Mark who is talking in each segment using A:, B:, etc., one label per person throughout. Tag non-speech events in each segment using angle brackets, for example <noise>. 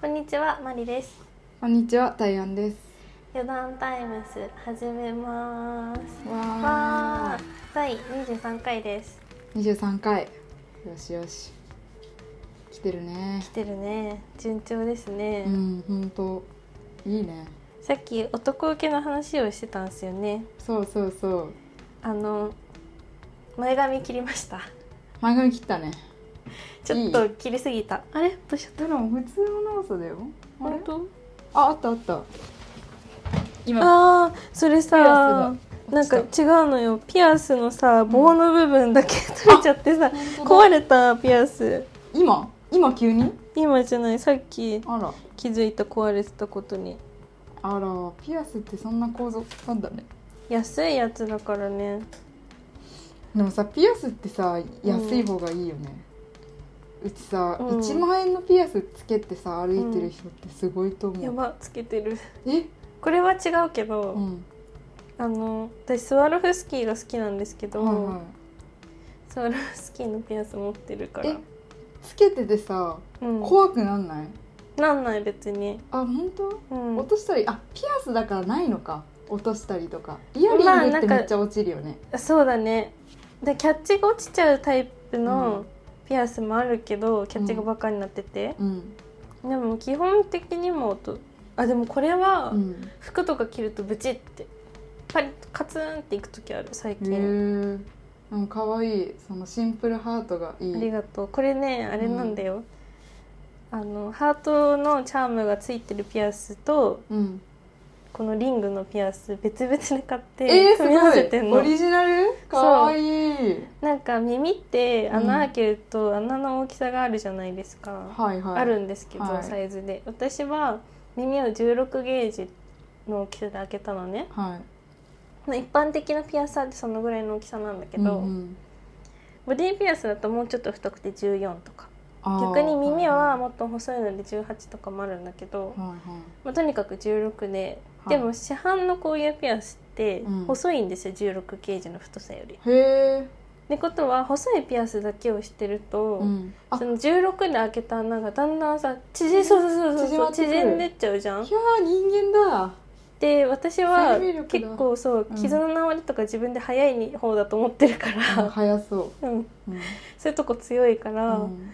A: こんにちは、まりです。
B: こんにちは、たいあんです。
A: 余談タイムス始めます。わ
B: わ
A: ー、第23回です。
B: ー、二十三回。よしよし。来てるね
A: 来。てるね、順調ですね。
B: うん、本当。いいね。
A: さっき男受けの話をしてたんですよね。
B: そうそうそう。
A: あの前髪切りました。
B: 前髪切ったね。
A: ちょっと切りすぎた。あれ、どうしちゃった
B: でも、普通の長さだよ。あれ
A: 本。当？
B: あ、あったあった。今。
A: ああ、それ
B: ピアス
A: さ
B: が。
A: なんか違う
B: 落
A: のよピアスのさ棒の部分だけ取れちゃってさ、壊
B: れ。
A: れたピアス
B: 今。今急に。
A: 今じゃないさっき
B: あら。
A: 気づいた壊れてたことに
B: あら、ピアスってそんな構造なんだね。
A: 安いやつだからね
B: でもさピアスってさ安い方がいいよね、うちさ、
A: うん
B: 1万円のピアスつけてさ歩いてる人ってすごいと思
A: や
B: う、
A: ばつけてる <laughs>
B: え
A: これは違うけど、
B: うん
A: あの私スワロフスキーが好きなんですけど、
B: はいは
A: スワロフスキーのピアス持ってるか
B: いえ
A: ら、
B: つけててさ
A: うん、
B: 怖くなんない、
A: なんない別に、
B: あ本当、
A: うん、
B: 落としたりあピアスだからないのか落としたりとかイヤリングってめっちゃ落ちるよね、
A: そうだねでキャッチが落ちちゃうタイプのピアスもあるけど、キャッチがバカになってて、
B: うん
A: でも基本的にもとあでもこれは
B: うん
A: 服とか着るとブチってパリッとカツンっていく時ある最
B: へ
A: 近、
B: えうん可愛いそのシンプルハートがいい
A: ありがとうこれねあれなんだよ、あのハートのチャームがついてるピアスと
B: うん
A: このリングのピアス別々で買っ
B: え
A: て
B: ー、す
A: 組み合わせてん
B: ご
A: の、
B: いオリジナル可愛い
A: なんか耳って穴開けると穴の大きさがあるじゃないですか、
B: はいはい
A: あるんですけど、
B: はい
A: サイズで私は耳を16ゲージの大きさで開けたのね
B: はい
A: まあ一般的なピアスはそのぐらいの大きさなんだけど、
B: うんうん
A: ボディピアスだともうちょっと太くて14とか
B: あー
A: 逆に耳はいもっと細いので18とかもあるんだけど、
B: はいはい
A: まあ、とにかく16で、
B: は
A: で
B: い
A: も市販のこういうピアスって
B: うん
A: 細いんですよ、16ゲージの太さより。っ
B: へえ、
A: てことは細いピアスだけをしてると、
B: うん、あ
A: その16で開けた穴がだんだんさ縮そうそうそう
B: 縮
A: そ
B: ま
A: う
B: ってくる
A: 縮んでっちゃうじゃん
B: い。やー人
A: <laughs>
B: 間だ
A: で私は
B: 生命力だ
A: 結構そう
B: うん
A: 傷の治りとか自分で早い方だと思ってるか
B: うん
A: <laughs> ら、
B: 早そ
A: うん、
B: う、うん
A: そういうとこ強いから。
B: うん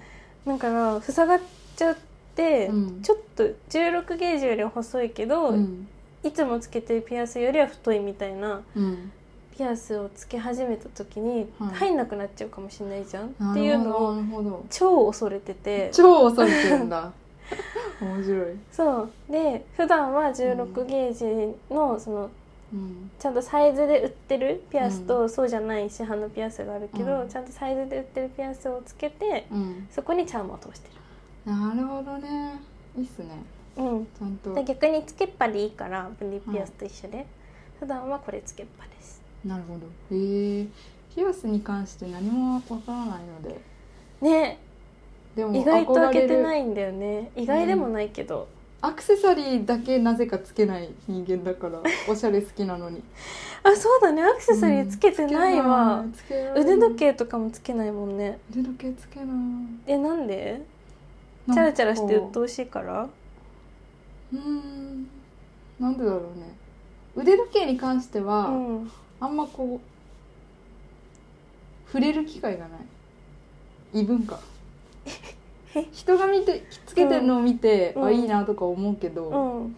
A: だから塞がっちゃって、
B: うん
A: ちょっと16ゲージよりは細いけど、
B: うん
A: いつもつけてるピアスよりは太いみたいな
B: うん、
A: ピアスをつけ始めた時に
B: はい
A: 入んなくなっちゃうかもしれないじゃん、
B: なるほど
A: っていうのを
B: なるほど
A: 超恐れてて
B: 超恐れてるんだ面白い、
A: そうで普段は16ゲージのその
B: うん、
A: ちゃんとサイズで売ってるピアスと、
B: う
A: そうじゃない市販のピアスがあるけど、
B: うん
A: ちゃんとサイズで売ってるピアスをつけて
B: うん、
A: そこにチャームを通して
B: なるほどねいいっすね
A: る。うん
B: ちゃんと
A: で逆につけっぱでいいからブリピアスと一緒で、普段はこれつけっぱです
B: なるほどへえピアスに関して何もわからないので
A: ね
B: でも
A: 意外と開けて
B: い
A: ないんだよね意外でもないけど、
B: アクセサリーだけなぜかつけない人間だからおしゃれ好きなのに
A: あそうだねアクセサリーつけてないわ、
B: つけない
A: 腕時計とかもつけないもんね
B: 腕時計つけない
A: えなんでチャラチャラして鬱陶しいから
B: うーんなんでだろうね腕時計に関しては、
A: うん
B: あんまこう触れる機会がない異文化
A: え
B: 人が見てつけてるのを見て、
A: うん
B: あいいなとか思うけど、
A: うん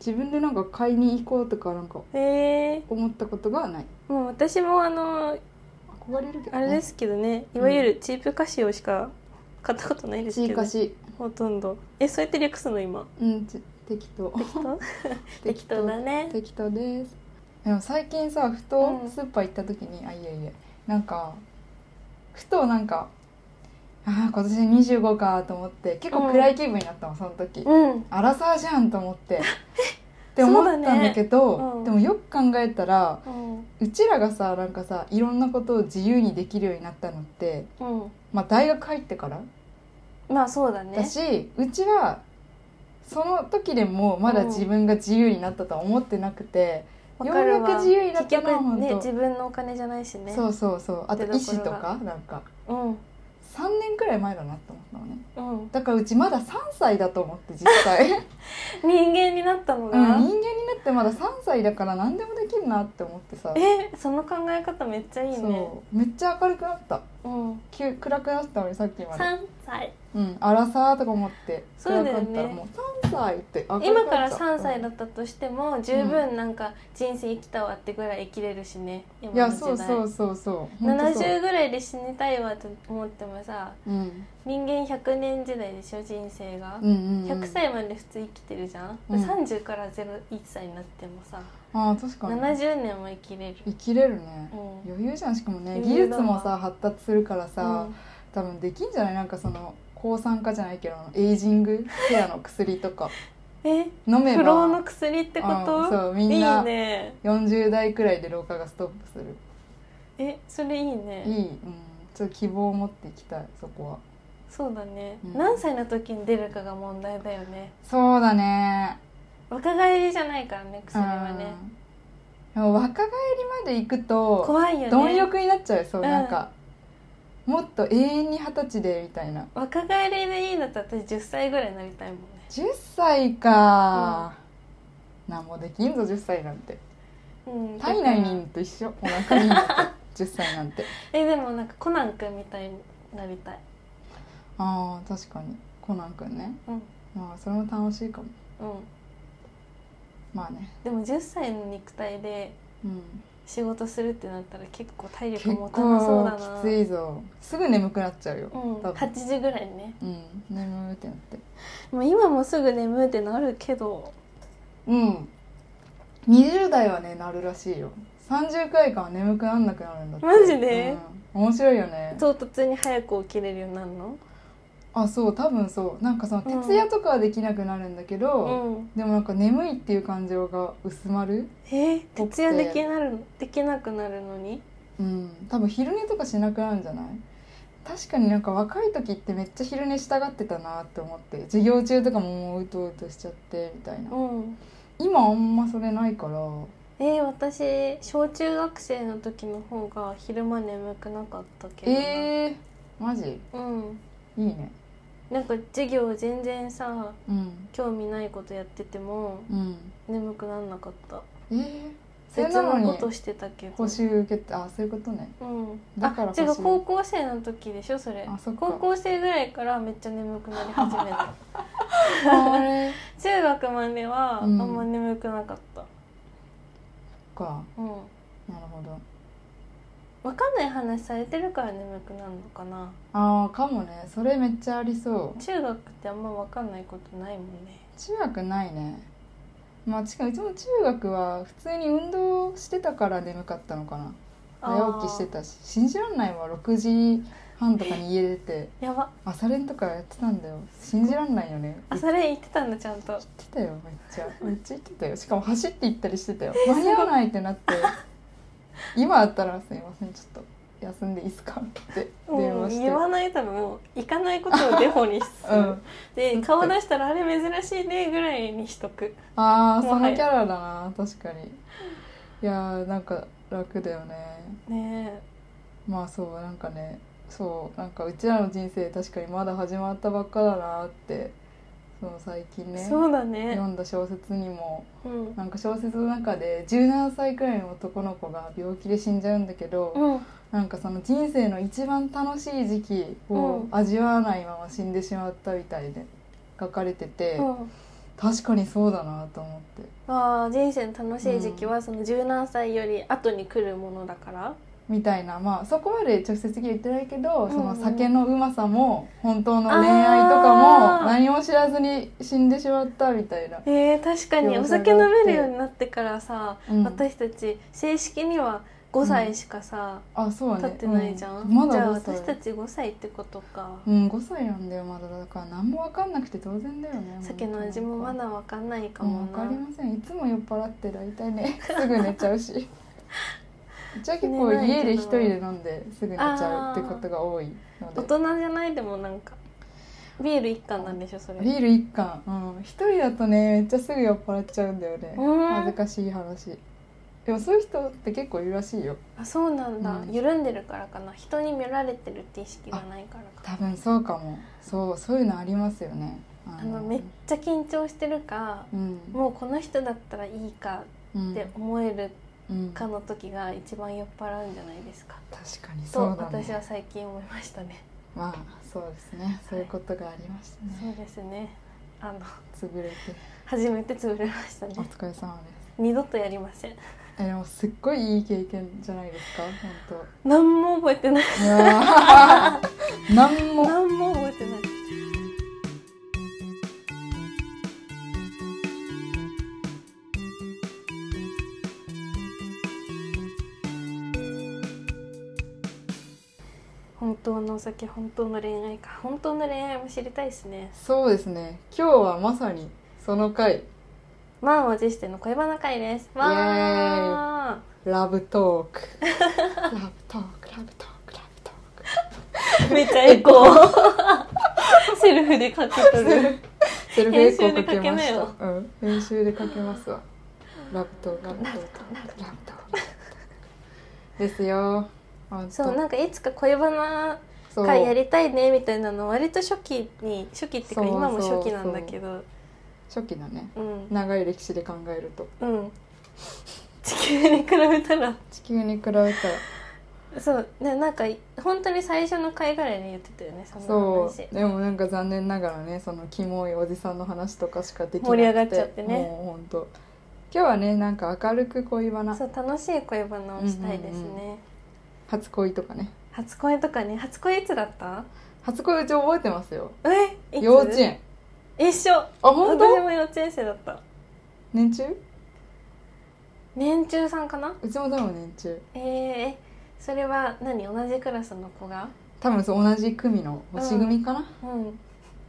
B: 自分でなんか買いに行こうとかなんか
A: え
B: 思ったことがない
A: ー、もう私もあの
B: 憧れるけど、
A: あ
B: ね、
A: れですけどねいわゆるチープカシオしか買ったことないです
B: ち
A: け
B: い
A: ど、
B: かし
A: ほとんどえそうやって略すの今
B: うんち適当
A: 適当
B: <laughs>
A: 適当だね
B: 適当ですでも最近さふと
A: うん
B: スーパー行った時に、あいえいえなんかふとなんかああ今年25かと思って結構暗い気分になったの、その時、
A: うん
B: アラサーじゃんと思っ
A: <laughs>
B: てって思ったんだけど
A: そうだねうん
B: でもよく考えたら
A: うん
B: うちらがさなんかさいろんなことを自由にできるようになったのって、
A: うん
B: まあ、大学入ってから
A: まあそうだね
B: だし、うちはその時でもまだ自分が自由になったとは思ってなくて、
A: わかるわ
B: ようやく自由になったな
A: 結局ね
B: 本当
A: 自分のお金じゃないしね
B: そうそうそうあと
A: 出
B: 医師
A: 所
B: と
A: が
B: かなんか
A: うん
B: さ3年くらい前だなって思ったのね
A: うん、
B: だからうちまだ3歳だと思って実際、
A: <laughs>
B: うん、
A: 人間になったの
B: 人
A: が、
B: 間になってまだ3歳だから何でもできるなって思ってさ
A: えその考え方めっちゃいいね
B: そうめっちゃ明るくなった
A: うん
B: 急暗くなったのにさっきまで
A: 3歳
B: うん、アラサーとか思って
A: そうだよね
B: 暗かったらもう3歳って明るくなっちゃう
A: 今から3歳だったとしても十分なんか人生生きたわってぐらい生きれるしね今
B: いや
A: の時代
B: そうそうそうそう本当そう
A: 70ぐらいで死にたいわと思ってもさ
B: うん
A: 人間100年時代でしょ人生が、
B: うんうんうん
A: 100歳まで普通生きてるじゃん、
B: うん
A: 30から01歳になってもさ
B: ああ確かに
A: 70年も生きれる、
B: 生きれるね
A: うん
B: 余裕じゃんしかもね技
A: 余裕だ
B: 術
A: わ
B: もさ発達するからさ、多分できんじゃないなんかその抗酸化じゃないけどエイジ
A: <laughs>
B: ングケアの薬とか
A: うんえ
B: 飲めば
A: 不老の薬ってこと
B: うんそうみんない
A: いね
B: 40代くらいで老化がストップする
A: えそれいいね
B: いい、うん、ちょっと希望を持っていきたいそこは
A: そうだね、
B: うん
A: 何歳の時に出るかが問題だよね
B: そうだね
A: 若返りじゃないからね薬はね
B: うんでも若返りまで行くと
A: 怖いよね
B: 貪欲になっちゃうそう、
A: うん
B: なんかもっと永遠に二十歳でみたいな
A: 若返りでいいんだったら私10歳ぐらいになりたいもんね
B: 10歳か、なんもできんぞ10歳なんて
A: うん
B: 体内にと一緒お腹にんて10歳なんて
A: えでもなんかコナン君みたいになりたい
B: ああ確かにコナン君ね
A: うん
B: まあそれも楽しいかも
A: うん
B: まあね
A: でも10歳の肉体で
B: うん
A: 仕事するってなったら結構体
B: 結
A: 力持たなそうだな
B: 構きついぞすぐ眠くなっちゃうよ、
A: うん、
B: 多分
A: 8時ぐらいにね
B: うん眠ってなって
A: もう今もすぐ眠ってなるけど
B: うん20代はねなるらしいよ30回から眠くなんなくなるんだって
A: マジで、
B: うん面白いよね
A: 唐突に早く起きれるようになるの
B: あそう多分そうなんかその
A: うん
B: 徹夜とかはできなくなるんだけど、
A: うん
B: でもなんか眠いっていう感情が薄まる
A: えー、
B: 起きて
A: 徹夜できなるできなくなるのに
B: うん多分昼寝とかしなくなるんじゃない確かになんか若い時ってめっちゃ昼寝したがってたなって思って授業中とかももううとうとしちゃってみたいな
A: うん
B: 今あんまそれないから
A: えー、私小中学生の時の方が昼間眠くなかったけどな
B: えー、マジい
A: うん
B: いね
A: なんか授業全然さ
B: うん
A: 興味ないことやってても
B: うん
A: 眠くなんなかった
B: えー、それ
A: 別
B: なの
A: の
B: に
A: ことしてたけど
B: 補習受けてあそういうことね
A: うん、
B: だから
A: あ違う
B: 欲しい
A: 高校生の時でしょそれ
B: あそっか
A: 高校生ぐらいからめっちゃ眠くなり始めた
B: あ <laughs> れ
A: 中学まではあ
B: うん
A: んま眠くなかった、
B: か
A: うん
B: なるほど
A: 分かんない話されてるから眠くなるのかな
B: ああかもねそれめっちゃありそう
A: 中学ってあんま分かんないことないもんね
B: 中学ないねまあしかもうちも中学は普通に運動してたから眠かったのかな早起きして
A: あ
B: たし信じらんないわ6時半とかに家出て
A: ーやば
B: 朝練とかやってたんだよ信じらんないよね
A: あそれ言ってたんだちゃんと
B: 行ってたよめっ
A: <laughs>
B: ちゃめっちゃ行ってたよしかも走って行ったりしてたよ間に合わないってなって今あったらすいませんちょっと休んでいいですかって電
A: もう
B: 話して
A: 言わない多分もう行かないことをデフォにする、
B: うん
A: で顔出したらあれ珍しいねぐらいにしとく
B: あ
A: も
B: あそ
A: は
B: の
A: や
B: キャラだな確かにいやーなんか楽だよね
A: ねえ
B: まあそうなんかねそうなんかうちらの人生確かにまだ始まったばっかだなってその最近ね
A: そうだね
B: 読んだ小説にも
A: うん
B: なんか小説の中で17歳くらいの男の子が病気で死んじゃうんだけど、
A: うん
B: なんかその人生の一番楽しい時期
A: う
B: を
A: ん
B: 味わわないまま死んでしまったみたいで書かれてて、
A: うん
B: 確かにそうだなと思って
A: あー人生の楽しい時期はその十何歳より後に来るものだから、
B: みたいなまあそこまで直接的に言ってないけど、
A: うん
B: その酒のうまさも本当の恋愛とか
A: あー
B: も何も知らずに死んでしまったみたいな、
A: えー、確かにお酒飲めるようになってからさ、
B: うん
A: 私たち正式には5歳しかさ、
B: あそうね
A: 経ってないじゃん、
B: うま
A: じ
B: だ
A: ゃあ
B: 5歳
A: 私たち5歳ってことか、
B: うん5歳なんだよまだだから何も分かんなくて当然だよね
A: 酒の味もまだわかんないか
B: も
A: も
B: う分
A: な、
B: かりませんいつも酔っ払って大
A: <laughs>
B: 体ねすぐ寝ちゃうしじゃあ結構
A: 寝ないけど
B: 家で一人で飲んですぐ寝ちゃうってことが多いの
A: 大
B: で
A: 人じゃないでもなんかビール一貫なんでしょそれ
B: ビール一缶うん一人だとねめっちゃすぐ酔っ払っちゃうんだよね
A: うん
B: 恥ずかしい話でもそういう人って結構いるらしいよ
A: あそうなんだ、
B: うん
A: 緩んでるからかな人に見られてるって意識がないからか
B: 多分そうかもそうそういうのありますよね
A: あのめっちゃ緊張してるか
B: うん
A: もうこの人だったらいいか
B: うん
A: って思える
B: うん
A: かの時が一番酔っ払うんじゃないですか、
B: 確かに
A: と
B: そうだね
A: 私は最近思いましたね
B: まあそうですねそういうことがありましたね、
A: そうですねあの
B: 潰れて
A: 初めて潰れましたね
B: お疲れ様です
A: 二度とやりません
B: えでもすっごいいい経験じゃないですか本
A: 何も覚えてない
B: 当いや <laughs> ーなんも
A: 何も覚えてない本当のお酒本当の恋愛か本当の恋愛も知りたいですね
B: そうですね今日はまさにその回
A: 満を持しての恋バナ会ですわ
B: ラ
A: <laughs>
B: ブトークラブトークラブトークラブ
A: ー
B: ト
A: めっちゃエコーセルフでかけとる
B: ークセルフエコ
A: 編
B: ー
A: 集で
B: かけ
A: かけ
B: ま
A: な
B: した
A: よ
B: うん編集でかけますわラブトークラブトークラブトークラブトークですよ本当
A: そうなんかいつか恋バナ
B: そう
A: 会やりたいねみたいなの割と初期に初期っていうか
B: そう
A: 今も
B: そう
A: 初期なんだけど
B: 初期のね
A: うん
B: 長い歴史で考えると
A: うん地球に比べたら
B: 地球に比べたら
A: そうねなんか本当に最初の回ぐらいに言ってたよねその
B: そ
A: 話
B: うでもなんか残念ながらねそのキモいおじさんの話とかしかできなくて
A: 盛り上がっちゃってね
B: もう本当今日はねなんか明るく恋バナ
A: そう楽しい恋バナをしたいですね、
B: うんうん初恋とかね
A: 初恋とかね初恋いつだった
B: 初恋うち覚えてますよ
A: えいつ
B: 幼稚園
A: 一緒
B: あ本当
A: 私も幼稚園生だった
B: 年中
A: 年中さんかな
B: うちも多分年中
A: えー、えそれは何同じクラスの子が
B: 多分そう同じ組の星組かな、
A: うん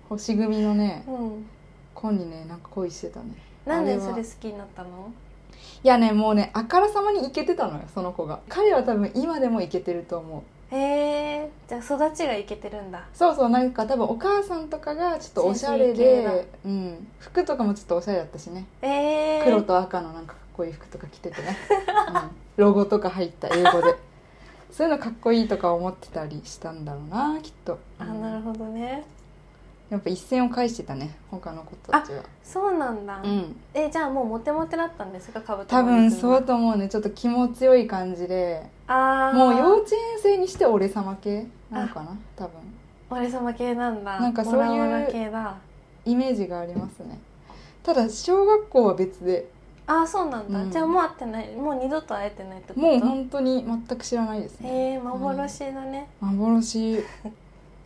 B: 星組のね
A: うん
B: 子にねなんか恋してたね
A: なん
B: あ
A: で
B: は
A: それ好きになったの
B: いやねもうねあからさまにイケてたのよその子が彼は多分今でもイケてると思う
A: へえじゃあ育ちがいけてるんだ
B: そうそうなんか多分お母さんとかがちょっとおしゃれ
A: 先生系だ
B: で、うん、服とかもちょっとおしゃれだったしね、
A: ええ
B: 黒と赤のなんかかっこいい服とか着てて
A: <laughs>
B: ね、うん、ロゴとか入った英語でそういうのかっこいいとか思ってたりしたんだろうなきっと、
A: あ
B: うん
A: なるほどね
B: やっぱ一線を返してたね他の子たちは
A: そうなんだ、
B: うん
A: えじゃあもうモテモテだったんですかカブト
B: 多分そうだ
A: う
B: と思うねちょっと気持ちよい感じで
A: ああ
B: もう幼稚園生にして俺様系なのかな多分
A: 俺様系なんだ
B: なんかそういう
A: オラオラ系だ
B: イメージがありますねただ小学校は別で
A: ああそうなんだ、
B: うん
A: じゃあもう会ってないもう二度と会えてないってこと
B: もう本当に全く知らないです
A: へ
B: ね
A: え幻だね、
B: 幻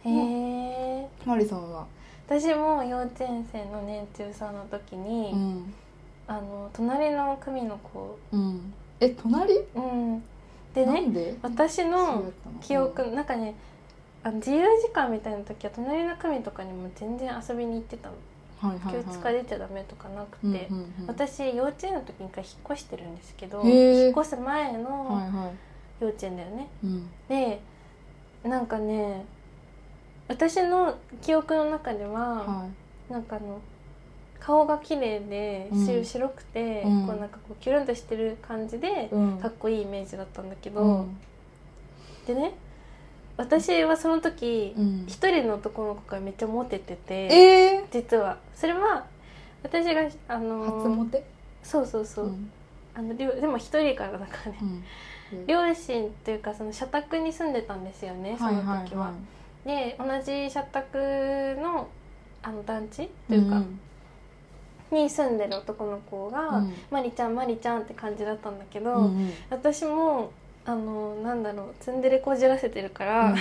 A: へえ
B: マリさんは
A: 私も幼稚園生の年中さんの時に、
B: うん
A: あの隣の組の子
B: うんえ隣
A: うんで
B: な
A: ね
B: んで
A: 私
B: そうだ
A: の
B: った
A: 記憶の中にあの自由時間みたいな時は隣の組とかにも全然遊びに行ってたの
B: うんはいはい
A: 今
B: はい
A: 日使出ちゃダメとかなくて、
B: うんうんうん
A: 私幼稚園の時に一回引っ越してるんですけど
B: へー
A: 引っ越す前
B: は
A: の
B: いは
A: 幼稚園だよね、
B: いうん
A: でなんかね私の記憶の中では、
B: は
A: なんかあの顔が綺麗で、
B: うん
A: 白白くて、
B: うん
A: こうなんかこうキュルンとしてる感じで
B: い、うん
A: かっこいいイメージだったんだけど、
B: うん
A: でね私はその時
B: うん
A: 一、人の男の子がめっちゃモテてて、
B: えー
A: 実はそれは私があのー
B: 初モテ
A: そうそうそう、
B: うん
A: あのりょうでも一人からだからね、
B: うん
A: 両親っていうかその社宅に住んでたんですよねその時は。
B: いは
A: で同じ社宅のあの団地
B: い
A: というか、
B: ん
A: に住んでる男の子が
B: うん
A: 「まりちゃんまりちゃん」って感じだったんだけど、
B: うんうん
A: 私もあのなんだろうツンデレこじらせてるから、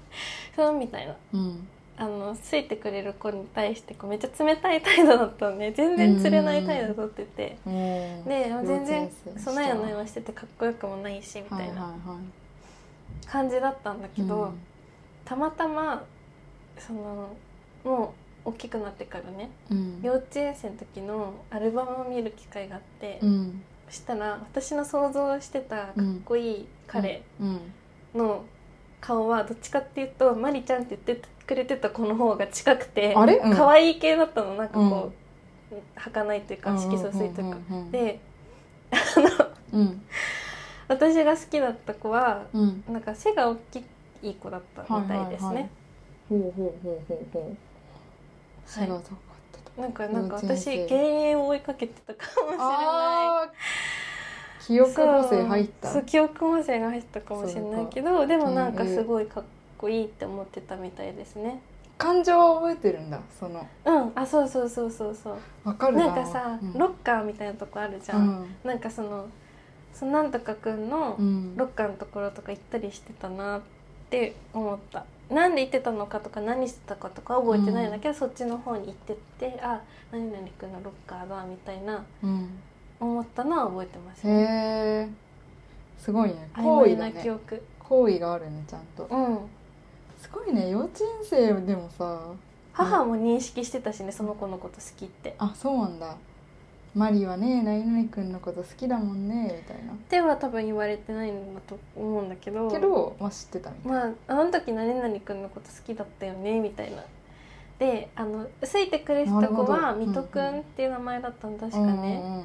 A: <laughs> そうみたいな
B: うん
A: あのついてくれる子に対してこうめっちゃ冷たい態度だったのね全然釣れない態度取ってて、
B: うん
A: で全然そんなやな
B: よ
A: はしててかっこよくもないしみ
B: は
A: た
B: い
A: い
B: はい
A: な
B: は
A: 感じだったんだ
B: い
A: けど、
B: うん
A: たまたまそのもう大きくなってからね
B: うん
A: 幼稚園生の時のアルバムを見る機会があって、
B: うん
A: そしたら私の想像してたかっこいい彼
B: うん
A: の顔はどっちかっていうと「マリちゃん」って言ってくれてた子の方が近くて
B: あれうん
A: 可愛い系だったのなんかこう、儚いというか色素水というか。
B: うんうんうんうん
A: で
B: うん
A: 私が好きだった子は
B: うん
A: なんか背が大きい子だったみたいですね、
B: ほうほうほうほうほう
A: は
B: 背
A: い
B: が高かったと
A: なんかなんか
B: 幼稚園
A: 私
B: 生
A: 減塩を追いかけてたかもしれない
B: あー記憶補正入った
A: そうそう記憶補正が入ったかもしれないけどでもなんかすごいかっこいいって思ってたみたいですね
B: 感情は覚えてるんだその
A: うんあそうそうそうそうそう
B: わかるな
A: なんかさ、
B: うん
A: ロッカーみたいなとこあるじゃん、なんかそのそのなんとかくんの
B: うんうん
A: ロッカーのところとか行ったりしてたなって思ったなんで行ってたのかとか何してたかとか覚えてないんだけど、そっちの方に行ってってあ何々くんのロッカーだみたいな
B: うん
A: 思ったのは覚えてますね
B: へえすごいね
A: 曖
B: 行為
A: 昧
B: だ
A: な記
B: ね
A: 憶、
B: 行為があるねちゃんと
A: うん
B: すごいね幼稚園生でもさ
A: 母も認識してたしねその子のこと好きって
B: あそうなんだマリはね何々くんのこと好きだもんねみたいな
A: では多分言われてないんだと思うんだけど
B: けどまあ知ってたみたい
A: まああの時何々くんのこと好きだったよねみたいなであのついてくれてた子
B: な
A: は
B: るほど
A: 水戸くんっていう名前だったの確
B: な
A: かね、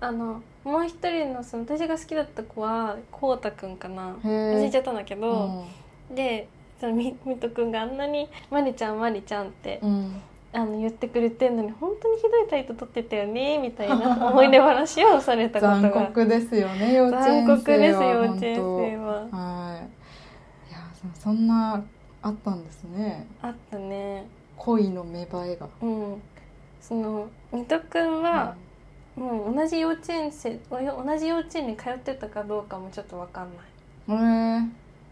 A: あのもう一人のその私が好きだった子はこうたくんかな
B: うんうんうん
A: 忘
B: へ
A: れ
B: え
A: ちゃったんだけど、でそのみ水戸くんがあんなに「まりちゃんまりちゃん」って、
B: うんうん
A: あの言ってくれてんのに本当にひどい態度取ってたよねみたいな <laughs> 思い出話をされたこと
B: 残
A: が
B: 酷ですよね幼稚園
A: 残酷で
B: 生
A: すよ幼
B: は本
A: 稚園生
B: 当
A: は
B: はいいやそそんなあったんですね
A: あったね
B: 恋の芽生えが
A: うんその水戸くんは、もう同じ幼稚園生およ同じ幼稚園に通ってたかどうかもちょっとわかんない
B: うんあ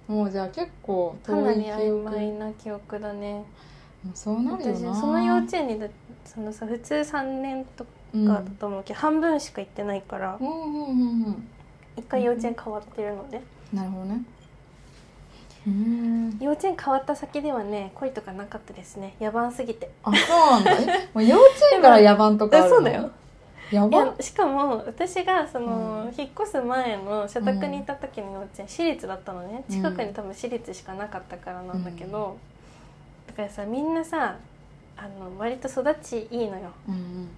B: れもうじゃあ結構
A: かな
B: 遠い
A: り
B: 記
A: 曖
B: 憶
A: 昧な記憶だね
B: もうそうなるよ
A: 私
B: な
A: その幼稚園にだそのさ普通3年とか
B: うん
A: だと思うけど、半分しか行ってないから
B: うんうんうんうん
A: 一回幼稚園変わってるので、
B: なるほどねうん
A: 幼稚園変わった先ではね恋とかなかったですね野蛮すぎて
B: あそうなんだ
A: <laughs>
B: えもう幼稚園から野蛮とかあるの
A: そうだよい
B: 野
A: や
B: 蛮
A: しかも私がその、引っ越す前の社宅にいた時の幼稚園私立だったのね
B: うん
A: 近くに多分私立しかなかったからなんだけど、だからさみんなさあの割と育ちいいのよ
B: うんうん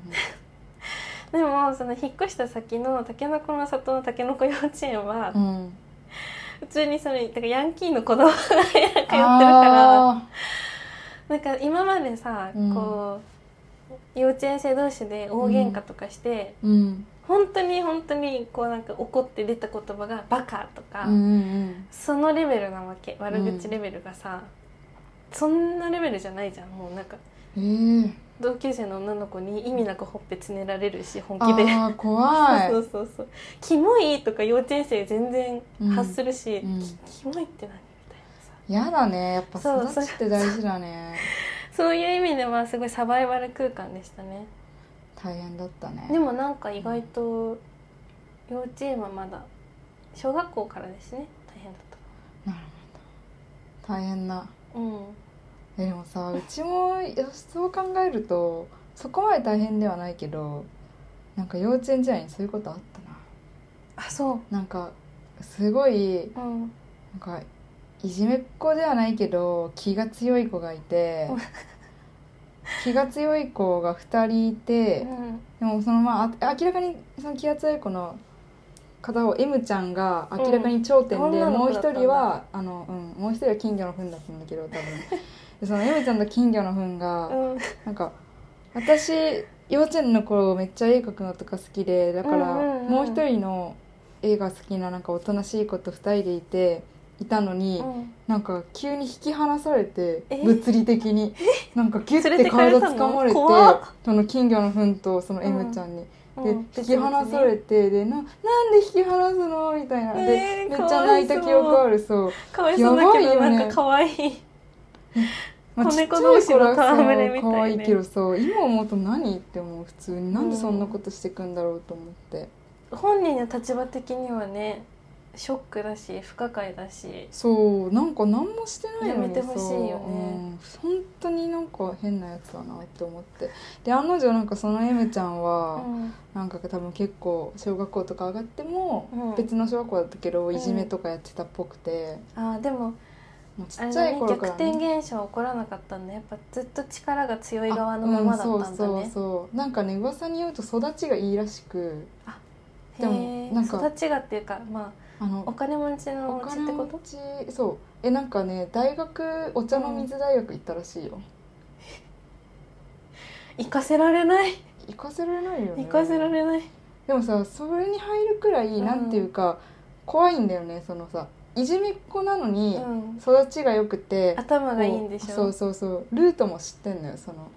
A: でもその引っ越した先のたけのこの里のたけのこ幼稚園は、
B: うんうん
A: 普通にそのだからヤンキーの子供が通ってるから
B: あ
A: なんか今までさ、
B: うん
A: こう幼稚園生同士で大喧嘩とかして、
B: ーうん
A: 本当に本当にこうなんか怒って出た言葉が「バカ」とか、
B: うんうん
A: そのレベルなわけ悪口レベルがさ、そんなレベルじゃないじゃんもうなんか
B: うんええ
A: 同級生の女の子に意味なくほっぺつねられるし本
B: あ
A: 気で。
B: ー怖い
A: そうそうそう「キモい」とか幼稚園生全然発するし「
B: うんうん
A: きキモいって何?」みたいなさ
B: やだねやっぱ
A: そう
B: 育ちって大事だね
A: そういう意味ではすごいサバイバル空間でしたね
B: 大変だったね
A: でもなんか意外と幼稚園はまだ小学校からですね大変だっ
B: なるほど大変な
A: たうん
B: えでもさうちもよしそう考えるとそこまで大変ではないけどなんか幼稚園時代にそういうことあったな
A: あそ
B: なんかすごいう
A: うん
B: なんかいじめっ子ではないけど気が強い子がいて
A: うん
B: 気が強い子が2人いて、
A: うん
B: でもそのまああ明らかにその気圧い子の方を M ちゃんが明らかに頂点
A: うん
B: で、
A: 女の
B: もう
A: 子だ
B: 一
A: ったんだ
B: 人はあの、うん、もう一人は金魚の糞だったんだけど多分でその M ちゃんと金魚の糞が、
A: うん
B: なんか私幼稚園の頃めっちゃ絵描くのとか好きでだから、
A: うんうんうん
B: もう一人の絵が好きななんかおとなしい子と二人でいていたのに、
A: うん
B: なんか急に引き離されて
A: え
B: 物理的になんかギュッ
A: 連れ
B: て
A: てかれ
B: 体
A: たの
B: つかまれて
A: 怖っ
B: その金魚の糞とその M ちゃんに、
A: うん
B: で引き離されてでななんで引き離すのみたいな、で
A: えー
B: めっちゃ泣いた記憶あるそう
A: かわいそうだけ
B: や
A: ど
B: ばいよね
A: なんかかわいい
B: まあ
A: 子猫同士の戯れみたいね
B: ちっちゃい頃はさ可愛いけどさ今思うと何って思う普通になんでそんなことしてくんだろうと思って、
A: 本人の立場的にはねショックだし不可解だし
B: そうなんか何もしてないのにさ
A: やめてほしいよね
B: うん、本当になんか変なやつだなって思ってで案の定なんかその M ちゃん
A: う
B: は、
A: ん
B: なんか多分結構小学校とか上がっても、
A: うん
B: 別の小学校だったけど
A: ん
B: いじめとかやってたっぽくて、
A: あーでも
B: もうち
A: あ
B: っ
A: れ
B: ちゃ
A: だ
B: い
A: ね
B: 頃
A: 逆
B: から、
A: 転
B: ね、
A: 現象起こらなかったんだやっぱずっと力が強い側のままだったんだね、
B: あうんそうそうそうなんかね噂によると育ちがいいらしく
A: へ
B: でもなんか
A: 育ちがっていうかま
B: あ
A: あお
B: の
A: 金持ちの
B: お
A: お家っ
B: 金
A: てこ
B: 持
A: と
B: ちそうえなんかね大学お茶の水大学行ったらしいよ
A: 行かせられない
B: 行かせられないよね
A: 行かせられない
B: でもさそれに入るくらい
A: うん
B: なんていうか怖いんだよねそのさいじめっ子なのに
A: うん
B: 育ちが良くて、
A: 頭
B: こう
A: がいいんでしょ
B: そうそうそうルートも知ってんのよその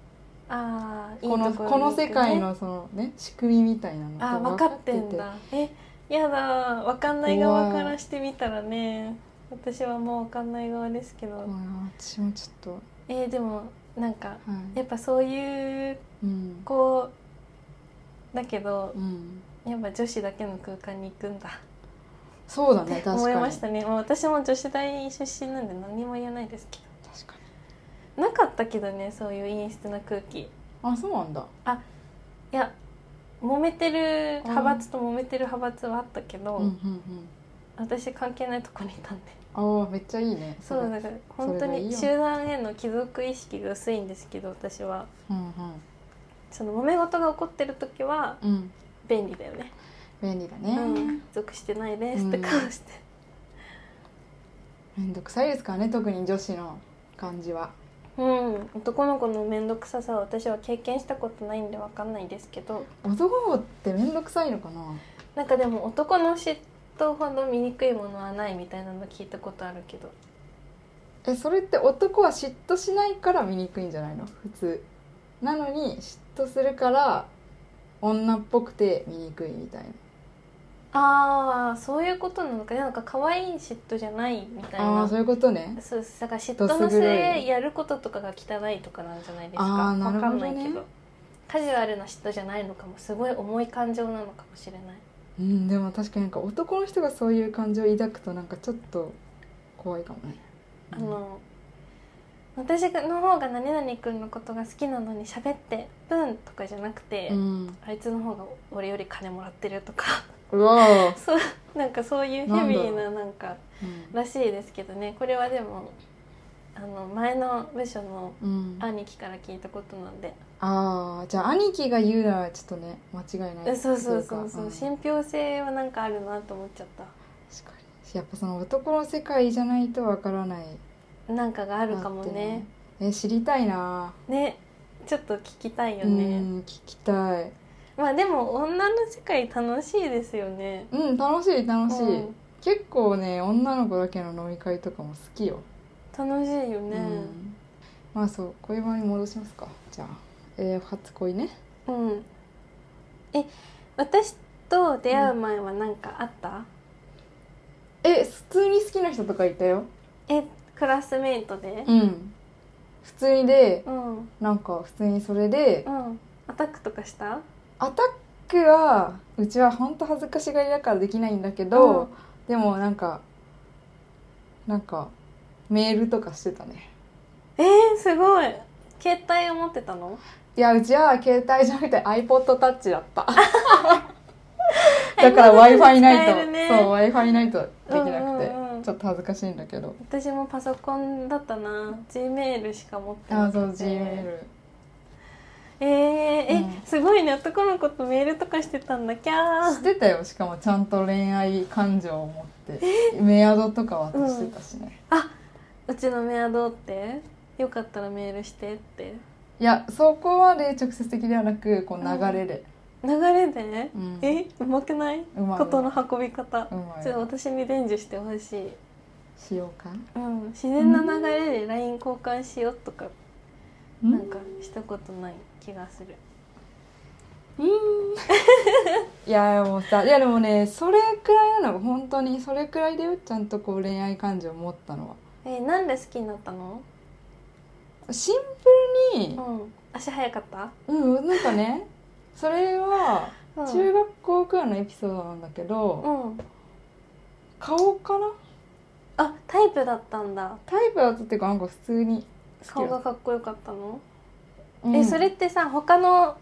A: ああいい
B: この
A: と
B: こ
A: ろ
B: の
A: に行くね
B: 世界のそのね仕組みみたいなの
A: あー
B: が
A: 分かってんだえやだ分かんない側からしてみたらね私はもう分かんない側ですけ
B: て
A: ど
B: まあ私もちょっとは
A: えーでもなんか
B: い
A: やっぱそういう
B: うん
A: 子だけど
B: うん
A: やっぱ女子だけの空間に行くんだ
B: そうだね確かに
A: 思いましたねもう私も女子大出身なんで何も言えないですけ
B: 確か
A: どなかったけどねそういう陰湿な空気い
B: にあそうなんだ
A: や揉めてる派閥と揉めてる派閥はあったけど、
B: うんうんうん
A: 私関係ないとこにいたんで
B: ああめっちゃいいね
A: そう
B: ね
A: だから本当
B: それがいい
A: に
B: よ
A: 集団への帰属意識が薄いんですけど私は
B: うん
A: その揉め事が起こってる時は
B: うんうん
A: 便利だよね、
B: 便利だ
A: う
B: ね、
A: ん、属してないですって顔して、
B: めんどくさいですからね特に女子の感じは
A: うん、男の子の面倒くささは私は経験したことないんでわかんないですけど
B: 男の子ってめんどくさいのかな
A: なんかでも男の嫉妬ほど醜いものはないみたいなの聞いたことあるけど
B: えそれって男は嫉妬しないから見にくいんじゃないの普通なのに嫉妬するから女っぽくて見にくいみたいな
A: ああそういうことなのかねなんか可愛い嫉妬じゃないみたい
B: ああ
A: な
B: ーそういうことね
A: そうですだから嫉妬の
B: どす黒い
A: 末やることとかが汚いとかなんじゃないですか
B: あーなる
A: わ
B: ほ
A: か
B: ど
A: ん
B: ね
A: ないけどカジュアルな嫉妬じゃないのかもすごい重い感情なのかもしれない
B: うんでも確かになんか男の人がそういう感情を抱くとなんかちょっと怖いかもね
A: あの私の方が何々君のことが好きなのに喋って「ブン」とかじゃなくて、
B: うん
A: あいつの方が俺より金もらってるとか <laughs>
B: うわー
A: そうなんかそういうヘビーななんから
B: うん
A: らしいですけどねこれはでもあの前の部署の
B: うん、
A: 兄貴から聞いたことなんで
B: ああじゃあ兄貴が言うならちょっとね間違いない
A: えそうそうそう
B: と
A: そ
B: いうかん
A: 信憑性はなんかあるなと思っちゃっ
B: 確かにやっぱその男の世界じゃないとわからない
A: たなんかがあるかも
B: あって
A: ね
B: え知りたいな
A: ねちょっと聞きたいよ
B: う
A: ね
B: ん聞きたい
A: まあでも女の世界楽しいですよね
B: うん楽しい楽しい、
A: うん
B: 結構ね女の子だけの飲み会とかも好きよ、
A: 楽しいよね
B: うん、まあそう恋バナに戻しますかじゃあ、えー、初恋ね
A: うん、え私と出会う前は何かあった、
B: え普通に好きな人とかいたよ
A: えクラスメイトで
B: うん普通にで
A: うんうん、
B: なんか普通にそれで
A: アタックとかした
B: アタックはうちは本当恥ずかしがりだからできないんだけど、
A: うん
B: でもなんかなんかメールとかしてたね
A: えー、すごい携帯を持ってたの
B: いやうちは携帯じゃなくて iPodTouch だった
A: <laughs>
B: だから w i f i ない
A: 使え
B: と、
A: るね
B: そう w i f i ないとできなくて、
A: うんうんうん
B: ちょっと恥ずかしいんだけど
A: 私もパソコンだったな G メールしか持って
B: あ
A: な
B: あ
A: くて
B: そう G メ
A: えー、え、
B: うん
A: すごいね男の子とメールとかしてたんだキャ
B: ールし
A: ー
B: てたよしかもちゃんと恋愛感情を持ってメアドとか渡してたしね、
A: うちのメアドってよかったらメールしてって
B: いやそこまで直接的ではなくこう流れで、
A: 流れで、
B: うん
A: えうまくない
B: うん、うまい
A: ことの運び方
B: うまい
A: ちょっと私に伝授してほしい、
B: しようか
A: うん、自然な流れで LINE 交換しようとか
B: な
A: なんかしたことない気がする
B: いやもうさいやでもねそれくらいなの本当にそれくらいだよちゃんとこう恋愛感情を持ったのは
A: えなんで好きになったの
B: シンプルに
A: う、ん足早かった、
B: うん、なんかねそれは
A: うん、
B: 中学校くらいのエピソードなんだけど、
A: うん
B: 顔かな
A: あタイプだったんだ
B: タイプだったっていうかなんか普通に好
A: 顔
B: きだ
A: が
B: っ
A: かっこよかったの、
B: た、うん
A: えそれってさ他の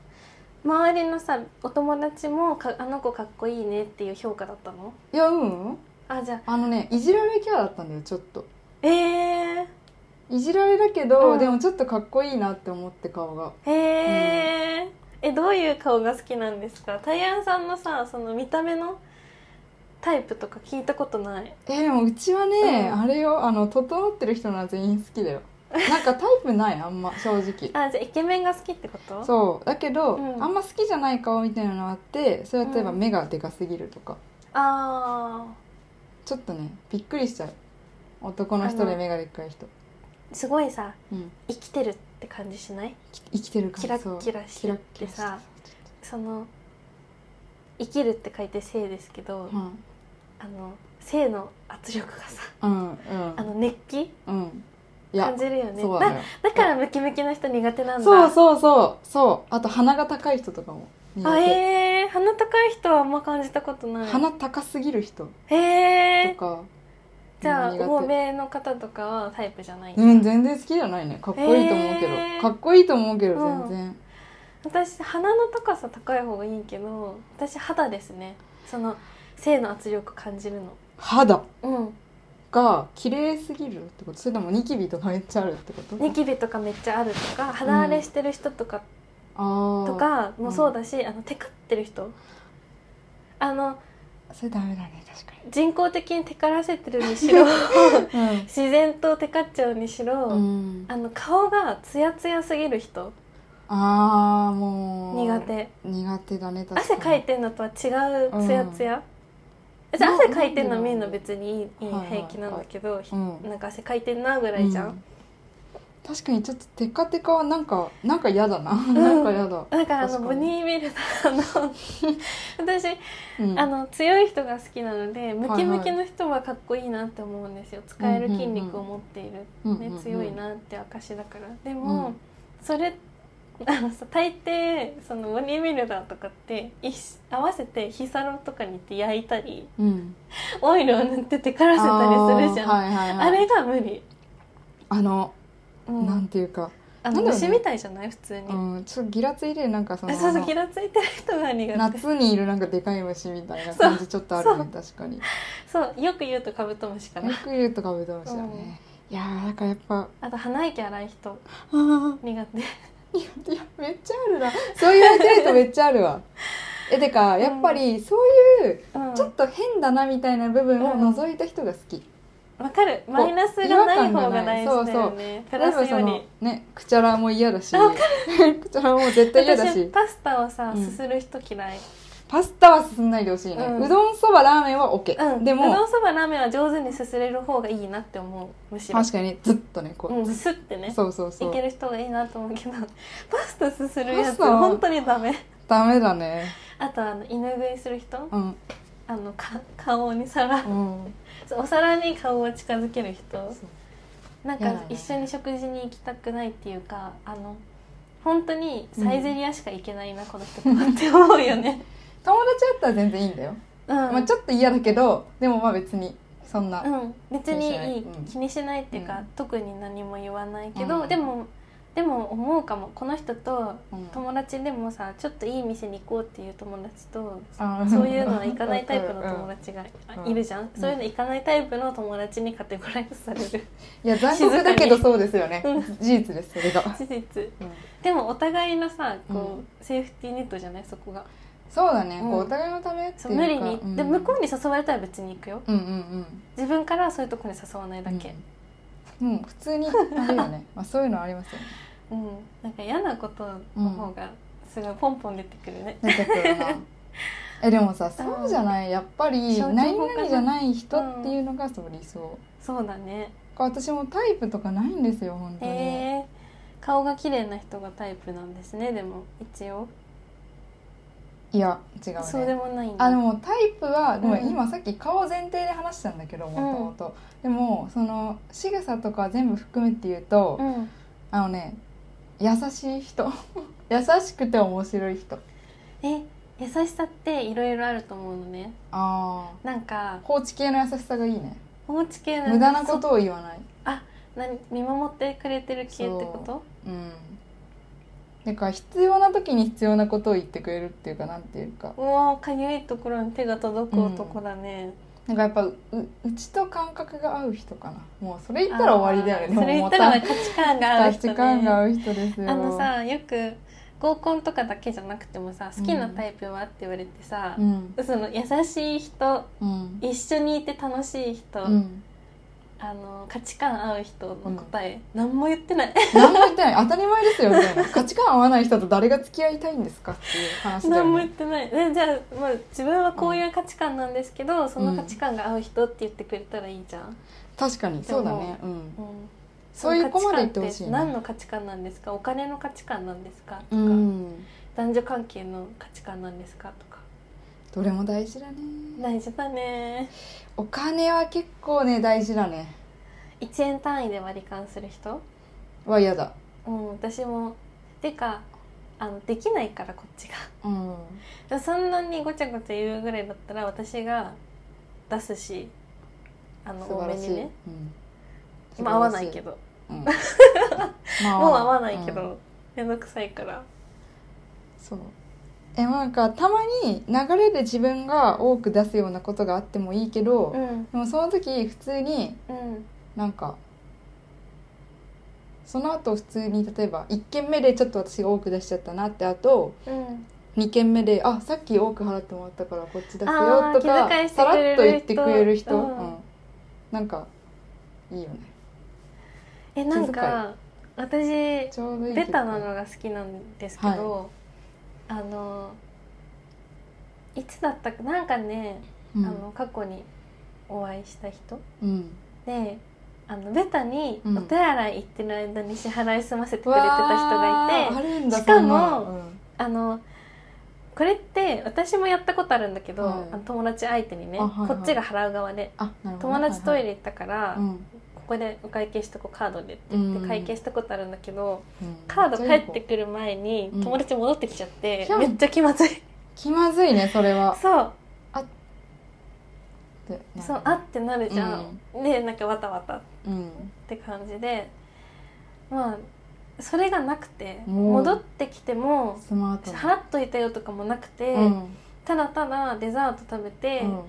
A: 周りのさお友達もかあの子かっこいいねっていう評価だったの
B: いやうん
A: あじゃあ
B: あのねいじられキャラだったんだよちょっと
A: えー、
B: いじられだけど、
A: うん
B: でもちょっとかっこいいなって思って顔が
A: えーえどういう顔が好きなんですかタイアンさんのさその見た目のタイプとか聞いたことない
B: えでもうちはね、
A: うん
B: あれよあの整ってる人なら全員好きだよなんかタイプないあんま <laughs> 正直
A: あじゃあイケメンが好きってこと
B: そうだけど、
A: うん
B: あんま好きじゃない顔みたいなのあってそれは例えば
A: うん
B: 目がでかすぎるとか、
A: あ
B: ちょっとねびっくりしちゃう男の人
A: あ
B: で
A: の
B: 目がでっかい人、
A: ーすごいさ
B: うん、
A: 生きてるって感じしない
B: き生きてる感
A: キラ
B: そう
A: ッキラし
B: キ
A: て
B: ラ
A: っ
B: ッキ
A: て
B: ラして
A: さその生きるって書いて生ですけど、
B: うん
A: あの生の圧力がさ
B: うんうん
A: あの熱気
B: うんいや
A: 感じるよね
B: そう
A: だ
B: だよ
A: だからムキムキの人苦手なんだ
B: そうそうそうそうあと鼻が高い人とかも苦
A: あ
B: 手、
A: えー、鼻高い人はあんま感じたことない
B: 鼻高すぎる人と
A: えー、
B: か
A: じゃあ
B: 苦手
A: 欧米の方とかはタイプじゃない、
B: うん全然好きじゃないねかっこいいと思うけど、
A: へー
B: かっこいいと思うけど全然、
A: 私鼻の高さ高い方がいいけど私肌ですねその性の圧力感じるの
B: 肌
A: うん
B: が綺麗すぎるってことそれともニキビとかめっちゃあるってこと
A: ニキビとかめっちゃあるとか肌荒れしてる人とか
B: あー
A: とかもそうだし、あのテカってる人あの
B: それダメだね確か
A: 人工的にテカらせてるにし
B: <laughs>
A: ろ
B: に
A: 自然とテカっちゃうにしろ、
B: うん、
A: あの顔がツヤツヤすぎる人
B: ああもう
A: 苦手
B: 苦手だね確か
A: 汗
B: に
A: かいてんのとは違うツヤツヤ、別に
B: な
A: 汗かいてんの
B: なんでだろう
A: 見るの別にいいいい
B: はいはい
A: 平気なんだけど、ひ
B: うん
A: なんか汗かいてんなぐらいじゃ、
B: うん確かにちょっとテカテカはなんかなんか嫌だな、なんか嫌だ、
A: だからあの
B: 確
A: ボ
B: かに
A: ニービルダーの <laughs> 私、
B: うん
A: あの強い人が好きなのでムキムキ
B: はい
A: の人はかっこいいなって思うんですよ使える筋肉を持っている、
B: うん
A: ね
B: うんうん
A: 強いなって証だからでも、
B: うん
A: それあのさ大抵そのボニービルダーとかって一緒合わせて日サロとかに行って焼いたり
B: うん
A: オイルを塗っててからせたりするじゃん
B: あ
A: あ,、
B: ーはいはいはい、
A: れが無理、
B: あの、
A: うん
B: なんていうか、
A: あ
B: な
A: の
B: んだろうね
A: 虫みたいじゃない普通に、
B: うん、ちょっとギラついてるなんかその
A: あそうそうギラついてる人が苦手
B: 夏にいるなんかでかい虫みたいな感じちょっとあるね確かによ
A: そうよく言うとカブトムシかな
B: く言うとカブトムシだね、いやーだからやっぱ
A: あと鼻息荒い人
B: あー
A: 苦手
B: いやめっちゃあるなそう言われてるとめっちゃあるわ <laughs> えてかやっぱりそういう
A: うん
B: ちょっと変だなみたいな部分を除いた人が好き、
A: わかるマイナスがない方が大事だよねプ
B: 例
A: ラ
B: えば
A: ス
B: そ
A: よ
B: の
A: り
B: ねくちゃらも嫌だし
A: わ
B: くちゃらも絶対嫌だ
A: 私
B: し
A: パスタをさ
B: うん
A: すする人嫌い
B: パスタは進んないでほしいね、
A: う
B: うんどんそばラーメンは OK、
A: うん
B: で
A: うど
B: も
A: んそばラーメンは上手にすすれる方がいいなって思うむしろ
B: 確かにずっとねこう、
A: うんスッてね
B: そうそうそ
A: いうける人がいいなと思うけど <laughs> パスタすするやつ
B: パスタは
A: 本当にダメ
B: ダメだね
A: あとあの犬食いする人
B: うん
A: あのか顔に皿
B: うん
A: お皿に顔を近づける人
B: そう
A: なん
B: 嫌
A: か
B: だね
A: 一緒に食事に行きたくないっていうかあの本当にサイゼリアしか行けないな、この人とかって思うよね
B: 友達だったら全然いいんだよ、
A: うん、
B: まあ、ちょっと嫌だけどでもまあ別にそんな、
A: うん、別にいい
B: 気にしないうん
A: 気にしないっていうか、
B: うん
A: 特に何も言わないけど、
B: うん
A: でもでも思うかもこの人と
B: うん
A: 友達でもさちょっといい店に行こうっていう友達と、
B: あー
A: そういうのは行かないタイプの友
B: うん
A: 達が
B: うん
A: いるじゃん、
B: うん
A: そういうの行かないタイプの友達にカテゴライズされる
B: いや残酷だけど
A: 静
B: そうですよね
A: うん
B: 事実ですそれが、
A: 事実
B: うん
A: でもお互いのさこう、
B: うん
A: セーフティーネットじゃないそこが
B: そうだね、
A: うん
B: こうお互いのためって
A: そ
B: いううか
A: 無理に、
B: うん
A: で向こうに誘われたら別に行くよ
B: うんうんうん
A: 自分からそういうとこに誘わないだけ、
B: うん、もう普
A: <laughs>
B: 通にあれよねまあそういうのありますよね
A: うんなんか嫌なことの方がすごいポンポン出てくるね、
B: 出てくるな
A: <laughs>
B: えでもさそうじゃないやっぱり
A: 象徴
B: 何
A: 法かな
B: 々じゃない人っていうのがそう理想
A: そうだね
B: 私もタイプとかないんですよ本当
A: へ
B: に、
A: え顔が綺麗な人がタイプなんですねでも一応
B: いや違うね
A: そうでもないんだ
B: あでもタイプは、でも
A: うん
B: 今さっき顔前提で話したんだけどもともとでもその仕草とか全部含めて言うと、
A: うん
B: あのね優しい人 <laughs> 優しくて面白い人
A: え優しさっていろいろあると思うのね
B: あ
A: なんか
B: あ放置系の優しさがいいね
A: おうち系の
B: 無駄なことを言わない
A: そな見守ってくれてる系ってこと
B: うんだから必要な時に必要なことを言ってくれるっていうかなんていうか
A: うわかゆいところに手が届く男だね、
B: なんかやっぱううちと感覚が合う人かなもうそれ言ったら終わりだよね
A: あーそれ
B: でも
A: 言っ
B: ま
A: たら価値観が合う人、
B: 価
A: ね、
B: 値観が合う人ですよ
A: あのさよく合コンとかだけじゃなくてもさ好きなタイプはって言われてさ、
B: うん
A: その優しい人
B: うん
A: 一緒にいて楽しい人、
B: うん
A: あの価値観合う人の答え、何も言ってない
B: 何も言ってない当たり前ですよみ
A: <laughs>
B: たいな価値観合わない人と誰が付き合いたいんですかっていう話だよ
A: 何も言っ
B: ね
A: てないでじゃあ、まあ、自分はこういう価値観なんですけどその価値観が合う人って言ってくれたらいいじゃん、
B: 確かにそうだねうん
A: うん
B: そういう子まで言ってほしい
A: その価値観って何
B: ね
A: の価値観なんですかお金の価値観なんですかとか、
B: うん
A: 男女関係の価値観なんですかとか
B: どれも大事だね
A: 大事だね
B: お金は結構ね大事だね
A: 1円単位で割り勘する人
B: は嫌だ
A: うん私もてかあのできないからこっち
B: うん
A: が <laughs> そんなにごちゃごちゃ言うぐらいだったら私が出すしあの
B: 素
A: 多
B: 晴
A: め
B: らし
A: に
B: い
A: ね
B: うん
A: まあ合わないけど <laughs>
B: うんまあ
A: もう合わないけ
B: うん
A: ど面倒、くさいから
B: そうえなんかたまに流れで自分が多く出すようなことがあってもいいけど、
A: うん
B: でもその時普通に
A: うん
B: なんかその後普通に例えば1軒目でちょっと私が多く出しちゃったなってあと
A: うん
B: 2軒目で「あさっき多く払ってもらったからこっち出すよ」
A: あー
B: とか
A: 気遣いして
B: さ
A: くれる
B: ら
A: 人
B: っと言ってくれる人、
A: う
B: うんんなんかいいよね
A: えなん
B: 気遣
A: か私
B: ちょうどいい
A: ベタな
B: 結
A: のが好きなんですけど、あのいつだったかなんかね、
B: 構
A: あの過去にお会いした人
B: うん、うん
A: であのベタに
B: うん
A: お手洗い行ってる間に支払い済ませてくれてた人
B: わ
A: がい
B: ー
A: て
B: あるんだ
A: しかも
B: そんなうん
A: あのこれって私もやったことあるんだけど、
B: はい
A: あの友達相手にね、
B: あはいはい
A: こっちが払う側で
B: あなるほど
A: 友達トイレ
B: レ
A: 行ったから、
B: うん
A: ここでお会計しとこうカードでって言って
B: うん
A: 会計したことあるんだけど、
B: うん
A: カード
B: め
A: 帰っ
B: っちゃいい子
A: てくる前に
B: うん
A: 友達戻ってきちゃって、
B: ひゃん
A: めっちゃ気まずい
B: 気まずいねそれは
A: そう
B: ってなる
A: そうあってなるじゃん、でなんかわたわたって感じでまあそれがなくて
B: もう
A: 戻ってきて
B: う
A: も
B: んスマートな
A: 払っといたよとかもなくて、
B: うん
A: ただただデザート食べて、
B: うん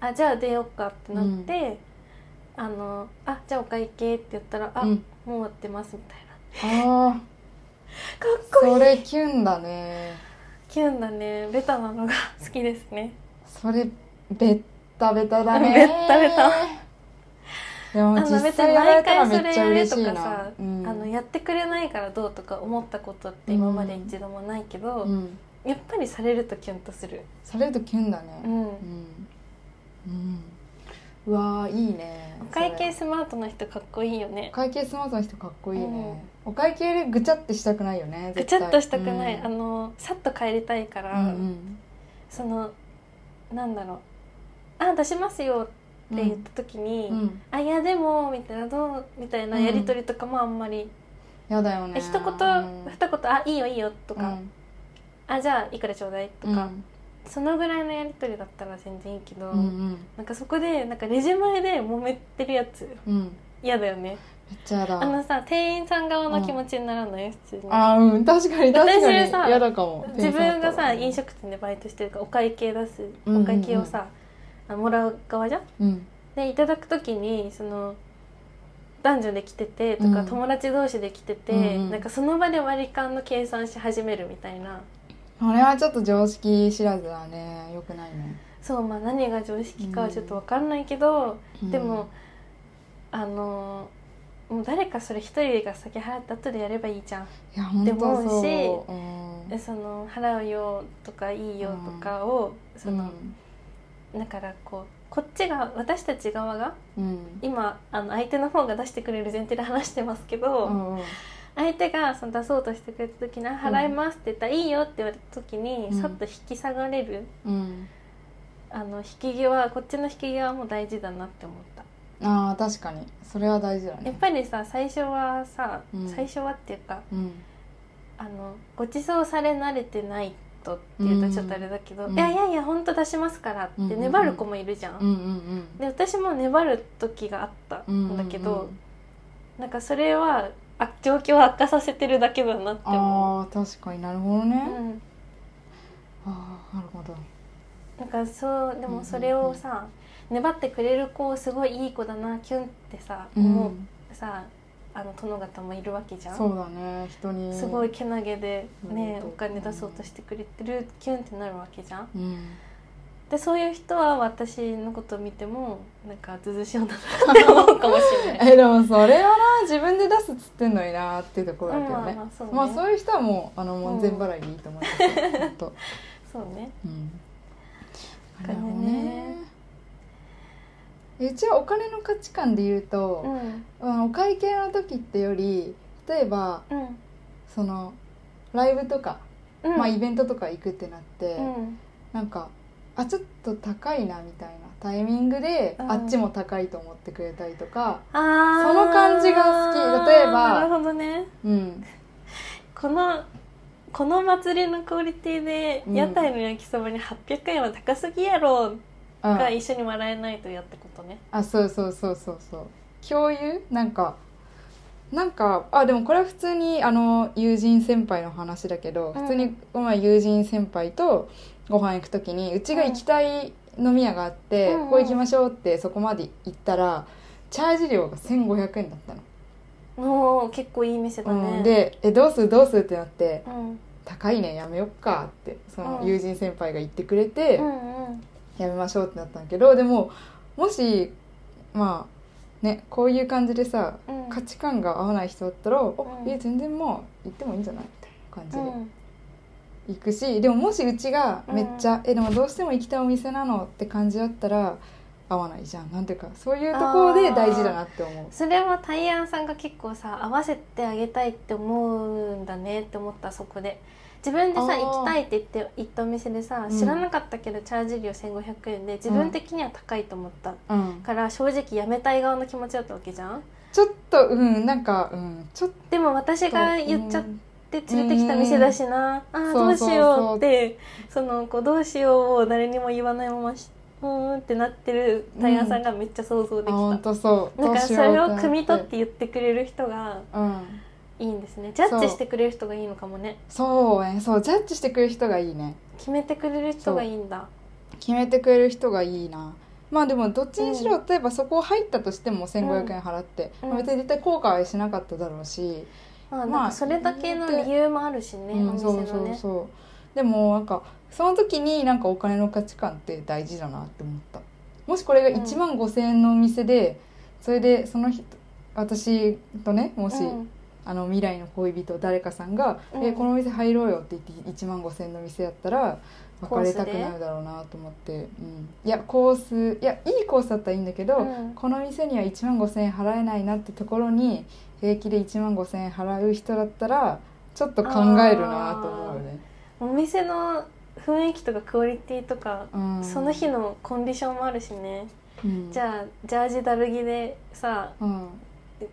A: あじゃあ出ようかってなって、あのあじゃあお会計って言ったらあ、
B: うん
A: もう終わってますみたいな
B: あ
A: かっ
B: ー
A: こいい
B: それキュンだね
A: キュンだねベタなのが好きですね
B: それベッタベタだね
A: ベッタベタ
B: でも
A: あの
B: 実
A: 別に
B: 際やら
A: 毎
B: れた
A: 回それ
B: らめっちゃ
A: やれ
B: 嬉
A: と
B: しい
A: か
B: な
A: さ、
B: うん
A: あのやってくれないからどうとか思ったことって今まで一度もないけど、
B: うん
A: やっぱりされるとキュンとする、
B: されるとキュンだね
A: う
B: うんうんうわーいいね
A: お会計
B: そ
A: スマートな人かっこいいよ
B: れお
A: ね
B: 会計スマートな人かっこいいねお会計でぐちゃってしたくないよね
A: ぐ
B: 絶
A: ちゃ
B: 対
A: っとしたくない、
B: うん
A: あのさっと帰りたいから、
B: うんうん
A: そのなんだろう「あ出しますよ」って言った時に「
B: うん
A: あいやでも」みたいな「どう?」みたいなやり取りとかもあんまり、
B: やだよね
A: え一言、
B: うん
A: 二言「あいいよいいよ」とか、
B: うん
A: あじゃあいくらちょうだい」とか、
B: うん
A: そのぐらいのやり取りだったら全然いいけど、
B: うん
A: なんかそこでなんかレジ前で揉めてるやつ
B: うんうん
A: 嫌だよね
B: めっちゃやだ
A: あのさ店員さん側の気持ちにならない、普通に
B: あーうん確かに確
A: 私
B: かに
A: さ
B: 嫌だかも
A: 自分がさ飲
B: 印象
A: 食店でバイトしてるからお会計出す
B: うんうんう
A: お
B: ん
A: 会計をさ、あもらう側じゃん
B: うん
A: でいただく時にその男女で来ててとか、
B: うん
A: 友達同士で来てて、
B: うんうん
A: なんかその場で割り勘の計算し始めるみたいな
B: これはちょっと常識知らずだねよくないね、
A: そうまあ何が常識かはちょっと分かんないけど、
B: うん
A: でもあのもう誰かそれ一人が先払って後でやればいいじゃん
B: いや本当
A: 思
B: そう
A: し
B: うん
A: でその払うよとかいいよとかを、そのだからこうこっちが私たち側が
B: うんうん
A: 今あの相手の方が出してくれる前提で話してますけど、
B: うんうん
A: 相手がその出そうとしてくれた時に「あ払います」って言ったら「いいよ」って言われた時に、
B: うん
A: さっと引き下がれる
B: うん
A: あの引き際こっちの引き際も大事だなって思った。
B: あー確かにそれは大事だね
A: やっぱりさ最初はさ、
B: うん
A: 最初はっていうか
B: うん
A: あのご馳走され慣れてないとっていうとちょっとあれだけど「
B: うん
A: いやいやいや本当出しますから」っ
B: うんうん
A: て
B: うん
A: 粘る子もいるじゃん。
B: うんうん
A: で私も粘る時があった
B: うん
A: んだけど、なんかそれはあ状況を悪化させてるだけだなって思う。
B: ああー確かになるほどね、
A: うん
B: ああなるほど
A: なんかそうでもそれをさ、粘ってくれる子すごいいい子だなキュンってさ
B: うん
A: 思う、さあの殿方もいるわけじゃん
B: そうだね人に
A: すごい、けなげで、ね
B: う
A: お
B: ん
A: 金出そうとしてくれてるキュンってなるわけじゃん
B: うん、
A: でそういう人は私のことを見てもなんかずずしい女だなって思うかもしれない。
B: <laughs> えでもそれはな自分で出すっつってんのになっていうところだけどね,、
A: うんまあまあそうね
B: まあそういう人はもうあの門前払いでいいと思いますよほん
A: <laughs>
B: と
A: そうね
B: うん
A: お
B: な
A: 金ね
B: るほどねうちはお金の価値観で言う
A: う
B: と、
A: ん
B: まあお会計の時ってより例えば
A: うん
B: そのライブとか、
A: うん
B: まあ、イベントとか行くってなって、
A: うん
B: なんかあちょっと高いなみたいなタイミングで、
A: うん
B: あっちも高いと思ってくれたりとか、
A: あー
B: その感じが好き例えば
A: なるほどね
B: うん、
A: このこの祭りのクオリティで
B: うん
A: 屋台の焼きそばに800円は高すぎやろ
B: うん
A: が一緒に笑えないとやってことね
B: あそうそうそうそうそう共有なんかなんかあでもこれは普通にあの友人先輩の話だけど
A: うん
B: 普通にこの前友人先輩とご飯行く時にうちが行きたい飲み屋があって、
A: うんうん
B: ここ行きましょうってそこまで行ったらチャージ料が1500円だったの、
A: もう結構いい店だ
B: うん、
A: ね
B: で「えどうするどうする?」ってなって
A: うん
B: 「高いねやめよっか」ってその
A: うん
B: 友人先輩が言ってくれて、
A: うんうん
B: やめましょうってなったんだけどでももしまあねこういう感じでさ
A: うん
B: 価値観が合わない人だったら「お
A: うん
B: いや全然まあ行ってもいいんじゃない?」みたい
A: う
B: な感じ
A: ん
B: で行くし、でももしうちがめっちゃ「えでもどうしても行きたいお店なの」って感じだったら合わないじゃんなんていうかそういうところで大事だなって思う。
A: それはタイヤンさんが結構さ合わせてあげたいって思うんだねって思ったそこで自分でさ
B: あー
A: 行きたいって言って行ったお店でさ
B: うん
A: 知らなかったけどチャージ料1500円で自分的には高いと思った
B: うん、
A: から正直やめたい側の気持ちだったわけじゃん
B: ちょっとうんなんかうんちょっと
A: でも私が言っちゃっ
B: うん
A: て連れてきた店だしなあーど
B: そう
A: う
B: そうそう
A: しようってそのこうどうしようを誰にも言わないまましうーんってなってるタイヤンさんがめっちゃ想像でき
B: あ
A: た、
B: 本当そう
A: だからそれを汲み取っ
B: どうしよう
A: て言ってくれる人が
B: てなってうん
A: いいんですねジャッジしてくれる人がいいのかもね
B: そうねそうジャッジしてくれる人がいいね
A: 決めてくれる人がいいんだ
B: 決めてくれる人がいいなまあでもどっちにしろ、例えばそこ入ったとしても1500円払って、
A: うん
B: まあ別に絶対後悔はしなかっただろうし、
A: まあ
B: まあ
A: なんかそれだけの理由もあるしね、
B: うん
A: お店
B: そ
A: のね
B: うそうそうでもなんかその時になんかお金の価値観って大事だなって思ったもしこれが1万5000円のお店で、それでその人私とねもし、
A: うん
B: あの未来の恋人誰かさんが「
A: うん
B: えこの店入ろうよ」って言って1万5,000の店やったら別れたく
A: コースで
B: なるだろうなと思って、うん、いやコースいやいいコースだったらいいんだけど、
A: うん
B: この店には1万5,000円払えないなってところに平気で1万5,000円払う人だったらちょっと考えるなと思うね。
A: お店の雰囲気とかクオリティとか、
B: うん、
A: その日のコンディションもあるしね、
B: うん
A: じゃあジャージだるぎでさ
B: うん
A: 「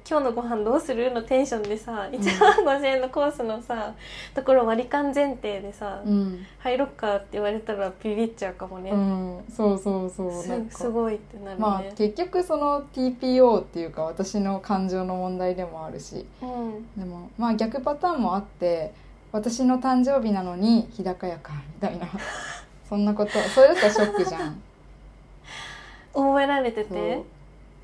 A: 今日のご飯どうする?」のテンションでさ1万5000円のコースのさところ割り勘前提でさ
B: うん
A: 「入ろっか」って言われたらビビっちゃうかもね、
B: うん、そうそうそうなん
A: す
B: か
A: すごいってなるね、
B: まあ結局その TPO っていうか私の感情の問題でもあるし、
A: うん
B: でもまあ逆パターンもあって私の誕生日なのに日高屋かみたいな <laughs> そんなことそれだったらショックじゃん
A: 覚えられてて
B: そう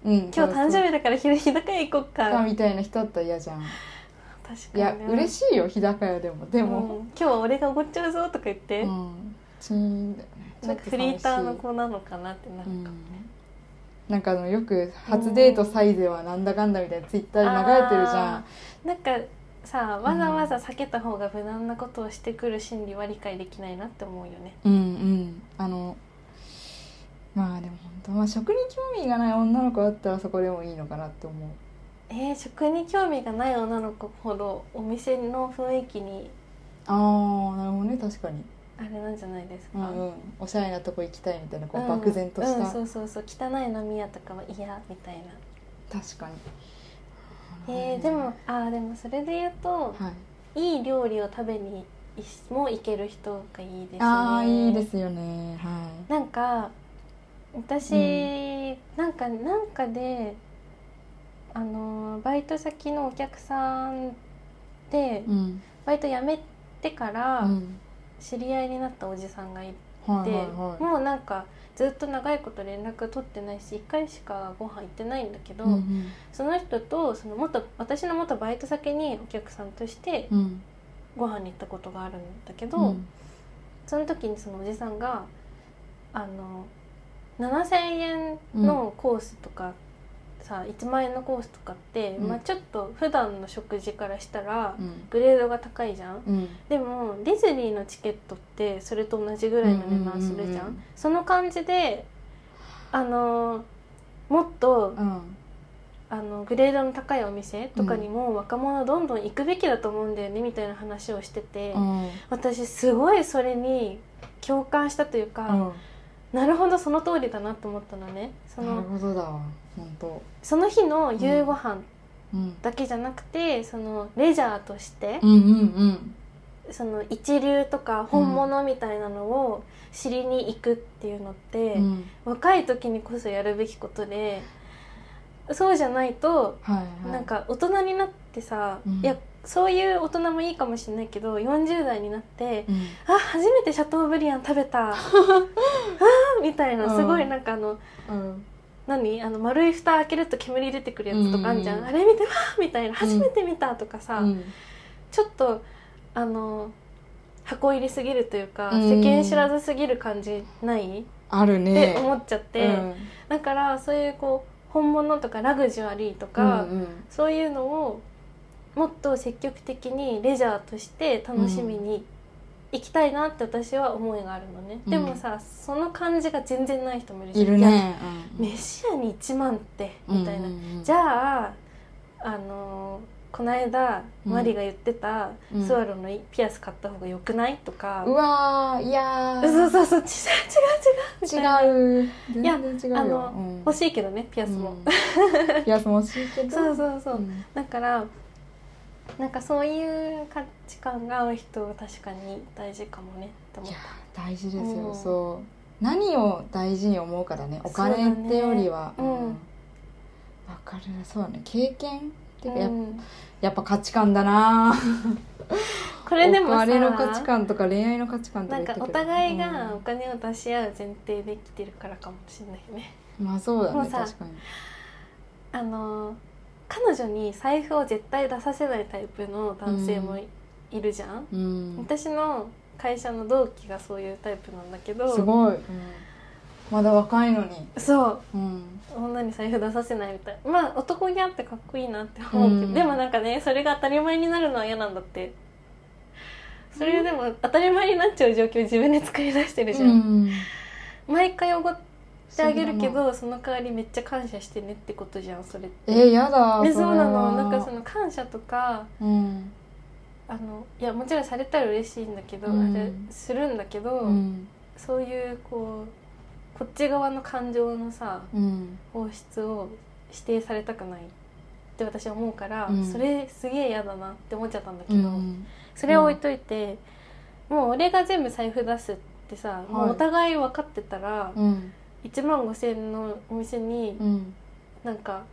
B: うん
A: 今日誕生
B: 日
A: 日だから昼日高屋行こっか
B: か
A: 確
B: みたいな人だったら嫌じゃんい
A: かに
B: や嬉
A: い
B: しいよ日高屋でもでも、
A: 今日は俺がおごっちゃうぞとか言っ
B: う
A: て、
B: んチーンだよね
A: なんかフリーターの子なのかなってなる
B: う
A: かも
B: ん
A: ね、
B: なんかあのよく初デートサイゼはなんだかんだみたいなツイッターで流れてるじゃん
A: なんかさわざわざ避けた方が無難なことをしてくる心理は理解できないなって思うよね
B: うんうんあのまあでも本当まあ食に興味がない女の子だったらそこでもいいのかなって思う
A: えー、食に興味がない女の子ほどお店の雰囲気に
B: ああなるほどね確かに、
A: あれなんじゃないです
B: う
A: か、
B: んうん、おしゃれなとこ行きたいみたいなこう、
A: うん
B: 漠然とした、
A: うんそうそうそう汚い飲み屋とかは嫌みたいな
B: 確かに
A: えー、でもあーでもそれで言うと
B: はい、
A: いい料理を食べにいしも行ける人がいいですね
B: ああいいですよねは
A: なんか私、なんかなんかであのーバイト先のお客さんで
B: いうん
A: バイト辞めてから
B: うん
A: 知り合いになったおじさんがい
B: はい
A: で、
B: はいはい
A: もうなんかずっと長いこと連絡取ってないし1回しかご飯行ってないんだけど、
B: うんうん
A: その人とその元私の元バイト先にお客さんとして
B: うん
A: ご飯に行ったことがあるんだけど、
B: うん
A: その時にそのおじさんがあの7,000円のコースとか、さ1万円のコースとかって、
B: うん
A: まあ、ちょっと普段の食事からしたら
B: うん
A: グレードが高いじゃん。
B: うん
A: でもディズニーのチケットってそれと同じぐらいの値段するじゃん,、
B: うんうんうんうん
A: その感じであのもっと
B: うん
A: あのグレードの高いお店とかにも若者どんどん行くべきだと思うんだよねみたいな話をしてて、
B: うん
A: 私すごいそれに共感したというか、なるほどその通りだなと思ったのねそ
B: なる
A: の
B: ほどだわ本当
A: その日の夕ご飯
B: うん
A: だけじゃなくて、そのレジャーとして
B: う、んうんうん
A: その一流とか本物みたいなのを知りに行くっていうのって、
B: うん
A: 若い時にこそやるべきことでそうじゃないと、
B: はいはい
A: なんか大人になってさ、
B: うん
A: いやそういう大人もいいかもしれないけど40代になって
B: うん
A: 「あ初めてシャトーブリアン食べ
B: <laughs>
A: た」あーみたいなすごいなんかあの。
B: うん
A: 何あの丸い蓋開けると煙出てくるやつとかあんじゃん、
B: うん
A: あれ見て「わあ!」みたいな「初めて見た」とかさ、
B: うん
A: ちょっとあの箱入りすぎるというか、
B: うん
A: 世間知らずすぎる感じないっ
B: あるね
A: て思っちゃって、
B: うん
A: だからそういうこう本物とかラグジュアリーとか、
B: うんうん
A: そういうのをもっと積極的にレジャーとして楽しみに行きたいなって私は思いがあるのね、
B: うん
A: でもさその感じが全然ない人もいるじゃん
B: いる
A: いや
B: ね
A: 飯屋に1万って
B: うん
A: みたいな、
B: うんうんうん
A: じゃああのーこの間マリが言ってた、
B: うん
A: スワローのピアス買った方が良くないとか、
B: うわーいやー
A: そうそうそう違う違う違うみたいな
B: 違う全
A: いや
B: 然違うよ
A: あの
B: うん
A: 欲しいけどねピアスも、
B: うんいやその欲しいけど
A: <laughs> そうそうそう、
B: うん
A: だからなんかそういう価値観が合う人は確かに大事かもねって思
B: い
A: っ
B: や
A: た
B: 大事ですよ、
A: うん
B: そう何を大事に思うかだねお
A: そうだ
B: 金
A: ね
B: ってよりは
A: うん
B: わかるなそうだね経験っていうかや,、
A: うん
B: やっぱ価値観だな
A: これでも
B: お
A: さ
B: 金の価値観とか恋愛の価値観とか
A: なん
B: 言って
A: か
B: く
A: お
B: る
A: 互いが
B: う
A: お
B: ん
A: 金を出し合う前提できてるからかもしれないね
B: まあそうだ
A: もう
B: ね
A: さ
B: 確かに
A: あのー彼女に財布を絶対出させないタイプの男性もいいるじゃん、
B: うん
A: 私の会社の同期がそういうタイプなんだけど
B: すごい、うんまだ若いのに、
A: そう
B: うん、
A: 女に財布出させないみたいまあ男にあってかっこいいなって思うけど、
B: うん
A: でもなんかねそれが当たり前になるのは嫌なんだってそれでも当たり前になっちゃう状況を自分で作り出してるじゃん、
B: うん
A: 毎回おごってあげるけ
B: そうだな
A: どその代わりめっちゃ感謝してねってことじゃんそれって
B: えー、やだ
A: えそうなの
B: れ
A: な
B: は
A: んかその感謝とか
B: うん
A: あのいやもちろんされたら嬉しいんだけど、
B: う
A: あ
B: ん
A: れするんだけど、
B: うん
A: そういうこうこっち側の感情のさ、
B: うん
A: 放出を指定されたくないって私は思うから、
B: うん
A: それすげえ嫌だなって思っちゃったんだけ
B: う
A: ど、
B: ん
A: それは置いといて、もう俺が全部財布出すってさ、もうお互い分かってたら、
B: うん
A: 1万5,000円のお店に
B: うん
A: なんか、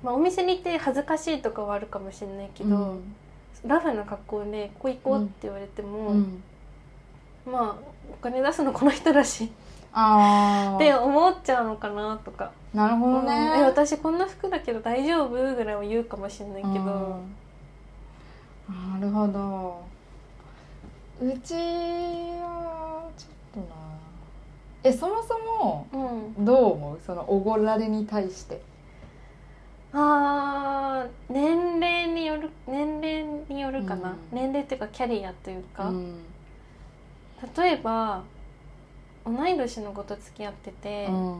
A: まあ、お店に行って恥ずかしいとかはあるかもしれないけど、ラフな格好で「ここ行こう」って言われても、
B: うん
A: まあお金出すのこの人だしっ
B: ああ
A: て思っちゃうのかなとか。
B: なるほどね、
A: うんえ私こんな服だけど大丈夫ぐらいは言うかもしれないけど、
B: うんなるほどうちはちょっとなえそもそも
A: うん、
B: どう思うそのおごられに対して
A: あー年齢による年齢によるかな、
B: うん
A: 年齢っていうかキャリアというか、
B: うん
A: 例えば同い年の子と付き合ってて、
B: うん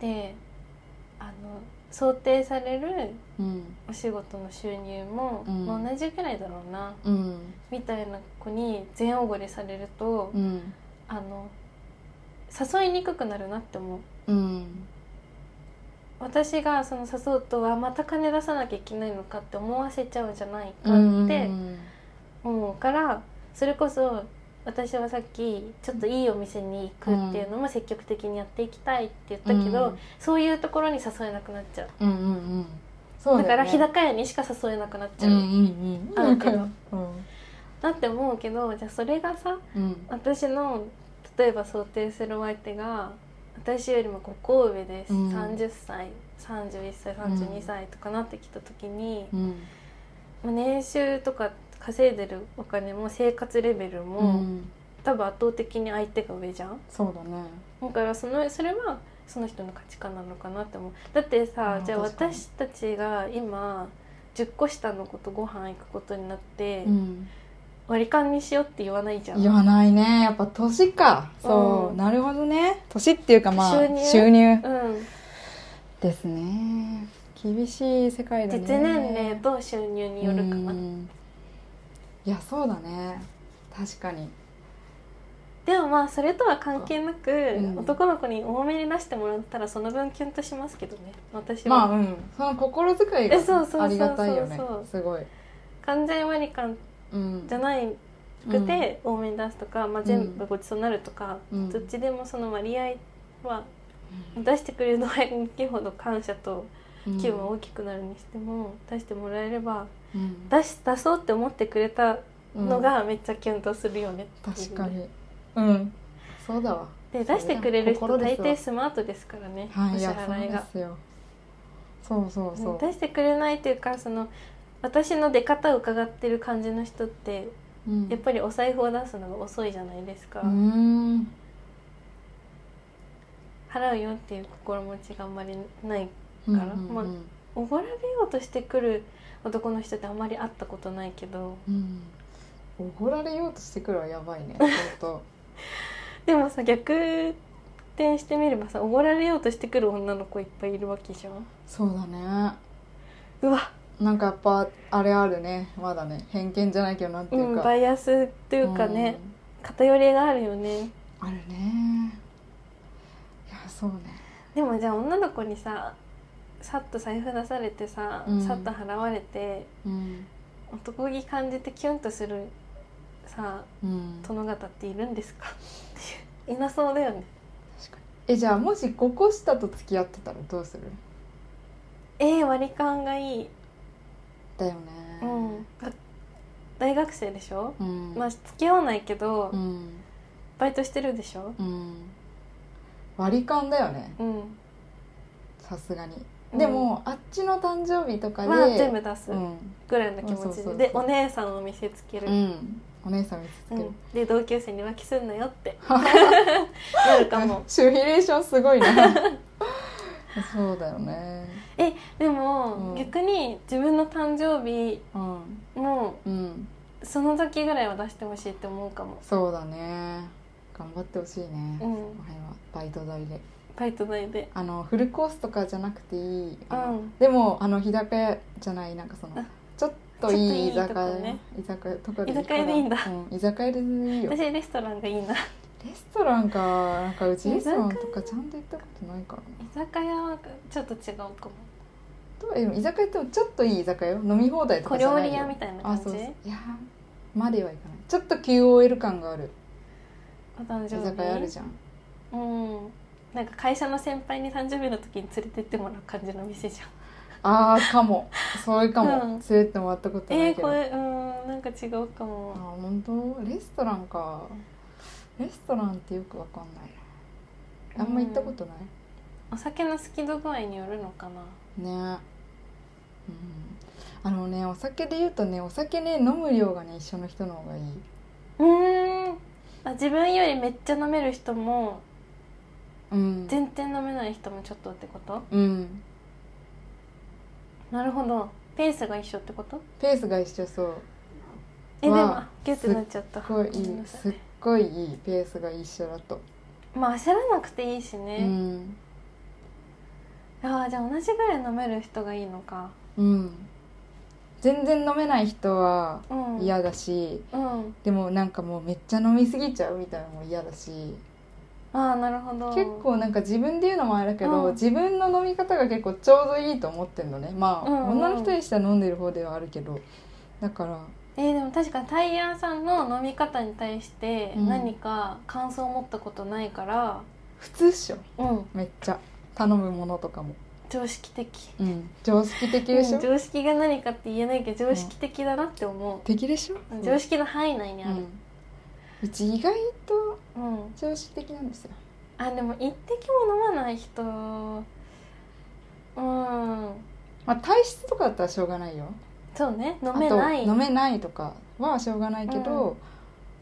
A: であの想定される
B: うん
A: お仕事の収入も、
B: うん
A: まあ同じぐらいだろうな
B: うん
A: みたいな子に全おごりされると、
B: うん
A: あの誘いにくくなるなって思う。
B: うん
A: 私がその誘うとはまた金出さなきゃいけないのかって思わせちゃうんじゃないか
B: うん
A: って思うからそれこそ私はさっきちょっといいお店に行くっていうのも積極的にやっていきたいって言ったけど、
B: うん
A: そういうところに誘えなくなっちゃう
B: うんうんうんそう
A: だ
B: だ
A: か
B: よ
A: ら
B: ね
A: 日高屋にしか誘えなくなっち
B: う
A: ゃ
B: ん
A: う、
B: うんうん
A: あるけど
B: うん
A: なって思うけどじゃあそれがさ
B: うん
A: 私の例えば想定するお相手が私よりも5個上です、
B: うん
A: 30歳31歳32歳とかなってきた時に、
B: うん
A: まあ年収とか稼いでるお金も生活レベルも、
B: うん、
A: 多分圧倒的に相手が上じゃん
B: そうだね
A: だからそのそれはその人の価値観なのかなって思うだってさ
B: うん
A: じゃあ
B: 確かに
A: 私たちが今10個下の子とご飯行くことになって、
B: うん
A: 割り勘にしようって言わないじゃん
B: 言わないねやっぱ年かそう、
A: うん
B: なるほどね年っていうかまあ
A: 収入
B: 収入
A: うん
B: ですね厳しい世界だね
A: 実年齢と収入によるかな、
B: うんいやそうだね確かに
A: でもまあそれとは関係なく、
B: ん
A: 男の子に多めに出してもらったらその分キュンとしますけどね私
B: まあ
A: は、
B: うんその心遣い
A: えそうそうそうそう
B: がありがたいよね
A: そう
B: すごい、
A: 完全割り勘
B: うん、
A: じゃなくて多めに出すとか、まあ、全部ごちそうになるとか、
B: うん
A: どっちでもその割合は出してくれる度合いが大きいほど感謝と
B: うん
A: 気分は大きくなるにしても出してもらえれば
B: うん
A: 出し出そうって思ってくれた
B: うん
A: のがめっちゃキュンとするよねっていう
B: 確かにうんそうだわ
A: で出してくれる人
B: 心
A: 大
B: ですわ
A: 抵スマートですからね、
B: はいい
A: お支
B: やそう
A: 払い
B: で
A: が、
B: すよそうそうそう、
A: 出してくれないというかその私の出方を伺ってる感じの人って
B: うん
A: やっぱりお財布を出すのが遅いじゃないですか、
B: うーん
A: 払うよっていう心持ちがあんまりない
B: うん
A: からまあおごられようとしてくる男の人ってあんまり会ったことないけど
B: うんおごられようとしてくるはやばいね本当
A: でもさ逆転してみればさおごられようとしてくる女の子いっぱいいるわけじゃん
B: <laughs> そうだね
A: うわ
B: なんかやっぱあれあるねまだね偏見じゃないけどなんて
A: う
B: いうんか、
A: バイアスというかね、偏りがあるよね
B: うん、あるねいやそうね
A: でもじゃあ女の子にささっと財布出されてさ、
B: うん
A: さっと払われて
B: うん、
A: 男気感じてキュンとするさ
B: うん、確か
A: 殿方っているんですか <laughs> っていういなそうだよね
B: にえじゃあもし5個下と付き合ってたらどうする
A: えー、割り勘がいい、
B: だよね
A: うん、が大学生でしょ
B: うん
A: まあ付き合わないけど、
B: うん
A: バイトしてるでしょ
B: うん割り勘だよね
A: うん
B: さすがに
A: うん
B: でも、あっちの誕生日とかで、
A: まあ全部出す
B: うん、
A: ぐらいの気持
B: そう
A: ち
B: そうそ
A: でで
B: う
A: お姉さんを見せつける、
B: うん、お姉さん見つけ
A: う
B: る、
A: んで同級生に浮気すんなよって
B: <laughs>
A: なるか <laughs> も
B: シュミュレーションすごいな <laughs> そうだよね
A: えでも、
B: うん
A: 逆に自分の誕生日
B: うん
A: も
B: うん
A: その時ぐらいは出してほしいって思うかも
B: そうだね頑張ってほしいね、
A: う
B: こ
A: ん
B: の辺はバイト代で
A: バイト代で
B: あのフルコースとかじゃなくていい、あの
A: うん
B: でもあの日高屋じゃないなんかその
A: あ
B: ちょっといい居
A: ちょっといいとこ
B: 酒屋、
A: ね
B: 居酒屋とかで
A: 居酒屋でいいんだ
B: うん、居酒屋でいいよ
A: 私レストランがいいな居
B: レストランかなんかうちレストランとかちゃんと行ったことないからな
A: 酒屋はちょっと違うかも
B: とえでも居酒屋ってもちょっといい居酒屋よ飲み放題と
A: 小
B: かじゃ
A: 料
B: ないよ
A: 理屋みたいな
B: あ
A: 感じ
B: そうそういやーまではいかないちょっと QOL 感がある
A: お誕
B: 居
A: 生日
B: 酒屋あるじゃん
A: うんなんか会社の先輩に誕生日の時に連れてってもらう感じの店じゃん
B: あーかもそういうかも、
A: うん
B: 連れてってもらったことな
A: <laughs> え
B: い
A: ー、
B: けど、
A: これうんなんか違うか
B: あ
A: も
B: 本当レストランかレストランってよくわかんないなあんま行ったことない、
A: お酒の好き度具合によるのかな
B: ねうんあのねお酒で言うとねお酒ね飲む量がね一緒の人の方がいいう
A: ーんあ自分よりめっちゃ飲める人も
B: うん
A: 全然飲めない人もちょっとってこと
B: うん
A: なるほどペースが一緒ってこと
B: ペースが一緒そう
A: えでも
B: わあ
A: あギュッてなっちゃった
B: すごいい
A: ごめん
B: い
A: なさ
B: すっごいいいペースが一緒だと、
A: まあ焦らなくていいし
B: う
A: ね、
B: ん
A: ああじゃあ同じぐらい飲める人がいいのか
B: うん全然飲めない人は
A: うん
B: 嫌だし、
A: うん
B: でもなんかもうめっちゃ飲みすぎちゃうみたいなのも嫌だし
A: ああなるほど
B: 結構なんか自分で言うのもあれだけど、
A: うん
B: 自分の飲み方が結構ちょうどいいと思ってんのねまあ、
A: うんうん
B: 女の人にしては飲んでる方ではあるけどだから
A: えーでも確かにタイヤさんの飲み方に対して
B: うん
A: 何か感想を持ったことないから
B: 普通っしょ
A: うん
B: めっちゃ頼むものとかも、
A: 常識的
B: うん、常識的でしょ、
A: うん常識が何かって言えないけど常識的だなって思う、
B: 的でしょ、
A: 常識の範囲内にある
B: うんうち意外と
A: うん、
B: 常識的なんですよ
A: あでも一滴も飲まない人うん
B: まあ体質とかだったらしょうがないよ
A: そうね飲
B: あと
A: めない
B: 飲めないとかはしょうがないけど、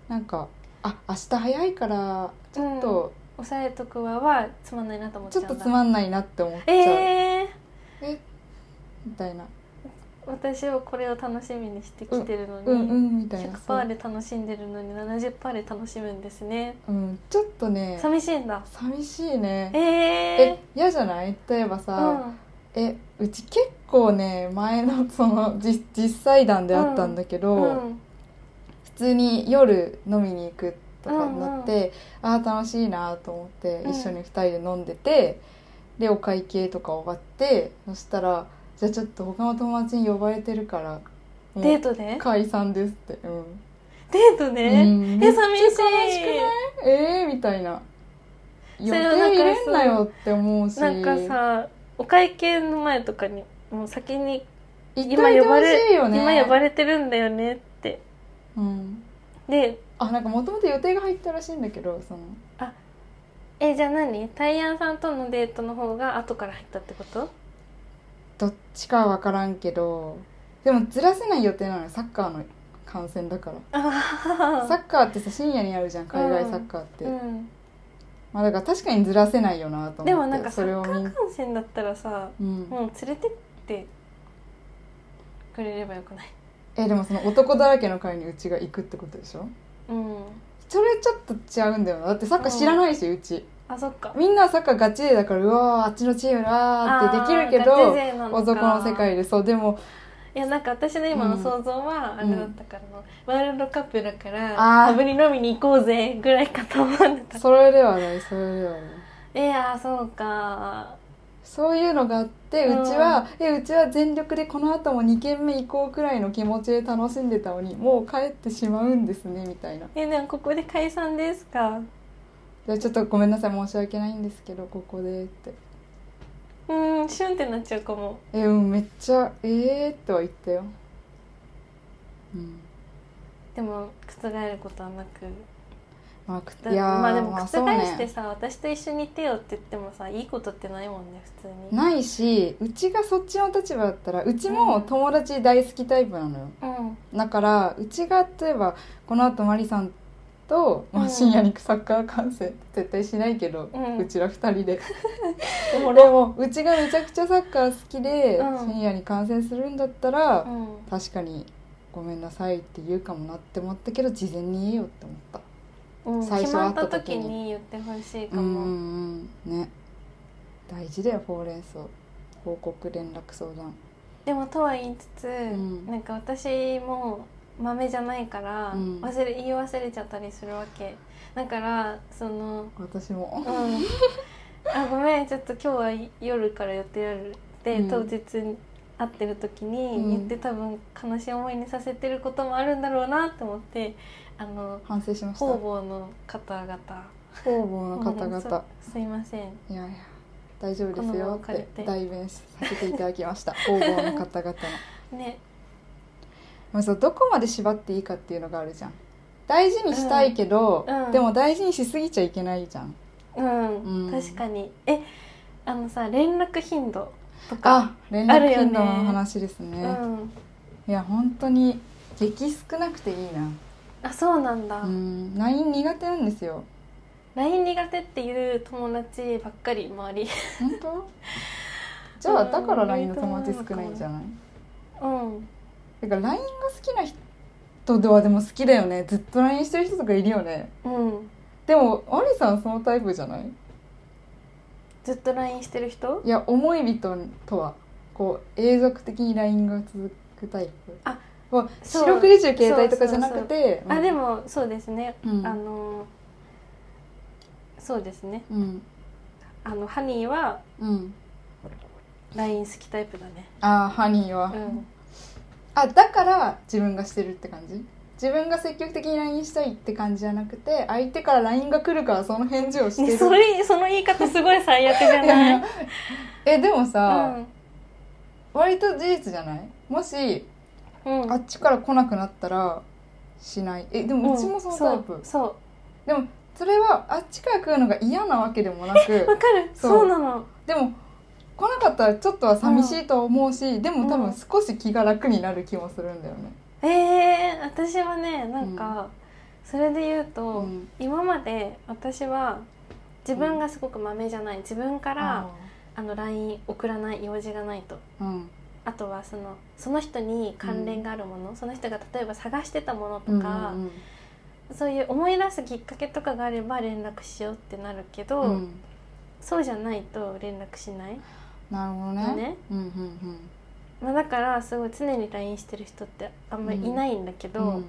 B: なんかあ明日早いからちょっと、
A: 抑えとくわはつまんないなと思っち
B: ち
A: ゃう
B: ょ
A: ん
B: っ
A: だ
B: とつまんないなって思っちゃう、
A: えー、
B: えみたいな
A: 私はこれを楽しみにしてきてるのに、
B: うんうんみたいなそ
A: 100%
B: う、
A: で楽しんでるのに70%で楽しむんですね
B: うん、ちょっとね
A: 寂しいんだ
B: 寂しいね
A: え
B: え
A: え
B: 嫌じゃない例えば
A: ー、
B: さ、えうち結構ね前のその実実際談であったんだけど、
A: うんうん
B: 普通に夜飲みに行くとかになって、ああ楽しいなと思って
A: うん
B: 一緒に2人で飲んでて、でお会計とか終わってそしたら「じゃあちょっと他の友達に呼ばれてるからもう
A: デートで
B: 解散です」って、うん
A: デートで、
B: うん
A: え寂しい
B: えー、みたいな予
A: そ
B: 定
A: れはなんか
B: 入れんなよって思うし
A: なんかさお会計の前とかにもう先に
B: 行っ
A: 今
B: といて
A: 呼ば
B: ほし
A: れ
B: いよね
A: 今呼ばれてるんだよねって
B: うん、
A: で
B: あなんかもともと予定が入ったらしいんだけどその
A: えじゃあ何タイヤンさんとのデートの方が後から入ったってこと
B: どっちかは分からんけどでもずらせない予定なのよサッカーの観戦だから
A: あ
B: サッカーってさ深夜にやるじゃん海外サッカーって、
A: うん、
B: まあだから確かにずらせないよなと思って
A: でもなんかサ
B: それ
A: ッ
B: を
A: カ
B: みん
A: ー観戦だったらさ
B: うん、
A: もう連れてってくれればよくない
B: えでもその男だらけの会にうちが行くってことでしょ
A: うん
B: それちょっと違うんだよなだってサッカー知らないし、うち
A: あそっか
B: みんなサッカーガチでだからうわーあっちのチームだーってできるけ
A: あーガチ
B: ど
A: 勢なのか
B: 男の世界でそうでも
A: いやなんか私の今の想像はあ
B: うん
A: れだったから、ワールドカップだから
B: あ
A: あ
B: ー
A: ぶり飲みに行こうぜぐらいかと思ってた
B: それではないそれではない
A: いやそうか
B: そういうのがあってう
A: うん
B: ちは、えうちは全力でこの後も2軒目行こうくらいの気持ちで楽しんでたのにもう帰ってしまうんですねみたいな
A: えでもここで解散ですか
B: でちょっとごめんなさい申し訳ないんですけどここでって
A: うーんシュンってなっちゃうかも
B: えうんめっちゃええー、っては言ったようん
A: でも覆ることはなく
B: まあく
A: だ
B: いやー
A: まあでも
B: まあ
A: 覆
B: そう
A: して
B: ね
A: さ、私と一緒にいてよって言ってもさいいことってないもんね普通に
B: ないしうちがそっちの立場だったらうちも友達大好きタイプなのよ、
A: うん
B: だからうちが例えばこの後マリさんと、
A: う
B: まあ、
A: ん
B: 深夜にサッカー観戦絶対しないけど、
A: う
B: うんちら二
A: <laughs>
B: 人ででもうちがめちゃくちゃサッカー好きで、
A: うん
B: 深夜に観戦するんだったら、
A: うん
B: 確かに「ごめんなさい」って言うかもなって思ったけど事前に言えよって思った
A: うん、
B: 最
A: 決
B: 初
A: ま
B: 会
A: っ
B: ったた
A: 時
B: 時に
A: に言ってほしいか
B: う
A: も、
B: んうんね大事だよほうれん草報告連絡相談
A: でもとは言いつつ、
B: ん
A: なんか私も豆じゃないから、
B: うん
A: 忘れ言い忘れちゃったりするわけだからその
B: 私 <laughs> も
A: うんあごめんちょっと今日は夜から予定あるって、
B: うん
A: 当日会ってる時に
B: うん
A: 言って、多分悲しい思いにさせてることもあるんだろうなと思ってあの
B: 反省しました
A: 方
B: 方
A: 々の方々
B: 々の方
A: うん
B: 々
A: そすいません
B: いやいや大丈夫で
A: こ
B: すよっ
A: の場を借
B: て
A: りて
B: 代弁させていただきました <laughs> 方々の方々の
A: ね
B: まあそうどこまで縛っていいかっていうのがあるじゃん大事にしたいけど、
A: うんうん
B: でも大事にしすぎちゃいけないじゃん
A: うん、
B: うん
A: 確かにえあのさ連絡頻度とか
B: あ連
A: ある
B: 絡
A: よね
B: 頻度の話ですね
A: うん
B: いや本当に激少なくていい
A: あそうなんだ、
B: なうん LINE 苦手なんですよ
A: LINE 苦手っていう友達ばっかり周り <laughs>
B: 本当じゃあ
A: うん
B: だから LINE の友達少ないんじゃない
A: うん
B: だから LINE が好きな人ではでも好きだよねずっと LINE してる人とかいるよね
A: うん
B: でもマリさんそのタイプじゃない
A: ずっと LINE してる人
B: いや思い人とはこう永続的に LINE が続くタイプ
A: あ
B: もう
A: そう
B: 四六時中携帯とかじゃなくて
A: あで、もそうですね、
B: うん
A: あのそうですね
B: うん
A: あのハニーは
B: うん、
A: LINE 好きタイプだね
B: ああハニーは、
A: うん
B: あだから自分がしてるって感じ自分が積極的に LINE したいって感じじゃなくて相手から LINE が来るからその返事をしてる、
A: <laughs> ねそれその言い方すごい最悪じゃ
B: いや
A: ないい
B: や <laughs> えでもさ、
A: う
B: 割と事実じゃないもし
A: んうん
B: あっちから来なくなったらしないえでもうちもそのタイプ、
A: そうそう
B: でもそれはあっちから食うのが嫌なわけでもなく
A: <laughs> わかる
B: そ
A: そううなの
B: でも来なかったらちょっとは寂しいと思うし、でも多
A: う
B: 分
A: ん
B: 少し気が楽になる気もするんだよね。
A: ええ私はねなんか、それで言うと、
B: ん、
A: 今まで私は自分がすごくマメじゃない自分から、あの LINE 送らない用事がないと
B: うん
A: あとはそのその人に関連があるもの、その人が例えば探してたものとか、
B: うん
A: そういう思い出すきっかけとかがあれば連絡しようってなるけど、
B: うんうん、
A: そうじゃないと連絡しない、
B: なるほどね。
A: ね
B: うんうん
A: まあ、だからすごい常に LINE してる人ってあんまりいないんだけ
B: う
A: ど、
B: ん。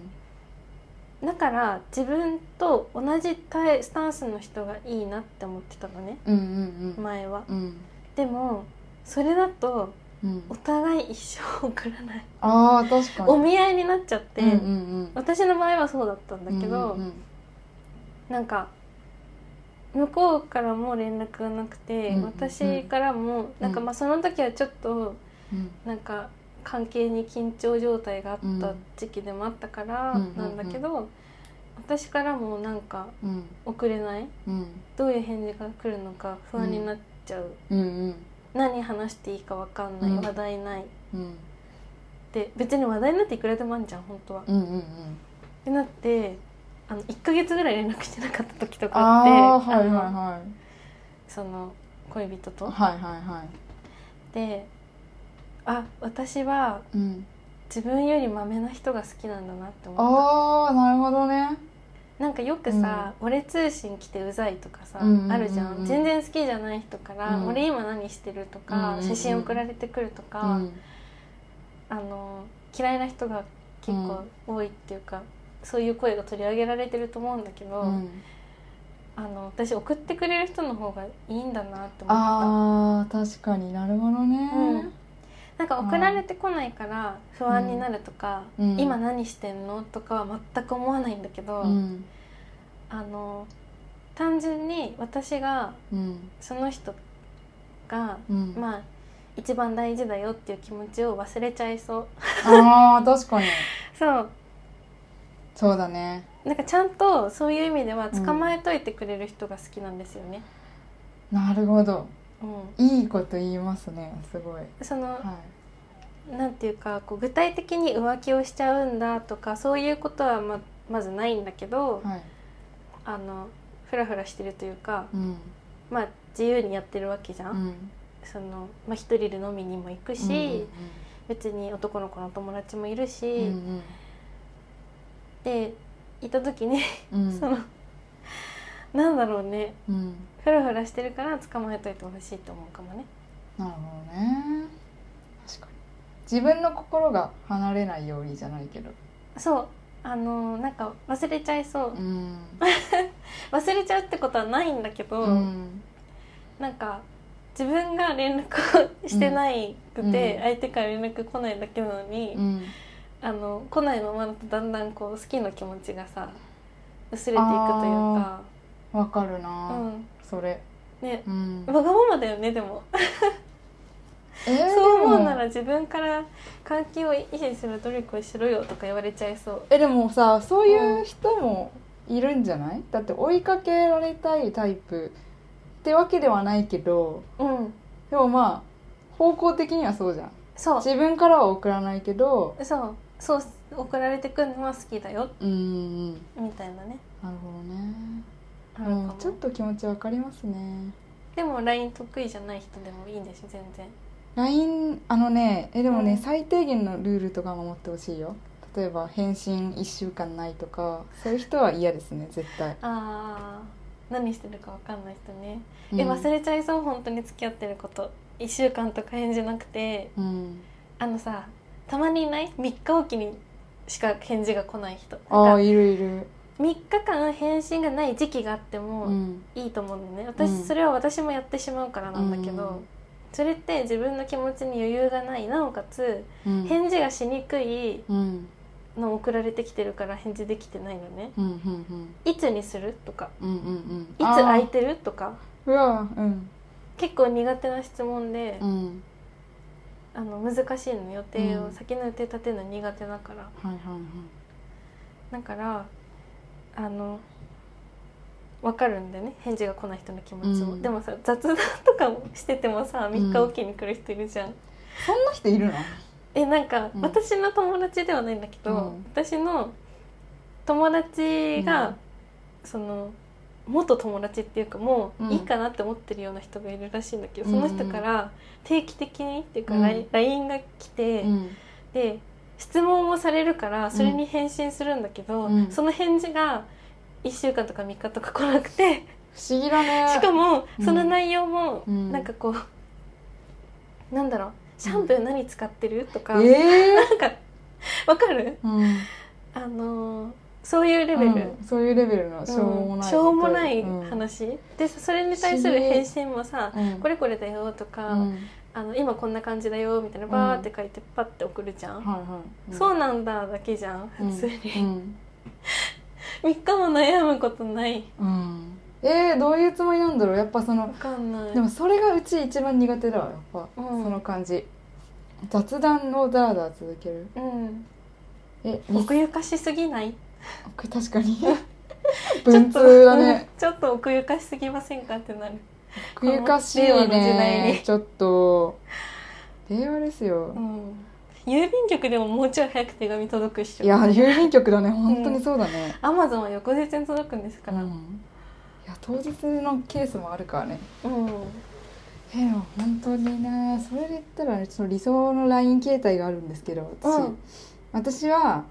A: だから自分と同じタイスタンスの人がいいなって思ってたのね
B: うんうんうん。
A: 前は。
B: うん
A: でもそれだと
B: うん、
A: お互い一生送らない、
B: ああ確かに。
A: お見合いになっちゃって、
B: うんうん
A: 私の場合はそうだったんだ
B: うん、
A: けど、
B: うんうん
A: なんか向こうからも連絡がなくて、
B: うんうんうん
A: 私からもなんかまあその時はちょっと
B: うん
A: なんか関係に緊張状態があ
B: う
A: った
B: ん
A: 時期でもあったから
B: うんうんうん
A: なんだけど、私からもなんか
B: うん
A: 送れない
B: うん
A: どういう返事が来るのか不安になっちゃう、
B: うんうん
A: 何話していいかわかんない、
B: うん
A: 話題ない
B: うん
A: で別に話題なんていくらでもあんじゃん本当は。っ
B: うんうん
A: てなってあの1か月ぐらい連絡してなかった時とかあって
B: ああーはいはい
A: あの
B: はい
A: その恋人と。
B: はいはいはい
A: であ私は
B: うん
A: 自分よりマメな人が好きなんだなって思っ
B: ああなるほどね
A: たなんかよくさ、俺通信来てうざい」とかさ、
B: うんうんうんうん
A: あるじゃん全然好きじゃない人から「
B: うん
A: 俺今何してる?」と
B: うん
A: か、
B: うんうん
A: 写真送られてくるとか、
B: うん
A: あの嫌いな人が結構多いっていうか、そういう声が取り上げられてると思うんだけど、
B: うん、
A: あの私送ってくれる人の方がいいんだなって思った。
B: あー確かになるほどね、
A: うんなんか送られてこないから不安になるとか、
B: うん
A: 今何してんのとかは全く思わないんだけど、
B: うん
A: あの単純に私が
B: うん
A: その人が、
B: うん、
A: まあ一番大事だよっていう気持ちを忘れちゃいそう <laughs>
B: ああ確かに
A: そう
B: そうだね
A: なんかちゃんとそういう意味では捕まえといてくれる人が好きなんですよね、
B: なるほど
A: うん
B: いいこと言いますねすごい
A: その
B: は
A: なんていうかこう具体的に浮気をしちゃうんだとかそういうことはままずないんだけど
B: いはい
A: あのフラフラしてるというか
B: うん
A: まあ自由にやってるわけじゃん、
B: うん
A: そのまあ、一人で飲みにも行くし、別に男の子の友達もいるし、
B: うんうん
A: でいた時に、
B: うんうん
A: そのなんだろうね
B: うん
A: フラフラしてるから捕まえといてほしいと思うかもね
B: なるほどね確かに自分の心が離れないようにじゃないけど
A: そうあのーなんか忘れちゃいそう
B: うん
A: 忘れちゃうってことはないんだけど、
B: うん
A: なんか自分が連絡をしてないくて、
B: うん
A: 相手から連絡来ないだけなのに、
B: うん
A: あの来ないままだとだんだんこう好きな気持ちがさ薄れていくというか、
B: わかる
A: う
B: な、
A: ん、
B: それ
A: ね
B: うん
A: わがままだよねでも
B: えー
A: そう思う
B: でも
A: なら自分から関係を維持する努力をしろよとか言われちゃいそう
B: えでもさそういう人もいるんじゃない、だって追いかけられたいタイプってわけではないけど
A: うん
B: でもまあ方向的にはそうじゃん
A: そう
B: 自分からは送らないけど
A: そうそう送られてくるのは好きだよ
B: うんうん
A: みたいなね
B: なるほどね
A: あるか
B: も
A: も
B: うちょっと気持ちわかりますね
A: でも LINE 得意じゃない人でもいいんでしょ全然
B: LINE あのねえでもね、
A: うん
B: 最低限のルールとか守ってほしいよ例えば返信1週間ないとかそういう人は嫌ですね絶対、
A: あー何してるか分かんない人ね、
B: うん
A: え忘れちゃいそう本当に付き合ってること1週間とか返事なくて
B: うん
A: あのさたまにいない3日おきにしか返事が来ない人
B: ああ
A: 3
B: いるいる、
A: 日間返信がない時期があっても、
B: うん、
A: いいと思うんだよね私、
B: うん
A: それは私もやってしまうからなんだけど、
B: うん
A: それって自分の気持ちに余裕がないなおかつ
B: うん
A: 返事がしにくい
B: うん
A: の送られてきてるから返事できてないのね
B: うんうんうん
A: いつにするとか
B: うんうん
A: いつ空いてるとか
B: うわうん
A: 結構苦手な質問で、
B: うん
A: あの難しいの予定を、
B: うん
A: 先の予定立てるの苦手だから
B: はいはいはい
A: だからあのわかるんだよね返事が来ない人の気持ちも、
B: うん
A: でもさ雑談とかもしててもさ3日おきに来る人いるじゃん、
B: そんな人いるの
A: えなんか、
B: うん
A: 私の友達ではないんだけど、
B: うん
A: 私の友達が、
B: うん
A: その元友達っていうかも
B: うん
A: ういいかなって思ってるような人がいるらしいんだけど、
B: うん
A: その人から定期的にっていうか
B: うん
A: LINE、LINE が来て、
B: うん
A: で質問をされるからそれに返信するんだけど、
B: うん
A: その返事が1週間とか3日とか来なくて、
B: 不思議だね
A: しかも
B: うん
A: その内容も
B: うん
A: なんかこう、なんだろうシャンプー何使ってるとか、
B: え
A: なんかわかる
B: ーうん
A: あのーそういうレベル、
B: うんそういうレベルのしょう
A: う
B: も
A: ん
B: ない、
A: しょうもない
B: うん
A: 話、でそれに対する返信もさ
B: う
A: 「
B: ん
A: これこれだよ」とか、
B: うんはい
A: あの「今こんな感じだよ」みたいなバーって書いてパッて送るじゃん、
B: はい、
A: そううなんだだけじゃん普
B: ん
A: 通に、
B: うん
A: 3日も悩むことない
B: うんえー、どういうつもりなんだろうやっぱそ
A: わ
B: の
A: かんない
B: でもそれがうち一番苦手だわやっぱ、
A: うん
B: その感じ雑談をダラダラ続ける
A: うん
B: えに
A: 奥ゆかしすぎない
B: 確
A: <laughs>
B: かに
A: ちょ
B: 文
A: っと
B: 通だね
A: うんちょっと奥ゆかしすぎませんかってなる
B: 奥ゆかしい
A: この令和の時代
B: ね
A: に
B: ちょっと令和ですよ、
A: うん郵便局でももうちょい早く手紙届くっしょ
B: いや郵便局だね本当にそうだね、
A: アマゾンは翌日に届くんですか
B: うん
A: ら、
B: いや当日のケースもあるからね
A: うん
B: えー、本当にねそれで言ったらねその理想の LINE 形態があるんですけど私,、
A: うん
B: 私は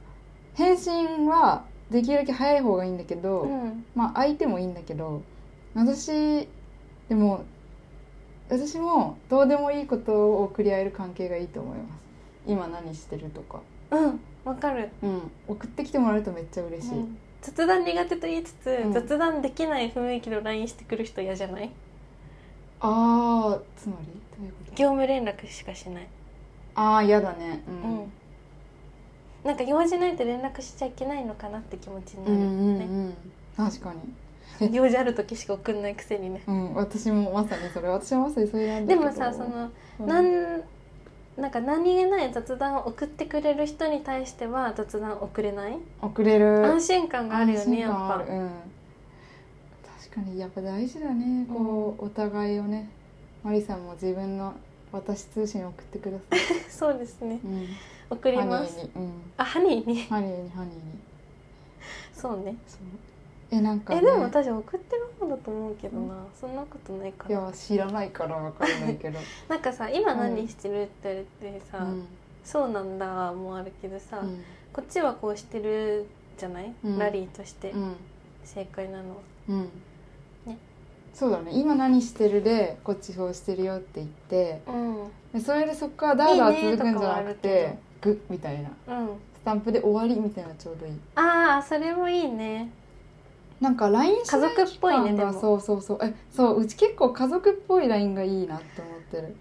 B: 返信はできるだけ早い方がいいんだけど、
A: うん
B: まあ相手もいいんだけど私でも私もどうでもいいことを送り合える関係がいいと思います今何してるとか、
A: うんわかる、
B: うん、送ってきてもらうとめっちゃ嬉しい、
A: うん雑談苦手と言いつつ、
B: ん
A: 雑談できない雰囲気の LINE してくる人嫌じゃない
B: ああつまりどういうこと
A: 業務連絡しかしない、
B: ああ嫌だねう、
A: うんん、なんか用事ないと連絡しちゃいけないのかなって気持ちになる、
B: うんうんう
A: ね
B: ん確かに、
A: 用事ある時しか送んないくせにね
B: うん、私もまさにそれ私はまさにそれなん
A: で
B: だけど
A: もさそ、の、
B: うん
A: なんなんか何気ない雑談を送ってくれる人に対しては雑談送れない
B: 送れる
A: 安心感があるよ
B: 安
A: ね
B: 心
A: やっ
B: 感あ
A: ぱ
B: るうん、確かにやっぱ大事だねこう、お互いをねマリさんも自分の私通信送ってくださ
A: <laughs>
B: い、
A: そうですね
B: うん、
A: 送りま
B: ハニ
A: す
B: ーに、うん、
A: あハニーに
B: ハニーにハニーに
A: そうね
B: そうえなんか、ね、
A: えでも私送ってる方だと思うけどな、そんなことないか
B: い
A: な
B: や知らないからわかんな
A: <laughs>
B: いけど、
A: なんかさ「今何してる?」って言われて
B: う
A: さ「
B: ん
A: そうなんだ」もあるけどさ、
B: うん
A: こっちはこうしてるじゃない、
B: うん
A: ラリーとして、
B: うん
A: 正解なのは
B: うん
A: ね
B: そうだね今何してるでこっちそうしてるよって言って
A: うんうん
B: でそれでそっからダーダ
A: いい
B: ー
A: ね
B: 続くんじゃなく
A: とかはある
B: てグッみたいなスタンプで終わりみたいなのちょうどいい
A: ああそれもいいね
B: なんか LINE しない
A: 家族っぽいね
B: 期間が
A: でも
B: そうそうそうえそううち結構家族っぽい LINE がいいなって思ってる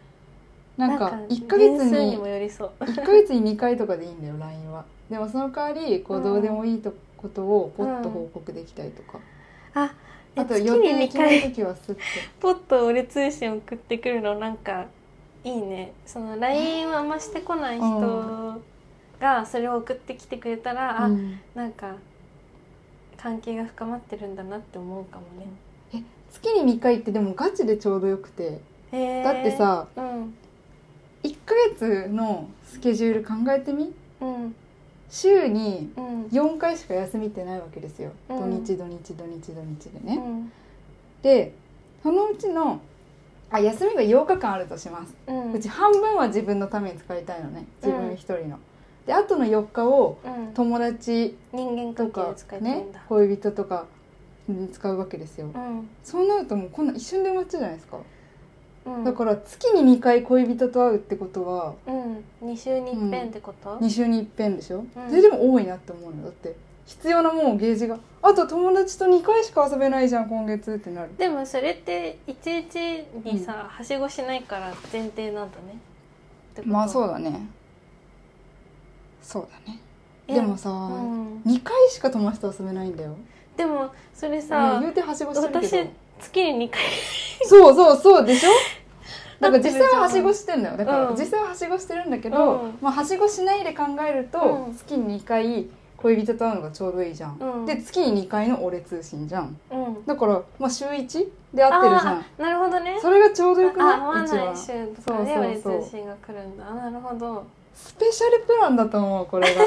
B: なんか1ヶ月
A: 年数
B: に
A: にもよりそう
B: 1ヶ月に2回とかでいいんだよ LINE はでもその代わりこ
A: う
B: うんどうでもいいとことをポッと報告できたりとか、
A: あ
B: あと
A: え
B: 予
A: 月
B: 定
A: に2
B: 決め
A: 回
B: る時はスッて
A: ポッと俺通信送ってくるのなんかいいねその LINE はあんましてこない人がそれを送ってきてくれたら、あ
B: うん
A: なんか関係が深まってるんだなって思うかもね、
B: 月に2回ってでもガチでちょうどよくて
A: へー
B: だってさ
A: うん
B: 1ヶ月のスケジュール考えてみ
A: うん
B: 週に
A: うん
B: 4回しか休みってないわけですよ、
A: うん
B: 土日土日土日土日でね、
A: うん
B: でそのうちのあ休みが8日間あるとします、
A: うん
B: うち半分は自分のために使いたいのね自分一人の、であとの4日を
A: うん
B: 友達
A: 人間
B: と
A: 関係
B: か
A: で使いたい
B: ね
A: んだ、
B: 恋人とかに使うわけですよ、そうなるともうこんな一瞬で終わっちゃうじゃないですか、
A: うん、うん、
B: だから月に2回恋人と会うってことは
A: うん2週に一遍ってこと、
B: 2週に一遍でしょ、
A: うん
B: それでも多いなって思うのだって必要なもうゲージがあと友達と2回しか遊べないじゃん今月ってなる
A: でもそれって1日にさ、はしごしないから前提なんだねってこと
B: まあそうだねそうだね
A: え
B: でもさ、
A: うん
B: 2回しか友達と遊べないんだよ
A: でもそれ
B: うん
A: さ
B: 言うてはしごしてる
A: 私
B: けど
A: 月に2回
B: そうそうそうでしょだ
A: な
B: から
A: ってるじ
B: 実
A: ゃん
B: 際ははしごしてんだよだから
A: うん
B: 実際ははしごしてるんだけど、
A: うん
B: まあ、はしごしないで考えると、
A: うん
B: 月に2回恋人と会うのがちょうどいいじゃん、
A: うん
B: で月に2回の俺通信じゃん
A: うん
B: だから、まあ、週1で会ってるじゃん
A: あーなるほどね
B: それがちょうどよく
A: あ
B: ない
A: 合わ
B: 一
A: ない
B: 番
A: 週とかで
B: そう
A: 割
B: そうそう
A: と通信が来るんだあなるほど
B: スペシャルプランだと思うこれ
A: <laughs>
B: が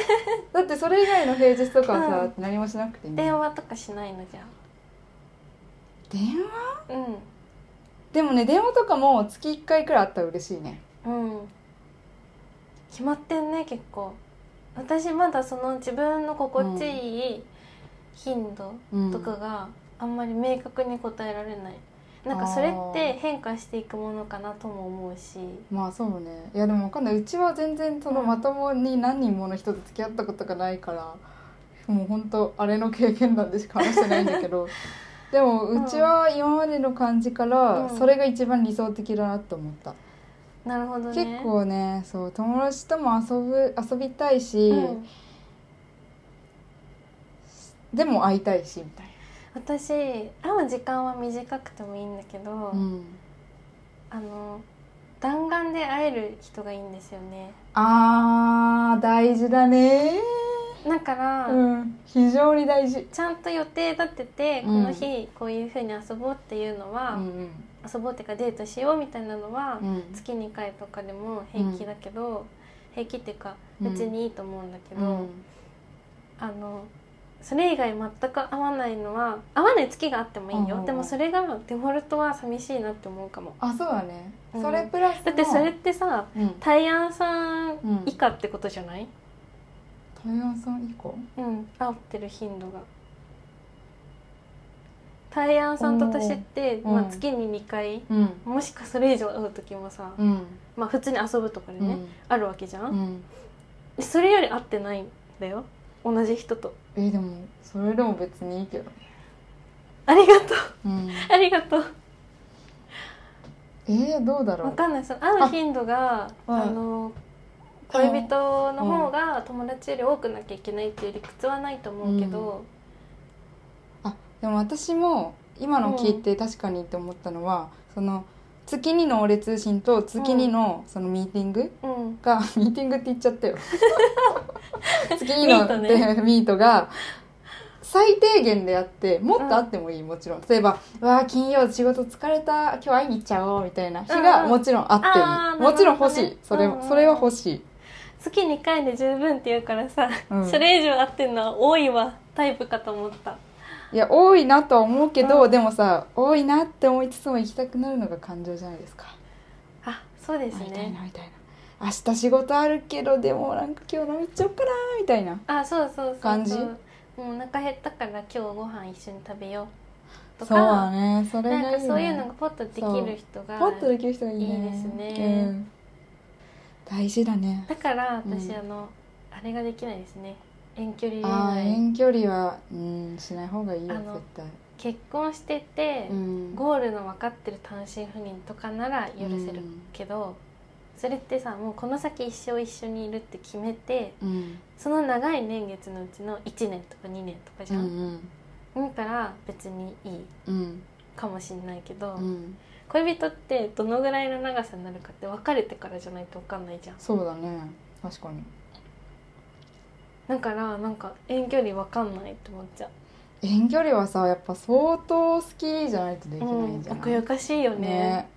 B: だってそれ以外の平日とかはさ、何もしなくていい
A: 電話とかしないのじゃ
B: 電話
A: ん
B: でもね電話とかも月1回くらいあったら嬉しいね
A: うんうん決まってんね結構私まだその自分の心地いい頻度
B: うん
A: とかがあんまり明確に答えられないなんかそれって変化していくものかなとも思うし
B: まあそうねいやでもわかんないうちは全然その
A: うん
B: まともに何人もの人と付き合ったことがないから、もうほんとあれの経験談でしか話してないんだけど
A: <laughs>
B: でも
A: うん
B: うちは今までの感じか
A: う
B: ら
A: ん
B: それが一番理想的だなと思った、
A: なるほどね
B: 結構ねそう友達とも遊ぶ遊びたいし、
A: うん
B: でも会いたいしみたい
A: 私会う時間は短くてもいいんだけど、
B: な、うん、
A: あの弾丸で会える人がいいんですよね
B: あー大事だね
A: だから、
B: うん非常に大事
A: ちゃんと予定立てて、
B: うん
A: この日こういう風に遊ぼうっていうのは、
B: うん
A: 遊ぼうっていうかデートしようみたいなのは、
B: うん
A: 月2回とかでも平気だけど、平気っていうか
B: うん
A: 別にいいと思うんだけ
B: う
A: ど、
B: ん
A: あのそれ以外全く合わないのは合わない月があってもいいよ、
B: うん
A: でもそれがデフォルトは寂しいなって思うかも
B: あそうだね、
A: うん
B: それプラスの
A: だってそれってさ
B: うん
A: タイヤンさん
B: うん
A: 以下ってことじゃない、
B: 豊山さん以降
A: うん、合ってる頻度が。タイヤンさんと私って、
B: おー
A: まあ、
B: うん
A: 月に2回、
B: うん
A: もしかそれ以上会う時もさ、
B: うん
A: まあ普通に遊ぶとかで
B: う
A: ね、
B: ん、
A: あるわけじゃ、
B: うんん、
A: でそれより会ってないんだよ同じ人と
B: えでもそれでも別にいいけど、
A: ありがとう
B: うん、
A: ありがとう
B: えー、どうだろ
A: わ
B: う
A: かんないその会う頻度が
B: うん
A: あの恋人の方が友達より多くなきゃいけないっていう理屈はないと思うけど、
B: でも私も今の聞いて確かにって思ったのは、その月2の俺通信と月2のそのミーティング
A: うん
B: が、ミーティングって言っちゃ
A: <laughs>
B: ったよ月
A: ミ
B: 2
A: ート
B: の
A: ね
B: でミートが最低限であってもっとあってもいい、もちろん例えば「わあ金曜仕事疲れた今日会いに行っちゃおう」みたいな日
A: うん
B: が
A: うん
B: もちろんあってもいい、
A: あー
B: もちろん欲しい、
A: なるほ
B: そ
A: どね
B: れ
A: うんうん
B: それは欲しい、
A: 月2回で十分って言うからさ、
B: うん
A: それ以上会ってんのは多いわタイプかと思った
B: いや多いなとは思うけど、
A: うん
B: でもさ多いなって思いつつも行きたくなるのが感情じゃないですか
A: あそうです
B: 会いた
A: ね
B: いなみたいな明日仕事あるけどでもなんか今日飲み行っちゃおうかなみたいな
A: あそうそうそうそう
B: 感じ
A: もうお腹減ったから今日ご飯一緒に食べようと
B: そうだ
A: か、
B: ねそれがいい、
A: なん
B: ね、
A: かそういうのがポッとできる人が
B: ポッとできる人がいいね
A: いいですね
B: うん、大事だね
A: だから
B: うん
A: 私、あのあれができないですね遠距離
B: あー
A: 恋愛
B: 遠距離はうんしない方がいいよ
A: あ
B: 絶
A: の
B: 対
A: 結婚してて、
B: うん
A: ゴールの分かってる単身赴任とかなら許せる
B: うん
A: けど、それってさもうこの先一生一緒にいるって決めて
B: うん
A: その長い年月のうちの1年とか2年とかじ
B: う
A: ゃん、
B: ん
A: だから別にいい
B: うん
A: かもしんないけど、
B: うん
A: 恋人ってどのぐらいの長さになるかって別れてからじゃないと分かんないじゃん
B: そうだね確かに
A: だからなんか遠距離分かんないって思っちゃう
B: 遠距離はさやっぱ相当好きじゃないとできないんじゃ
A: 奥
B: ない、
A: ゆかしいよね
B: ね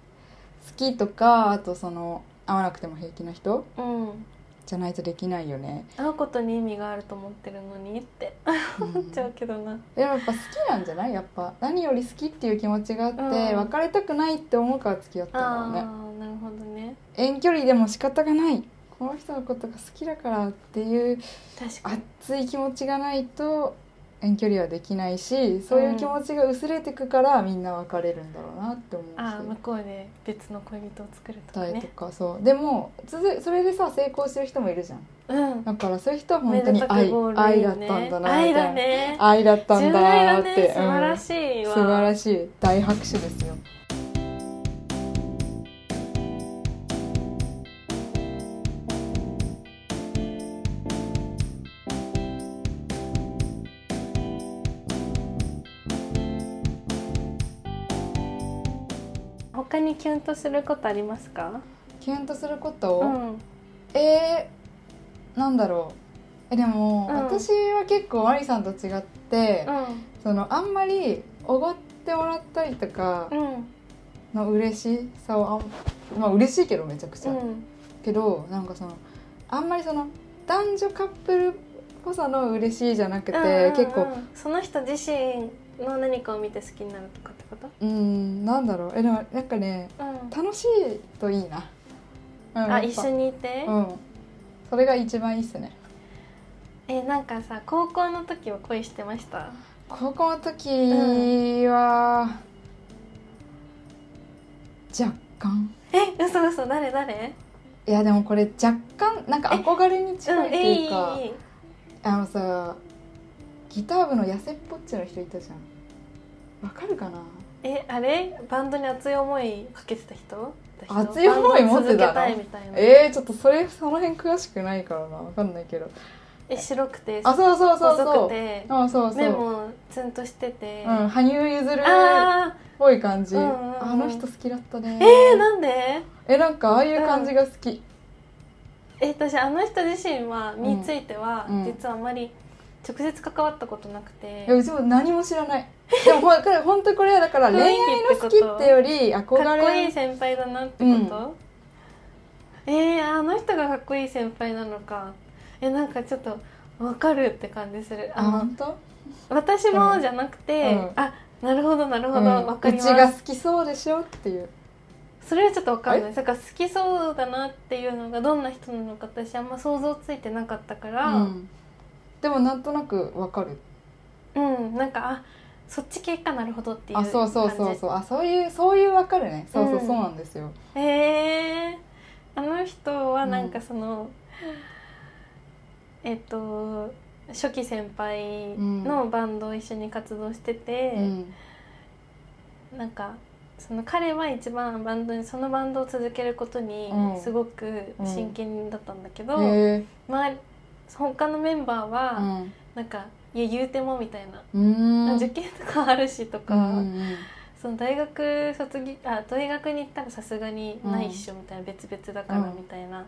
B: 好きとかあとその会わなくても平気な人
A: うん
B: じゃないとできない
A: <laughs>
B: よね、
A: 会うことに意味があると思ってるのにって
B: うん
A: 思っちゃうけどな
B: でもやっぱ好きなんじゃないやっぱ何より好きっていう気持ちがあって、
A: うん
B: 別れたくないって思うから付き合ったんだろ
A: あ
B: うね
A: あなるほどね
B: 遠距離でも仕方がないこの人のことが好きだからっていう
A: 確かに
B: 熱い気持ちがないと遠距離はできないしそういう気持ちが薄れてくからみんな別れるんだろうなって思うし、
A: ああ向こうで別の恋人を作るとか
B: 誰と
A: ね
B: かそうでも続それでさ成功してる人もいるじゃん
A: うん
B: だからそういう人は
A: め
B: 本当
A: で
B: に
A: た
B: 愛,、
A: くゴールいい
B: 愛だ
A: よ
B: ったん
A: ね
B: だな
A: 愛
B: みた
A: だ
B: いな
A: ね
B: 愛だったん
A: 純愛
B: だ
A: だ
B: ー
A: ね
B: って、
A: 素晴らしいわ
B: 素晴らしい大拍手ですよ
A: 他にキュンとすることありますか
B: キュンとすること
A: う
B: を、
A: ん
B: えー、なんだろうえでも、
A: うん
B: 私は結構マリさんと違って、
A: う
B: そのあんまりおごってもらったりとか
A: んうん
B: の嬉しさをあんまあ嬉しいけどめちゃくち
A: う
B: ゃ、
A: ん
B: けどなんかそのあんまりその男女カップルこその嬉しいじゃなくて、
A: うん
B: 結
A: う
B: 構
A: んうんその人自身の何かを見て好きになるとかってこと
B: うんなんだろうえでもなんかね
A: うん
B: 楽しいといいな、うん
A: あ一緒
B: に
A: にいて
B: うんそれが一番いいっすね
A: えなんかさ高校の時は恋してました
B: 高校の時は、若干
A: え嘘嘘誰誰
B: いやでもこれ若干なんか憧れに
A: う
B: 近い
A: ん
B: と
A: えい
B: いうか、
A: いいい
B: あのさギター部の痩せっぽっちの人いたじゃんわかるかな
A: えあれバンドに熱い思いかけてた人
B: 熱い思い持ってた
A: バ
B: の
A: ンドを続けたいみたいなえ
B: えー、ちょっとそれその辺詳しくないからなわかんないけど
A: 白くて
B: あそうそうそう
A: 細
B: そ
A: く
B: う
A: て
B: あそうそ
A: 目
B: う
A: もツンとしてて、
B: うん羽生結弦っ
A: あ
B: ぽい感じ、
A: うんうんうん
B: あの人好きだったね
A: ーなんで
B: えなんかああいう感じが好き、
A: え私あの人自身は身については、
B: うん
A: 実はあんまり直接関わったことなくて、
B: えうちも何も知ら
A: <laughs>
B: ないでもほらこれ本当これはだから
A: 雰囲
B: 恋
A: 気
B: 愛の
A: ってこ
B: 好
A: と
B: きってより憧れ
A: かっこいい先輩だなってこと、えー、あの人がかっこいい先輩なのかえなんかちょっとわかるって感じする
B: あ
A: あの
B: 本当
A: 私もじゃなくて、
B: うん
A: あなるほどなるほど、わ
B: うん
A: かり
B: う
A: ま
B: ち
A: す
B: が好きそうでしょっていう
A: それはちょっとわかんないだから好きそうだなっていうのがどんな人なのか私あんま想像ついてなかったから
B: う、
A: うん
B: でもなんとなくわかる
A: ん、なんかあそっち系かなるほどっていう
B: あ
A: 感じ
B: そうそうそうそうあそういうそういうわかるねそうそう、
A: うん
B: そうなんですよ
A: へえあの人はなんかその、えっと初期先輩のバンドを一緒に活動してて、
B: うん
A: なんかその彼は一番バンドにそのバンドを続けることに
B: うん
A: すごく真剣だったんだけど、
B: へえ
A: まあ、他のメンバーは、
B: うん
A: なんか「いや言うても」みたいな
B: うーん
A: 受験とかあるしとか、
B: うんうん
A: その大学卒業あ大学に行ったらさすがにないっしょみたいな、別々だから
B: うん
A: みたいな、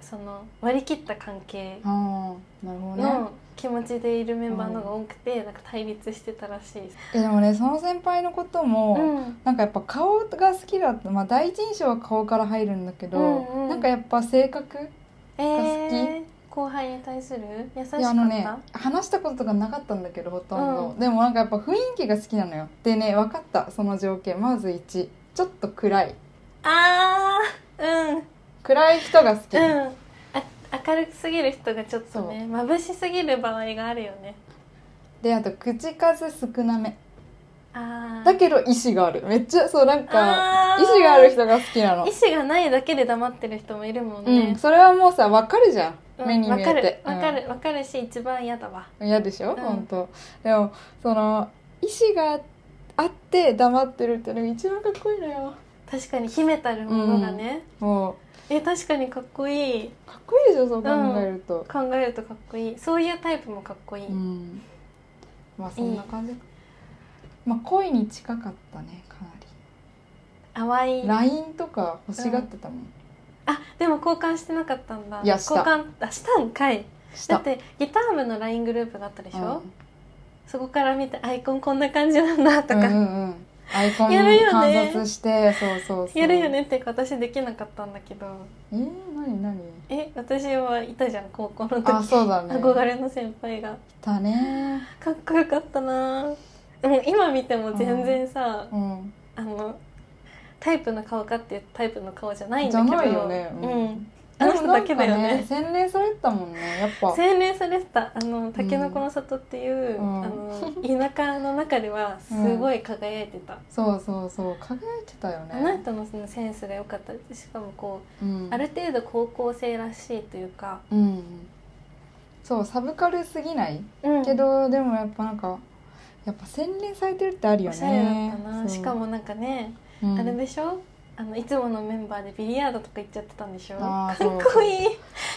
A: その割り切った関係
B: ああなるほどね
A: の気持ちでいるメンバーの方が多くて、なんか対立してたらしいです。
B: えでもねその先輩のことも、
A: うん
B: なんかやっぱ顔が好きだった、まあ、第一印象は顔から入るんだけど、
A: うんうん
B: なんかやっぱ性格
A: えー、後輩に対する優しか
B: い
A: っ
B: や
A: た、
B: あのね話したこととかなかったんだけどほとんど、
A: うん
B: でもなんかやっぱ雰囲気が好きなのよでね分かったその条件まず1ちょっと暗い
A: あーうん
B: 暗い人が好き、
A: うんあ明るすぎる人がちょっとね眩しすぎる場合があるよね
B: であと口数少なめ
A: あー
B: だけど意志があるめっちゃそうなんか
A: あー
B: 意志がある人が好きなの
A: 意思がないだけで黙ってる人もいるもん
B: うん
A: ね、
B: それはもうさ分かるじゃ
A: う
B: ん、
A: ん
B: 目に見えて
A: わかるわかるわかるし一番嫌だわ
B: うん嫌でしょ、
A: ん
B: 本当でもその意志があって黙ってるってのが一番かっこいいのよ
A: 確かに秘めたるものがね、
B: も
A: え確かにかっこいいう
B: かっこいいでしょそう考えると、
A: 考えるとかっこいいそういうタイプもかっこいい、
B: うん、まあそんな感じ、まあ恋に近かったねかな
A: 淡
B: り
A: い
B: LINE とか欲しがってたもん、
A: あでも交換してなかったんだ
B: いやした
A: 交換あしたんかい
B: した
A: だってギター部の LINE グループがあったでしょ、
B: うん
A: そこから見てアイコンこんな感じなんだとか、
B: うんうんうんアイコン
A: やるよね
B: 観察して、そうそうそう
A: やるよねっていうか私できなかったんだけど
B: えー、何何
A: え私はいたじゃん高校の時
B: あそうだね
A: 憧れの先輩が
B: たね
A: かっこよかったなでも今見ても全然さ、
B: うん
A: あのタイプの顔かっていうタイプの顔じゃないん
B: じ
A: だ
B: ゃ
A: けど
B: ないよね
A: うん、
B: で
A: あ
B: も
A: の人だけだよ
B: なんか
A: ね
B: 洗練されてたもんねやっぱ
A: 洗練されてたあのたけのこの里っていう、
B: うん
A: あの田舎の中ではすごい輝いてた、
B: そうそうそう輝いてたよ
A: あの
B: ね
A: 人のそのセンスが良かったしかもこう
B: うん
A: ある程度高校生らしいというか、
B: うんそうサブカルすぎない
A: うん
B: けどでもやっぱなんかやっぱ洗練されてるってあるよ
A: お
B: ね
A: しゃれだったな
B: そう
A: しかもなんかね、
B: うん
A: あれでしょあのいつものメンバーでビリヤードとか行っちゃってたんでしょか
B: あ
A: っ
B: ーそう
A: こいい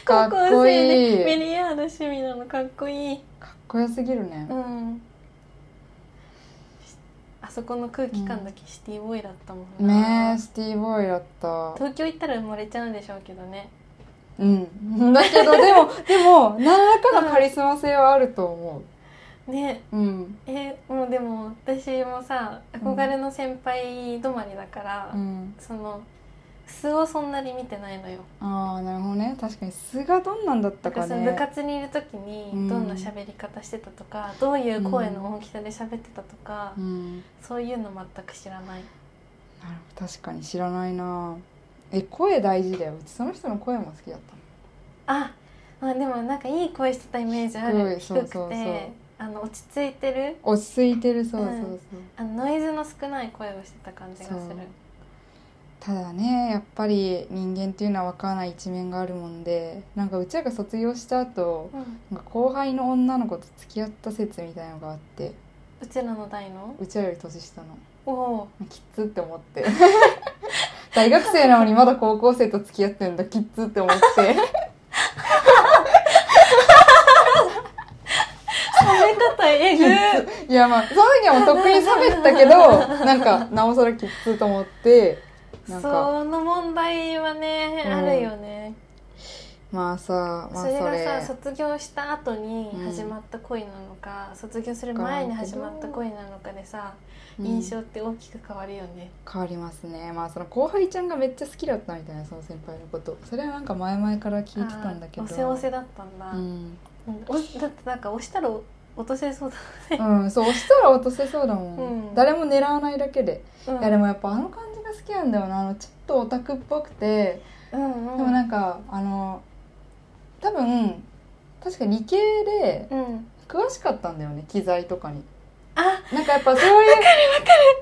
B: かっ
A: 高校
B: こい
A: 生でビ
B: い
A: リヤード趣味なのかっこいい
B: かっこよすぎるね
A: うんあそこの空気感だけシティボーイだったもんな
B: ねえシティボーイだった
A: 東京行ったら生まれちゃうんでしょうけどね
B: うん、だけどでもでも何らかのカリスマ性はあると思
A: ね
B: う、うん
A: えもうでも私もさ憧れの先輩止まりだから、
B: うん、
A: その素をそんなに見てないのよ
B: ああなるほどね確かに素がどんなんだった
A: だか
B: から
A: その
B: ね
A: 部活にいる時にどんな喋り方してたとか、どういう声の大きさで喋ってたとか、
B: うん、な
A: そういうの全く知らない
B: るほど確かに知らないなえ声大事だようちその人の声も好きだった
A: あ、まあでもなんかいい声してたイメージある
B: す
A: 低
B: ごい
A: くて
B: そうそうそう
A: あの落ち着いてる
B: 落ち着いてるそうそうそ
A: う
B: う、
A: んあのノイズの少ない声をしてた感じがする
B: そうただねやっぱり人間っていうのは分からない一面があるもんでなんかうちらが卒業した後
A: う,、ん、
B: なんか後輩の女の子と付き合った説みたいのがあって
A: うちらの代の
B: うちらより年下の
A: おお
B: キッズって思って
A: <laughs>
B: 大学生なのにまだ高校生と付き合ってんだキッズって思って
A: 冷め方え
B: キッ
A: ぐ
B: ズいやまあその時はもうとっくに冷めてたけ
A: <laughs>
B: どなんかなおさらキッズと思って <laughs> なんか
A: その問題はね、
B: うん
A: あるよね、
B: まあさまあそ
A: それ
B: れ
A: がさ卒業した後に
B: うん
A: 始まった恋なのか、卒業する前に始まった恋なのかでさ、印
B: う
A: 象
B: ん
A: って大きく変わるよね、
B: 変わりますねまあその後輩ちゃんがめっちゃ好きだったみたいなその先輩のことそれはなんか前々から聞いてたんだけど
A: あーおせおせだったんだ、
B: うん、
A: うんおだってなんか押したら落とせそうだ
B: うん、そう押したら落とせそうだもん、
A: うん
B: 誰も狙わないだけで
A: うん
B: い <laughs> やでもやっぱあの感じが好きなんだよなあのちょっとオタクっぽくて、
A: うんうん
B: でもなんかあの多分確か理系で
A: うん
B: 詳しかったんだよね機材とかに
A: あ
B: なんかやっぱそういう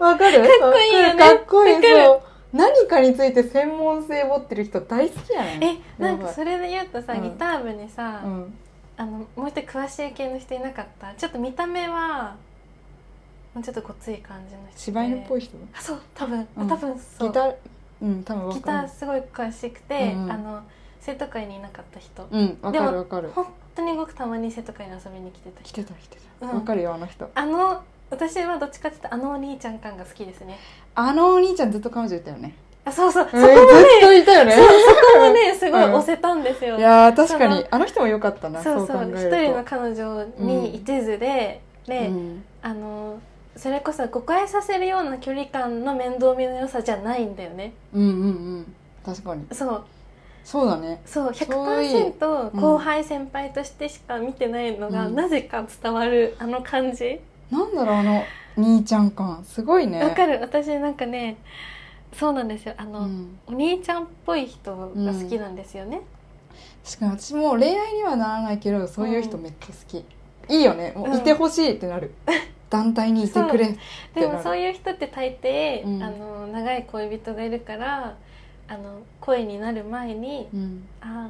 B: わかるわかる
A: かっこいいよね
B: かっこいい
A: わかる
B: そう何かについて専門性持ってる人大好きやね
A: えなんかそれで言うとさ、
B: うん
A: ギター部にさ、
B: うん
A: あのもう一人詳しい系の人いなかったちょっと見た目はもうちょっとごつい感じの人で
B: 柴犬っぽ
A: い
B: い人ギ
A: あそう多分、
B: うん
A: 多分そう
B: ターうん多分わ
A: ギタ
B: か
A: ー
B: る
A: すごい詳しくて、
B: うん
A: あの生徒会にいなかった人、
B: うんわか
A: で
B: る
A: も
B: わかる
A: 本当にごくたまに生徒会に遊びに来てた
B: 来
A: 人
B: てた来てた
A: う
B: わ、
A: ん
B: かるよあの人
A: あの私はどっちかって言ったあのお兄ちゃん感が好きですね
B: あのお兄ちゃんずっと彼女いたよね
A: あそうそう、
B: え
A: そこ
B: ー
A: も
B: ずっ
A: ね
B: といたよね
A: そこもねすごい
B: うん
A: 押せたんですよ、
B: いやー確か
A: そ
B: に
A: の
B: あの人も良かったな
A: そうそう
B: 考えると
A: 一人の彼女に一途で、で、
B: うん
A: あのそれこそ誤解させるような距離感の面倒見の良さじゃないんだよね
B: うんうんうん確かに
A: そう
B: そうだね
A: そう
B: そういう
A: 100%
B: うん
A: 後輩先輩としてしか見てないのが、
B: うん
A: なぜか伝わるあの感じ
B: なんだろうあの兄ちゃん感すごいね
A: わ、かる私なんかねそうなんですよあ
B: う
A: の、
B: ん、
A: お兄ちゃんっぽい人が好きなんですよね、
B: 確かに私も恋愛にはならないけどそういう人めっちゃ好き、いいよねも
A: うん
B: ういてほしいって
A: <laughs>
B: なる、団体にいてくれうん
A: でもそういう人って大抵、
B: うん
A: あの長い恋人がいるからあの恋になる前に
B: うん、
A: 「あ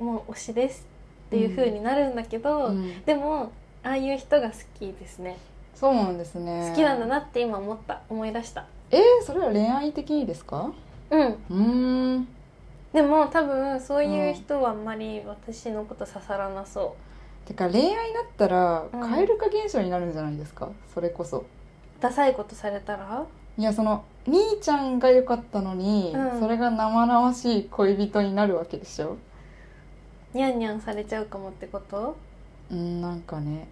A: ーもう推しです」っていう風になるんだけど、
B: うん
A: でもああいう人が好きですね
B: そうなんですね
A: 好きなんだなって今思った思い出した
B: えー、それは恋愛的にですか
A: うん
B: うーん
A: でも多分そういう人はあんまり私のこと刺さらなそ
B: てか恋愛になったら
A: うん
B: 蛙化現象になるんじゃないですか、それこそう
A: ダサいことされたら
B: いやその兄ちゃんが良かったのに、
A: うん
B: それが生々しい恋人になるわけでしょ
A: ニャンニャンされちゃうかもってこと
B: うんなんかね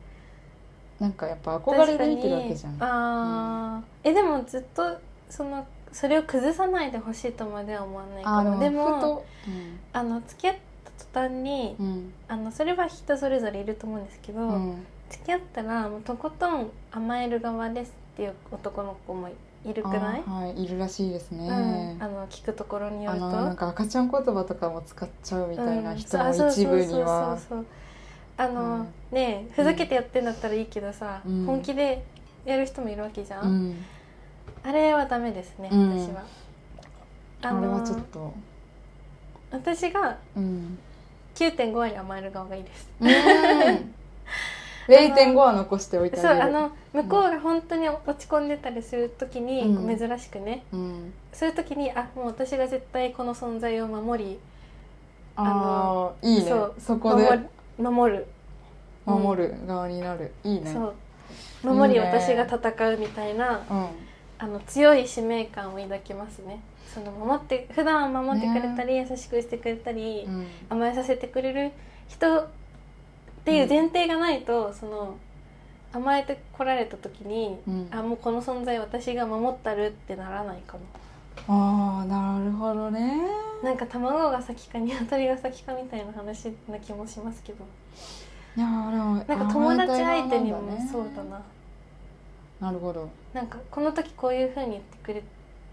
B: なんかやっぱ憧れで見てるわけじゃん
A: 確かにあー、えでもずっとそのそれを崩さないでほしいとまでは思わない
B: あ
A: か
B: ーで
A: もでも
B: もふと、うん
A: あの付き合った途端に、
B: うん
A: あのそれは人それぞれいると思うんですけど、
B: うん
A: 付き合ったらもうとことん甘える側ですっていう男の子もいるくない
B: あーはいいるらしいですね、
A: うん、あの聞くところによ
B: あ
A: ると
B: のなんか赤ちゃん言葉とかも使っちゃうみたいな人
A: うん
B: も
A: そう
B: 一部には
A: そうそうそうそうあの、
B: うん
A: ねえふざけてやってんだったらいいけどさ、
B: うん
A: 本気でやる人もいるわけじゃん、
B: うん
A: あれはダメですね、
B: うん
A: 私はあ
B: あ
A: の
B: れはちょっと
A: 私が
B: うん
A: 9.5割甘える側がいいです
B: うん0.5は残しておいて
A: そう
B: あげる
A: あの向こうが本当に落ち込んでたりする時に、
B: うん
A: こう珍しくね
B: うん、
A: そういう時にあもう私が絶対この存在を守り
B: あ
A: あ
B: のいいね
A: そう
B: そこで
A: 守り守る、うん
B: 守る側になる、いいね
A: そう守り
B: いいね
A: 私が戦うみたいな
B: うん
A: あの強い使命感を抱きますねその守って普段は守ってくれたり、優しくしてくれたり、
B: うん
A: 甘えさせてくれる人っていう前提がないと、その甘えてこられた時に、
B: うん
A: あもうこの存在私が守ったるってならないかも
B: ああなるほどね
A: なんか卵が先か鶏が先かみたいな話な気もしますけど
B: いやーでも
A: なんか友達相手にも
B: 甘えたい側なん
A: そうだな
B: なるほど
A: なんかこの時こういう風に言ってくれ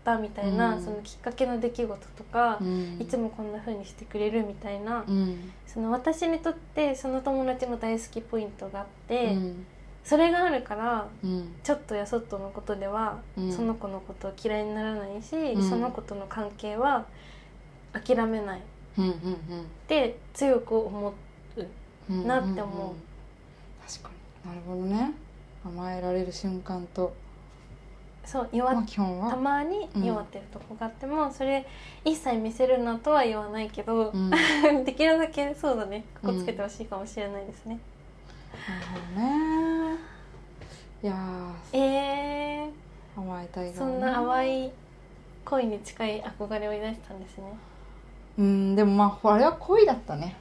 A: たみたいな、
B: うん
A: そのきっかけの出来事とか
B: う、ん
A: いつもこんな風にしてくれるみたいな、
B: うん
A: その私にとってその友達の大好きポイントがあって、
B: うん
A: それがあるから
B: うん
A: ちょっとやそっとのことでは、
B: うん
A: その子のことを嫌いにならないし、
B: ん
A: その子との関係は諦めないっ
B: うんうんうん
A: て強く思う
B: うん
A: なって思う
B: 確かになるほどね甘えられる瞬間と、
A: そう弱
B: まあ、
A: っ
B: 基本
A: た
B: は、
A: まに弱ってるとこがあっても、それ一切見せるなとは言わないけど
B: う、ん、な
A: <laughs>
B: る
A: できるだけそうだねここつけてほしいかもしれないですね、
B: ほどねいやー
A: え
B: 甘えたい
A: ー、そ
B: 側ね
A: んな淡い恋に近い憧れを抱いてたんですね
B: うんでもまああれは恋だったね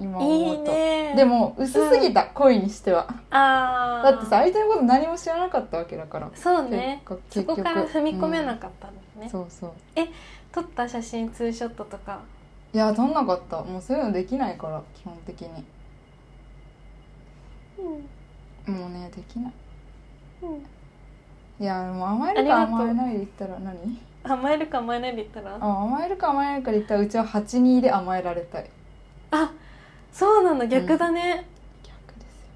B: 今
A: い
B: 思
A: いう
B: と
A: ね
B: でも薄すぎた、恋にしては
A: あ
B: だ
A: ー
B: ってさ相手のこと何も知らなかったわけだから
A: そうね
B: 結
A: そ
B: 局
A: こから踏み込めな
B: く
A: かったんですね、
B: そうそう
A: 撮った写真ツーショットとか
B: いや撮んなかったもうそういうのできないから基本的にもうねできないいやもう甘えるか
A: ありがとう
B: 甘えないで言ったら何
A: 甘えるか甘えないで言ったら
B: あ甘えるか甘えないかで言ったらうちは82で甘えられたい
A: あそうなんだ逆だね、
B: 逆ですよ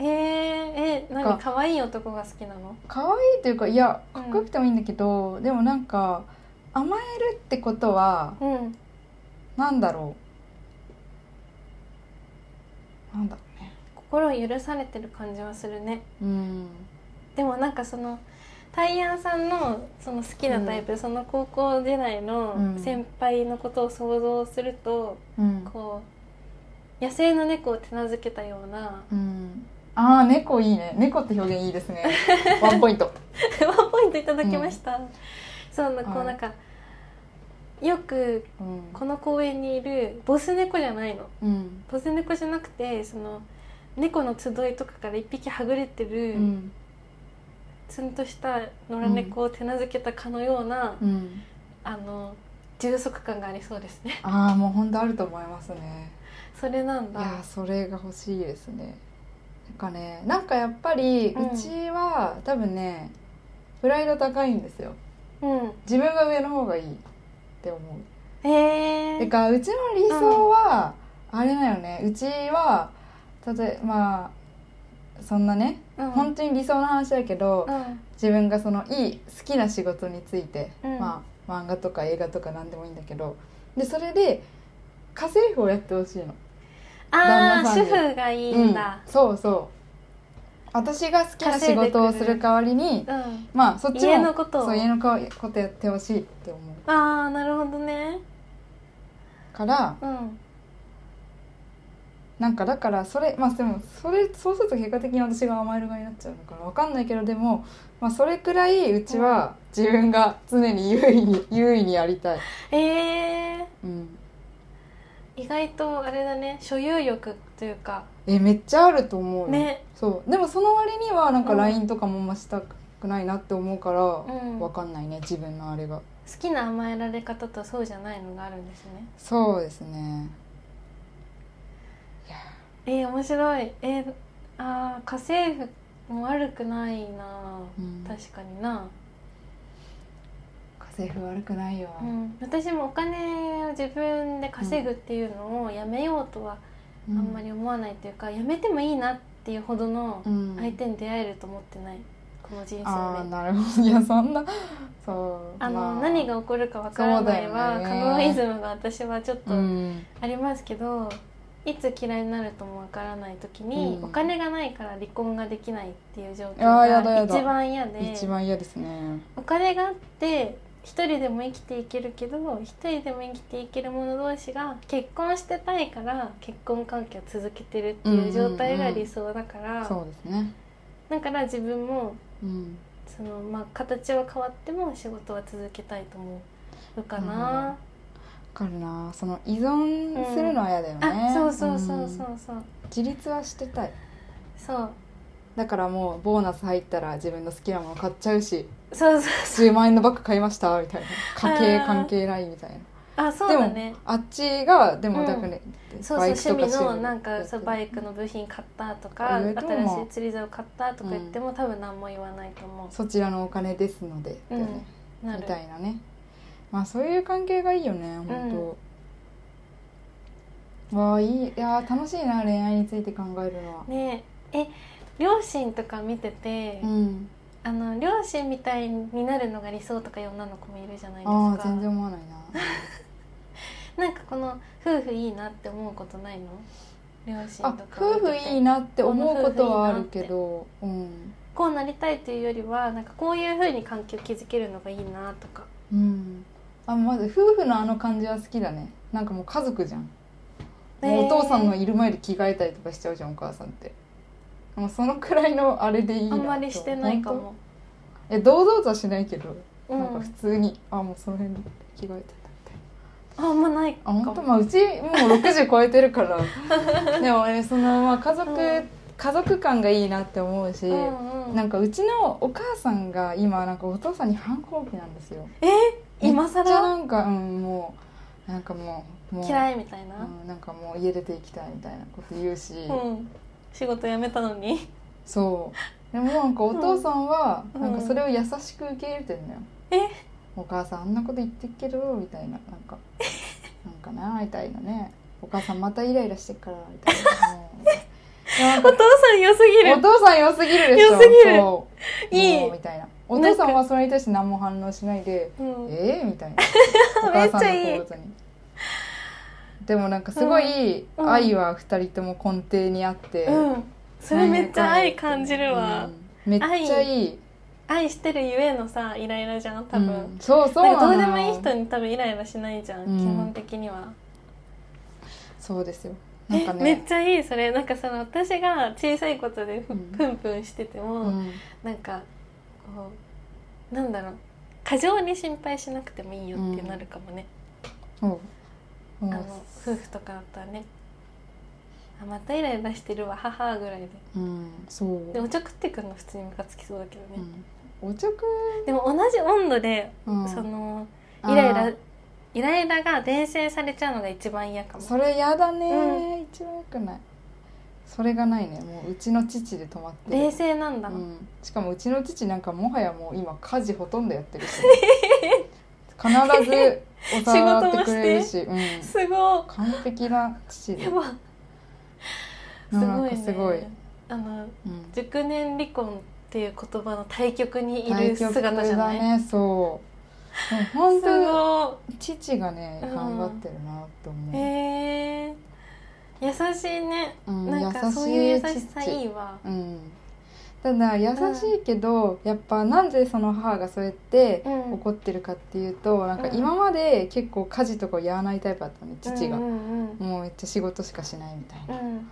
A: えー、え何
B: か
A: 可愛い男が好きなの
B: 可愛いというかいやかっこよくてもいいんだけど、でもなんか甘えるってことは
A: うん
B: なんだろうなんだろうね
A: 心を許されてる感じはするね
B: うん
A: でもなんかそのタイヤンさんのその好きなタイプ、その高校時代
B: う
A: の
B: ん
A: 先輩のことを想像すると、
B: うん、
A: こう野生の猫を手なずけたような
B: うん、ああ猫いいね猫って表現い
A: <laughs>
B: いですねワンポイント
A: ワンポイントいただきました、そうなこ
B: は
A: う
B: い
A: なんか、よく
B: うん
A: この公園にいるボス猫じゃないの
B: うん
A: ボス猫じゃなくてその猫の集いとかから一匹はぐれて
B: う
A: る、
B: ん
A: ツンとした野良猫を手なずけたかのような、
B: うん
A: あの充足感がありそうですね
B: ああもう本当あると思いますね
A: それなん
B: い
A: だ
B: やーそれが欲しいですねなんかねなんかやっぱり
A: うん
B: うちは多分ねプライド高いんですよ
A: うん
B: 自分が上の方がいいって思う
A: ええ
B: てかうちの理想は、あれだよねうちはたとえまあそんなね、
A: うん
B: 本当に理想の話だけど、
A: うん
B: 自分がそのいい好きな仕事について、
A: うん
B: まあ漫画とか映画とか何でもいいんだけどでそれで家政婦をやってほしいの、
A: あ
B: 旦那
A: あ
B: さん
A: 主
B: に
A: 婦がいい
B: うん
A: んだ、
B: そうそう私が好きな仕事をする代わりに
A: うん
B: まあそっちも
A: 家のことを
B: そう家のことやってほしいって思う
A: ああなるほどね
B: から
A: うん
B: なんかだからそれまあでもそれそうすると結果的に私が甘える側になっちゃうのかなわかんないけどでも、まあ、それくらいうちは自分が常に優位に優位にやりたい、
A: ええ
B: うん、
A: 意外とあれだね所有欲というか
B: えめっちゃあると思うよ
A: ね
B: そうでもその割にはなんか
A: うん
B: LINE とかもましたくないなって思うから、
A: うん
B: わ
A: 好
B: かんないね自分のあれが
A: きな甘えられ方とそうじゃないのがあるんですね
B: そうですねいや
A: えー、面白いえー、あー家政婦も悪くないな、
B: うん
A: 確かにな、
B: 家政婦悪くないよ、
A: うん、私もお金を自分で稼ぐっていうのをやめようとは
B: う
A: あんまり思わないというか、やめてもいいなっていうほどの
B: うん
A: 相手に出会えると思ってないこの人生で
B: ああ
A: あ
B: なるほどいやそんなそう
A: の、
B: まあ
A: 何が起こるかわからないは
B: そうだ
A: カ
B: よね
A: ノイズムが私はちょっと
B: うん
A: ありますけど、いつ嫌いになるともわからない時に、
B: うん
A: お金がないから離婚ができないっていう状況
B: あーやだ
A: が
B: やだ
A: 一番嫌で
B: 一番嫌ですね
A: お金があって一人でも生きていけるけど一人でも生きていける者同士が結婚してたいから結婚関係を続けてるっていう状態が理想だから、
B: そうですね
A: だから自分も
B: うん
A: そのまあ形は変わっても仕事は続けたいと思うかな、
B: かるなその依存するのは嫌だよね、
A: あそうそうそうそ
B: ん
A: うそう
B: 自立はしてたい
A: そう
B: だからもうボーナス入ったら自分の好きなもの買っちゃうし
A: そうそう
B: 10万円のバッグ買いましたみたいな家
A: あ
B: 計
A: ー
B: 関係ないみたいな
A: あそうだね
B: あっちがでもだからね、
A: そうそう趣味の
B: 趣味
A: なんかそうバ
B: イ
A: イクの部品買ったとか
B: 言う
A: 新
B: とも
A: しい釣り竿買ったとか言っても、多分何も言わないと思
B: そちらのお金ですので、
A: う、
B: だよ
A: う
B: ね
A: ん、な
B: み
A: る
B: たいなねまあそういう関係がいいよね本当、わあいいいやー楽しいな恋愛について考えるのは、
A: ねええ両親とか見てて、
B: うん
A: あの両親みたいになるのが理想とかいう女の子もいるじゃないです
B: ああ
A: か
B: 全然思わないな
A: なんかこの夫婦いいなって思うことないの両親
B: あ
A: とか
B: 夫婦いいなって思うことはあるけどうん
A: こうなりたいというよりはなんかこういうふうに環境を築けるのがいいなとか
B: うんあまず夫婦のあの感じは好きだねなんかもう家族じゃん、もうお父さんの
A: え
B: いる前で着替えたりとかしちゃうじゃんお母さんってもうそのくらいのあれでいい
A: ー
B: なと
A: あんまりしてないかも、
B: 本当え堂々とはしないけど、
A: うん、
B: なんか普通にあもうその辺で着替えてた
A: あんまないか
B: あ本当
A: も
B: まあうちもう60超えてるから
A: <laughs>
B: でもねその、まあ、家族、
A: うん
B: 家族感がいいなって思うし、
A: うんうん
B: なんかうちのお母さんが今なんかお父さんに反抗期なんですよ
A: え今
B: めっちゃ
A: 更
B: なんか、うん、もうなんかもうもう
A: 嫌いみたいな、
B: うん、なんかもう家出ていきたいみたいなこと言うし、
A: うん、仕事辞めたのに
B: そうでもなんかお父さんは
A: うん
B: なんかそれを優しく受け入れてるのよ、
A: え
B: お母さんあんなこと言ってっけどみたいななん
A: <laughs>
B: かなんかなみたいなねお母さんまたイライラしてっからみたいなもう <laughs> いやなん
A: お
B: か
A: 父さん良すぎ
B: お
A: る
B: 父さん良すぎるでしょ
A: 良すぎる
B: そう
A: いい
B: もうみたいなお父さんはそれに対して何も反応しない
A: <laughs>
B: で
A: うん
B: ええみたいなお
A: め
B: 母
A: っ
B: さ
A: ちゃいい
B: んのことにでもなんかすごい
A: うんうん
B: 愛は二人とも根底にあって、
A: うんそれめっちゃ愛感じる
B: う
A: わ
B: ん、めっちゃいい
A: 愛してるゆえのさイライラじゃん多分、
B: うんそうそう
A: なん
B: な
A: かど
B: の
A: うでもいい人に多分イライラしないじゃん、
B: うん
A: 基本的には、
B: そうですよなんか
A: えめっ
B: ね
A: ちゃいいそれなんかその私が小さいことでふ,、
B: うん
A: ん、ふんふんしてても、
B: うん
A: なんかこうなんだろう過剰に心配しなくてもいいよってなるかもね、
B: そうもう
A: あの夫婦とかだったらねあまたイライラしてるわ母ぐらいで
B: うんそう
A: でおちょくってくるの普通にムカつきそうだけど
B: う
A: ね、
B: んおちょく、
A: でも同じ温度で、
B: うん
A: その
B: あー
A: イライライライラが伝染されちゃうのが一番嫌かも
B: それやだね、一番よくないそれがないねもううちの父で止まってる
A: 冷静なんだ、
B: うん、しかもうちの父なんかもはやもう今家事ほとんど
A: <laughs>
B: やってるし必ずお皿洗ってくれるしうん、
A: すごい
B: 完璧な父で
A: やばす
B: な
A: ご
B: ん
A: い
B: か
A: ね
B: すごい、
A: あの
B: うん、
A: 熟年離婚っていう言葉の対極にい
B: 対
A: る
B: 極
A: 姿じゃ
B: だ
A: ない、
B: ねそうでも
A: す
B: 本当に
A: ご
B: 父がね
A: うん
B: 頑張ってるなって
A: い
B: 思う、
A: へえ優しいね、
B: うん
A: なんかそういう優しさ
B: 父
A: いいわ
B: うん、ただ優しいけど、やっぱなんでその母がそうやって
A: うん
B: 怒ってるかっていうと、なんか
A: うん
B: 今まで結構家事とかをやらないタイプだったのね父が、
A: うんうん
B: もうめっちゃ仕事しかしないみたい
A: うん、
B: な、
A: うん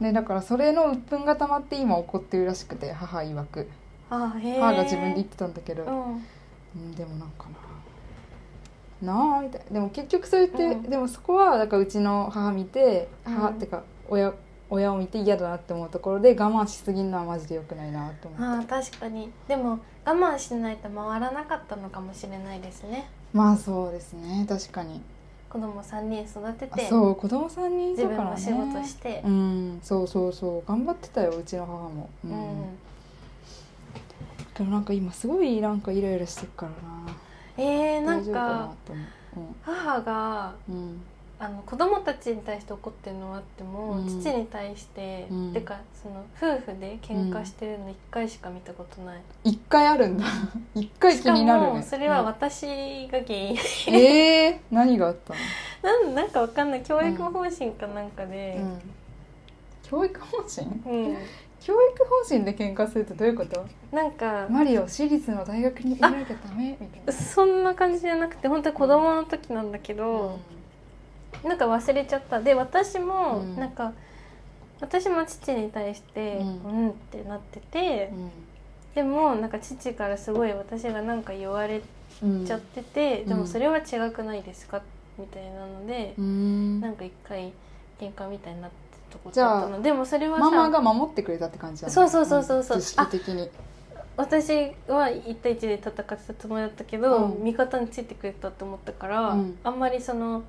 B: ね、だからそれの鬱憤が溜まって今怒ってるらしくて母曰く
A: あへえ
B: 母が自分で言ってたんだけど、
A: うん
B: うん、でもなんかななあみたいなでも結局そう言って、
A: うん
B: でもそこはだからうちの母見て
A: うん
B: 母ってか親親を見て嫌だなって思うところで我慢しすぎるのはマジで良くないなと思う
A: あー確かにでも我慢しないと回らなかったのかもしれないですね
B: まあそうですね確かに
A: 子供三人育て
B: あ
A: て
B: そう子供さん人
A: 自
B: だ
A: 分
B: から
A: も
B: ね
A: 仕事して
B: う、んそうそうそう頑張ってたようちの母もう、
A: うんん
B: でもなんか今すごいなんかイライラしてるからな
A: えー、な
B: 大
A: ん
B: 丈夫か
A: か
B: なと思う
A: 母が
B: うん
A: あの子供たちに対して怒ってるのはあっても、
B: うん
A: 父に対して、
B: うん
A: てかその夫婦で喧嘩してるの一回しか見たことない、
B: 一、回あるんだ <laughs> 一回
A: し
B: 気
A: か
B: になる
A: も
B: ね
A: それは私が原因、 <laughs>
B: うんええ何があったの
A: なんなんかわかんない教育方針かなんかで、
B: 教育方針
A: うん
B: 教育方針で喧嘩するってどういうこと
A: なんか、
B: マリオ私立の大学に入れなきゃダメみたいな
A: そんな感じじゃなくて本当に子供の時なんだけど、なんか忘れちゃったで私も、
B: うん
A: なんか私も父に対して
B: う
A: 「うんん」ってなってて、
B: うん
A: でもなんか父からすごい私がなんか言われ
B: うん
A: ちゃってて、
B: うん
A: でもそれは違くないですかみたいなので
B: う、ん
A: なんか一回喧嘩みたいになってたことだった
B: じゃ
A: のでもそれはさ
B: ママが守ってくれたって感じだ
A: そうそうそうそうそうん
B: 知識的に
A: 私は1対1で戦ってたつもりだったけど、
B: うん
A: 味方についてくれたと思ったから、
B: うん
A: あんまりその
B: うん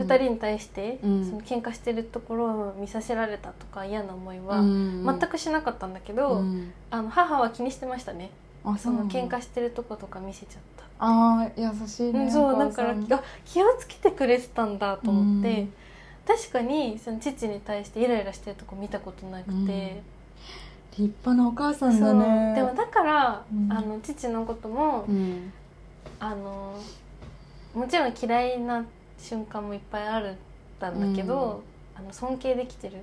A: 2人に対して、
B: うん
A: その喧嘩してるところを見させられたとか嫌な思いは
B: 全
A: 全くしなかったんだけど、
B: うん
A: あの母は気にしてましたね
B: あ
A: その喧嘩
B: し
A: してるとことか見せちゃった。
B: ああ優しい
A: うん
B: ね
A: そう
B: お
A: だ
B: 母
A: か
B: さ
A: らあ
B: ん
A: 気をつけてくれてたんだと思って、
B: うん
A: 確かにその父に対してイライラしてるとこ見たことなくて、
B: 立派なお母さん
A: そ
B: だ
A: う
B: ね
A: でもだから、
B: うん
A: あの父のことも、
B: うん
A: あのもちろん嫌いな瞬間もいっぱいあるたんだけど、あの尊敬できてる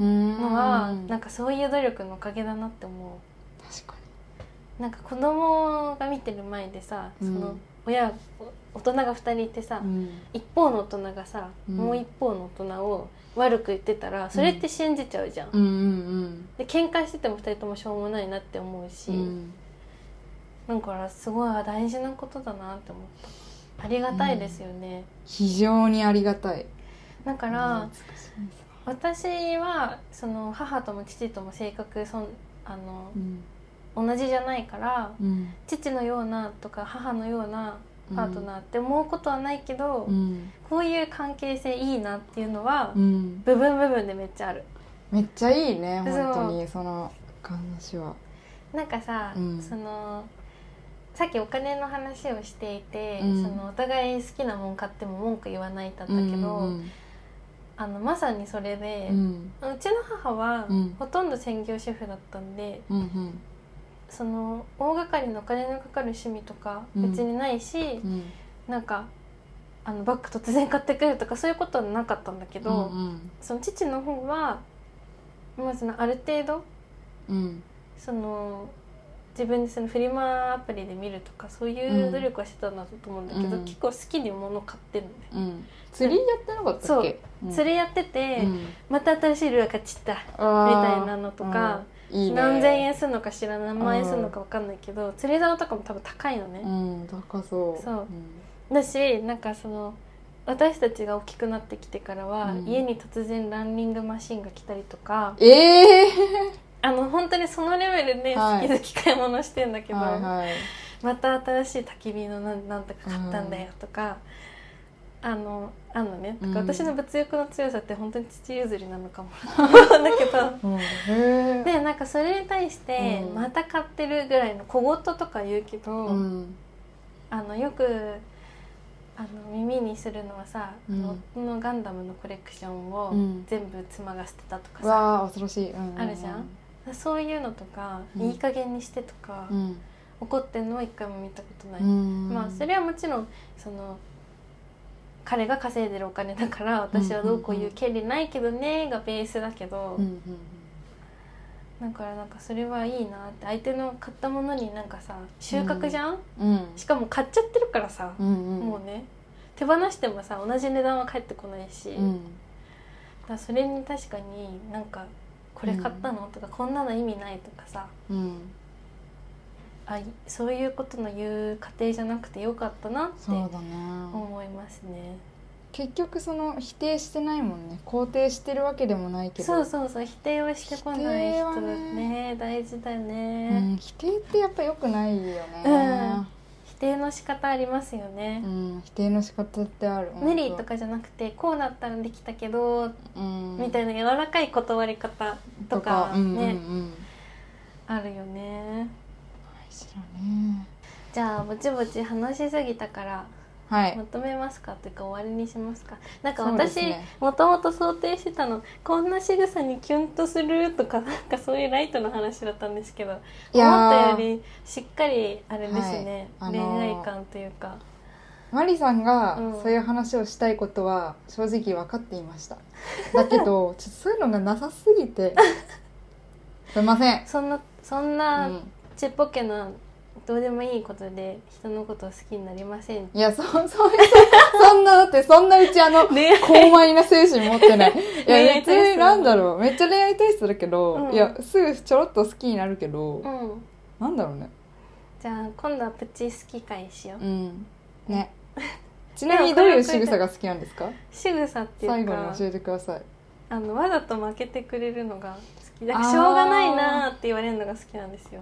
A: の
B: の
A: は、なん
B: 確
A: かそういう努力のおかげだなって思
B: か
A: うなんか子供が見てる前でさその、
B: うん
A: 親お大人が2人いてさ、
B: に、うん
A: 一方の大人がさ、
B: うん
A: もう一方の大人を悪く言ってたらそれって信じちゃうじゃん、
B: うんうん
A: で喧嘩してても二人ともしょうもないなって思うし、
B: うんうん
A: だからすごいあ大事なことだなって思ったありがたいですよね、
B: 非常にありがたい
A: だか、
B: から
A: 私はその母とも父とも性格そんあの
B: うん
A: 同じじゃないから
B: うん
A: 父のようなとか母のようなパート
B: ー
A: ナーって思うことはないけど、
B: うん
A: こういう関係性いいなっていうのは、
B: うん
A: 部分部分でめっちゃある
B: めっちゃいいね
A: そう
B: 本当にその話は
A: なんかさ、
B: うん
A: そのさっきお金の話をしていて、
B: うん
A: そのお互い好きなもん買っても文句言わないだったけ
B: う
A: ど、
B: んうん
A: あのまさにそれで、
B: う
A: うんちの母は、
B: うん
A: ほとんど専業主婦だったんで
B: うんうん
A: その大掛かりのお金のかかる趣味とか
B: うん
A: 別にないし、
B: うん
A: なんかあのバッグ突然買ってくるとかそういうことはなかったんだけど、
B: うん
A: その父の方は、まあ、そのある程度
B: うん
A: その自分でそのフリマアプリで見るとかそういう努力はしてたんだと思うんだけど、
B: うん
A: 結構好きに物買ってるのね、
B: うん釣りやってなかったっけ
A: そ
B: り
A: れやってて、
B: み
A: また新しいルアー買っちったみたいなのとか、
B: いいね
A: 何千円するのか知らない何万円するのか分かんないけど、釣り竿とかも多分高いのね、
B: うん高そう
A: そう
B: うん
A: だしなんかその私たちが大きくなってきてからは、
B: うん
A: 家に突然ランニングマシンが来たりとか
B: ええ
A: あの本当にそのレベルで
B: は
A: 好
B: い
A: き好き買い物してん <laughs> だけど、
B: はいはい
A: また新しい焚き火のなんなんとか買ったんだよとか、あのあんのねだから
B: うん
A: 私の物欲の強さって本当に父譲りなのか
B: <laughs>
A: もだけど
B: うんへえ
A: でなんかそれに対して
B: うん
A: また買ってるぐらいの小言とか言うけど、
B: うん
A: あのよくあの耳にするのはさ、あの
B: うん
A: 夫のガンダムのコレクションを
B: うん
A: 全部妻が捨てたとか
B: う
A: さ、
B: わあ恐ろしいうん
A: あるじゃんそういうのとか、
B: うん
A: いい加減にしてとか、
B: うん
A: 怒ってんのは一回も見たことない
B: うん
A: まあそれはもちろんその彼が稼いでるお金だから私はどうこういう権利ないけどねがベースだけど、
B: うん
A: だからなんかそれはいいなって相手の買ったものになんかさ収穫じゃん、
B: うんうん
A: しかも買っちゃってるからさ、
B: うんうん
A: もうね手放してもさ同じ値段は返ってこないし、
B: うん
A: だからそれに確かになんかこれ買ったの、とかこんなの意味ないとかさ
B: うん
A: あいそういうことの言う過程じゃなくてよかったなって
B: そうだね
A: 思いますね。
B: 結局その否定してないもんね肯定してるわけでもないけど
A: そうそうそう否定はしてこない
B: 否定
A: 人
B: は
A: ね
B: ね
A: 大事だ
B: う
A: ね、
B: ん否定ってやっぱ良くないよね
A: う否定の仕方ありますよね、
B: うん否定の仕方ってある
A: 無理とかじゃなくてこうなったらできたけど、み
B: み
A: たいな柔らかい断り方とかね、
B: うんうんうん
A: あるよね
B: 大事だね
A: じゃあぼちぼち話しすぎたから
B: はい
A: まとめますかというか終わりにしますかなんか
B: そうです
A: 私、
B: ね
A: もともと想定してたのこんな仕草にキュンとするとかなんかそういうライトの話だったんですけど
B: い
A: 思
B: やー
A: ったよりしっかりあれですね、
B: はいあのー
A: 恋愛感というか
B: マリさんが
A: うん
B: そういう話をしたいことは正直分かっていました、だ
A: <laughs>
B: けどちょっとそういうのがなさすぎてすいません、
A: そんなそん
B: う、
A: なんちっぽけなどうでもいいことで人のことを好きになりません
B: いやそそうそそんなだってそんなうちあの
A: ね
B: 高邁な精神持ってな
A: <laughs>
B: いいや
A: 恋
B: め
A: 愛体
B: っ
A: 質
B: ちゃなんだろうめっちゃ恋愛体質だけど、
A: うん
B: いやすぐちょろっと好きになるけど、
A: うん
B: なんだろうね
A: じゃあ今度はプチ好き会しよう、
B: うん
A: <laughs>
B: ねちなみにどういう仕草が好きなんですか
A: 仕草ってい
B: 最
A: う
B: 後に
A: か
B: 教えてください
A: あのわざと負けてくれるのが好きだから
B: あー
A: しょうがないなーって言われるのが好きなんですよ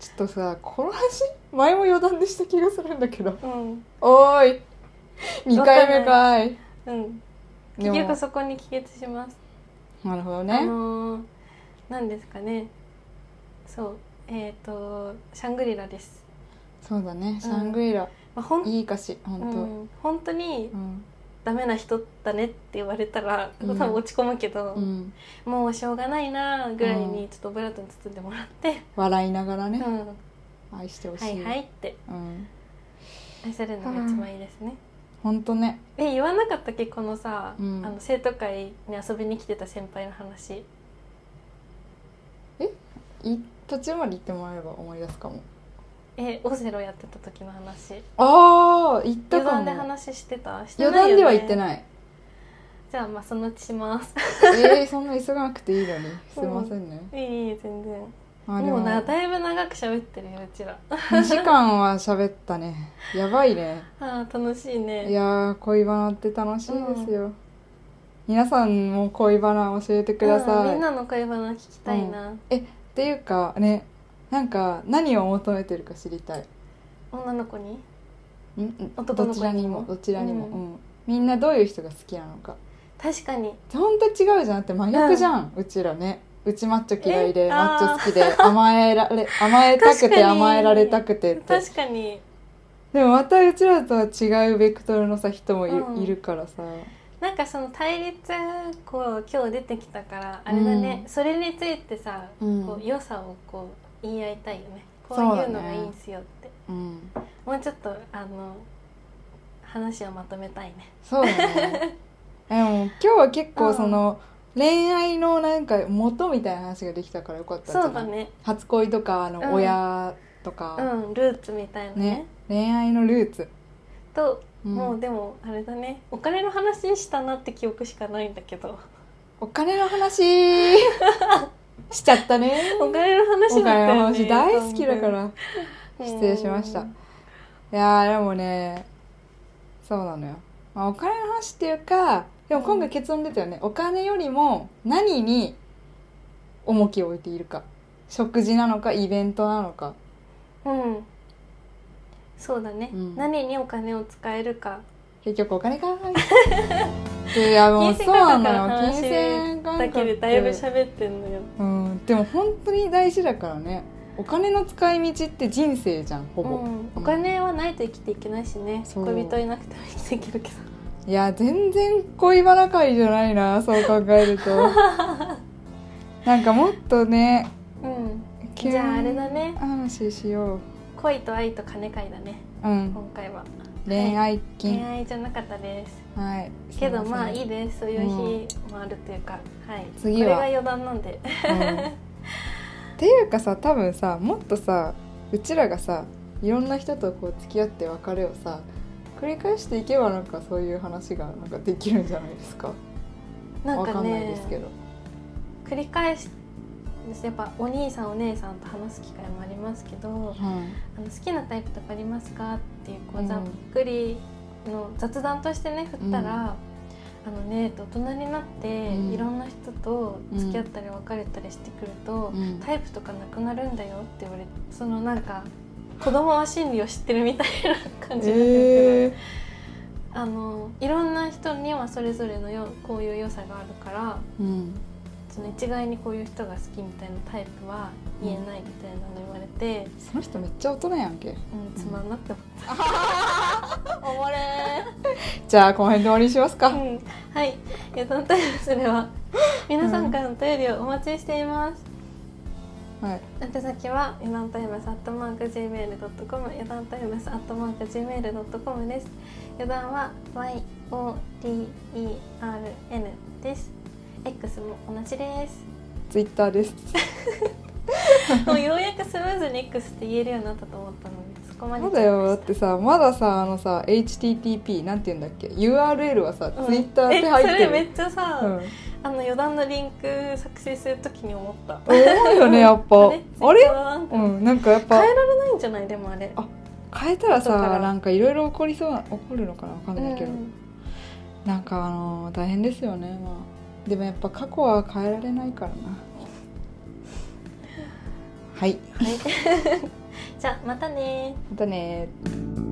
B: ちょっとさこの話前も余談でした気がするん
A: <laughs>
B: だけど
A: うん
B: おーい2回目かい
A: うん
B: で
A: 結局
B: も
A: そこに帰結します
B: なるほど
A: あ
B: ね
A: のー、なんですかねそうえっ、とシャングリラです、
B: そうだねシャングイラ
A: まあ、ほん
B: いい歌詞ほ
A: うんん本当に
B: とうん
A: ダメな人だねって言われたら、
B: うん
A: 多分落ち込むけど、
B: うん
A: もうしょうがないなーぐらいにちょっとオブラートに包んでもらって、
B: 笑いながら
A: うん
B: ね愛してほし
A: はい
B: い
A: はいって
B: うん
A: 愛されるのが一番いいですね、
B: ほんとね
A: え言わなかったっけこのさ、
B: うん
A: あの生徒会に遊びに来てた先輩の話
B: い途中まで言ってもらえれば思い出すかも
A: えオセロやってた時の話
B: ああ言った
A: 余
B: か
A: 談
B: も
A: で話してたして
B: 余談では言って
A: いよね
B: ない
A: じゃあまあそのうちします
B: えー、そんな急がなくていいのにす <laughs> いませんね、
A: いいいい全然
B: あで
A: <laughs> も
B: も
A: うなだいぶ長く喋ってるようちら <laughs> あ
B: 2時間は喋ったねやばいね
A: あ楽しい
B: い
A: ね
B: やー恋バナって楽しいですよ、皆さんも恋バナ教えてください、
A: うんみんなの恋バナ聞きたいな、
B: っていうかねなんか何を求めてるか知りたい
A: 女の子に
B: んん
A: 男の子
B: どちら
A: に
B: に
A: も
B: もどちらにも、
A: う
B: うんんみんなどういう人が好きなのか
A: 確かに
B: 本当違うじゃんって真逆じゃん、うちらねうちマッチョ嫌いで
A: え
B: マッチ
A: あ
B: ョ
A: ー
B: 好きで甘えられ甘えたく
A: 確かに
B: て甘えられたくてって
A: 確かに
B: でもまたうちらとは違うベクトルのさ人もい,、
A: うん
B: いるからさ
A: なんかその対立こう今日出てきたからあれだね、
B: うん
A: それについてさ、
B: うん
A: こう良さをこう言い合いたいよねこう
B: そ
A: い
B: うだ
A: う
B: ね
A: のがいいんすよって、
B: うん
A: もうちょっとあの話をまとめたいね
B: そうだ
A: <laughs>
B: ねでも今日は結構その、恋愛のなんか元みたいな話ができたからよかったんじゃな
A: そ
B: いう
A: だね
B: 初恋とかあの
A: うん
B: 親と
A: う
B: か、
A: んルーツみたいなね
B: ね恋愛のルーツ、
A: と、
B: うん
A: もうでもあれだねお金の話したなって記憶しかないんだけど
B: お金の話
A: <laughs>
B: しちゃったね
A: お金の話だ
B: お
A: った
B: 金の
A: よ
B: 話
A: ね
B: 大好きだから
A: 完全
B: 失礼しました、
A: う
B: い
A: ん
B: やーでもねそうなのよ、まあ、お金の話っていうかでも今回結論出たよね、お金よりも何に重きを置いているか食事なのかイベントなのか
A: うんそうだね、
B: うん
A: 何にお金を使えるか結
B: 結局お金から話
A: <laughs>
B: いやもう
A: 金
B: そ
A: 銭感
B: うな
A: 覚
B: の
A: の
B: よ金
A: 話
B: 銭感
A: だ
B: 覚
A: けでだいぶ喋ってんのよ
B: うんでも本当に大事だからねお金の使い道って人生じゃんほ
A: う
B: ぼ、
A: ん、お金はないと生きていけないしね
B: そう
A: 恋人いなくても生きていけるけど
B: いや全然恋バナ会じゃないなそう考え
A: <laughs>
B: るとなんかもっとね
A: うんじゃああれだね
B: 話しよ
A: 恋と愛と金会だね
B: ううん
A: 今回は
B: 恋愛
A: 恋
B: 金
A: 愛じゃなかったです
B: はい
A: けどまあい
B: い、
A: いですそういう日もあるというか、はい
B: 次は
A: これが余談なんで
B: うんっていうかさ多分さもっとさうちらがさいろんな人とこう付き合って別れをさ繰り返していけばなんかそういう話がなんかできるんじゃないですか
A: なん
B: わ
A: か
B: かんない
A: ね
B: ですけど
A: 繰り返しやっぱお兄さんお姉さんと話す機会もありますけどあの好きなタイプとかありますかっていうこう
B: う
A: んざっくりの雑談としてね振ったら、あのね大人になって
B: うん
A: いろんな人と付き合ったり別れたりしてくると、
B: うん
A: タイプとかなくなるんだよって言われてそのなんか子供は心理を知ってるみたいな感じになってるけど、
B: え
A: あのいろんな人にはそれぞれのよこういう良さがあるから
B: ーうん
A: その一概にこういう人が好きみたいなタイプは言えないみたいなの言われて、
B: その人めっちゃ大人やんけ
A: うんつまんなって思っ
B: おもれじゃあこの辺で終わりにしますか、
A: た、うん、はいえそのタイプそれは皆さんからのお便りをお待ちしています、
B: はい
A: 宛先は余談タイムズアットマーク Gmail.com 余談タイムズアットマーク Gmail.com です余談は YODERN です X も同じです
B: ツイッターです
A: もうようやくスムーズに X って言えるようになったと思ったのでそこまで
B: そう
A: 来
B: だ
A: ちゃい
B: よだ
A: ま
B: っ
A: して
B: さまださあのさ HTTP なんて言うんだっけ URL はさ、
A: たうん
B: ツイッターって入って
A: えそれ
B: る
A: めっちゃさ、
B: うん
A: あの余談のリンク作成するときに思った
B: 思うよねやっぱあ
A: ツイッ
B: れ
A: ターなんか
B: うんなんかやっぱ
A: 変えられないんじゃないでもあれ
B: あ変えたら
A: 後か
B: さ
A: ら
B: なんかいろいろ起こりそうな起こるのかなわかんないけど、
A: うん
B: なんかあのー大変ですよねまあでもやっぱ過去は変えられないからなはい
A: はいじゃあまたね
B: またねー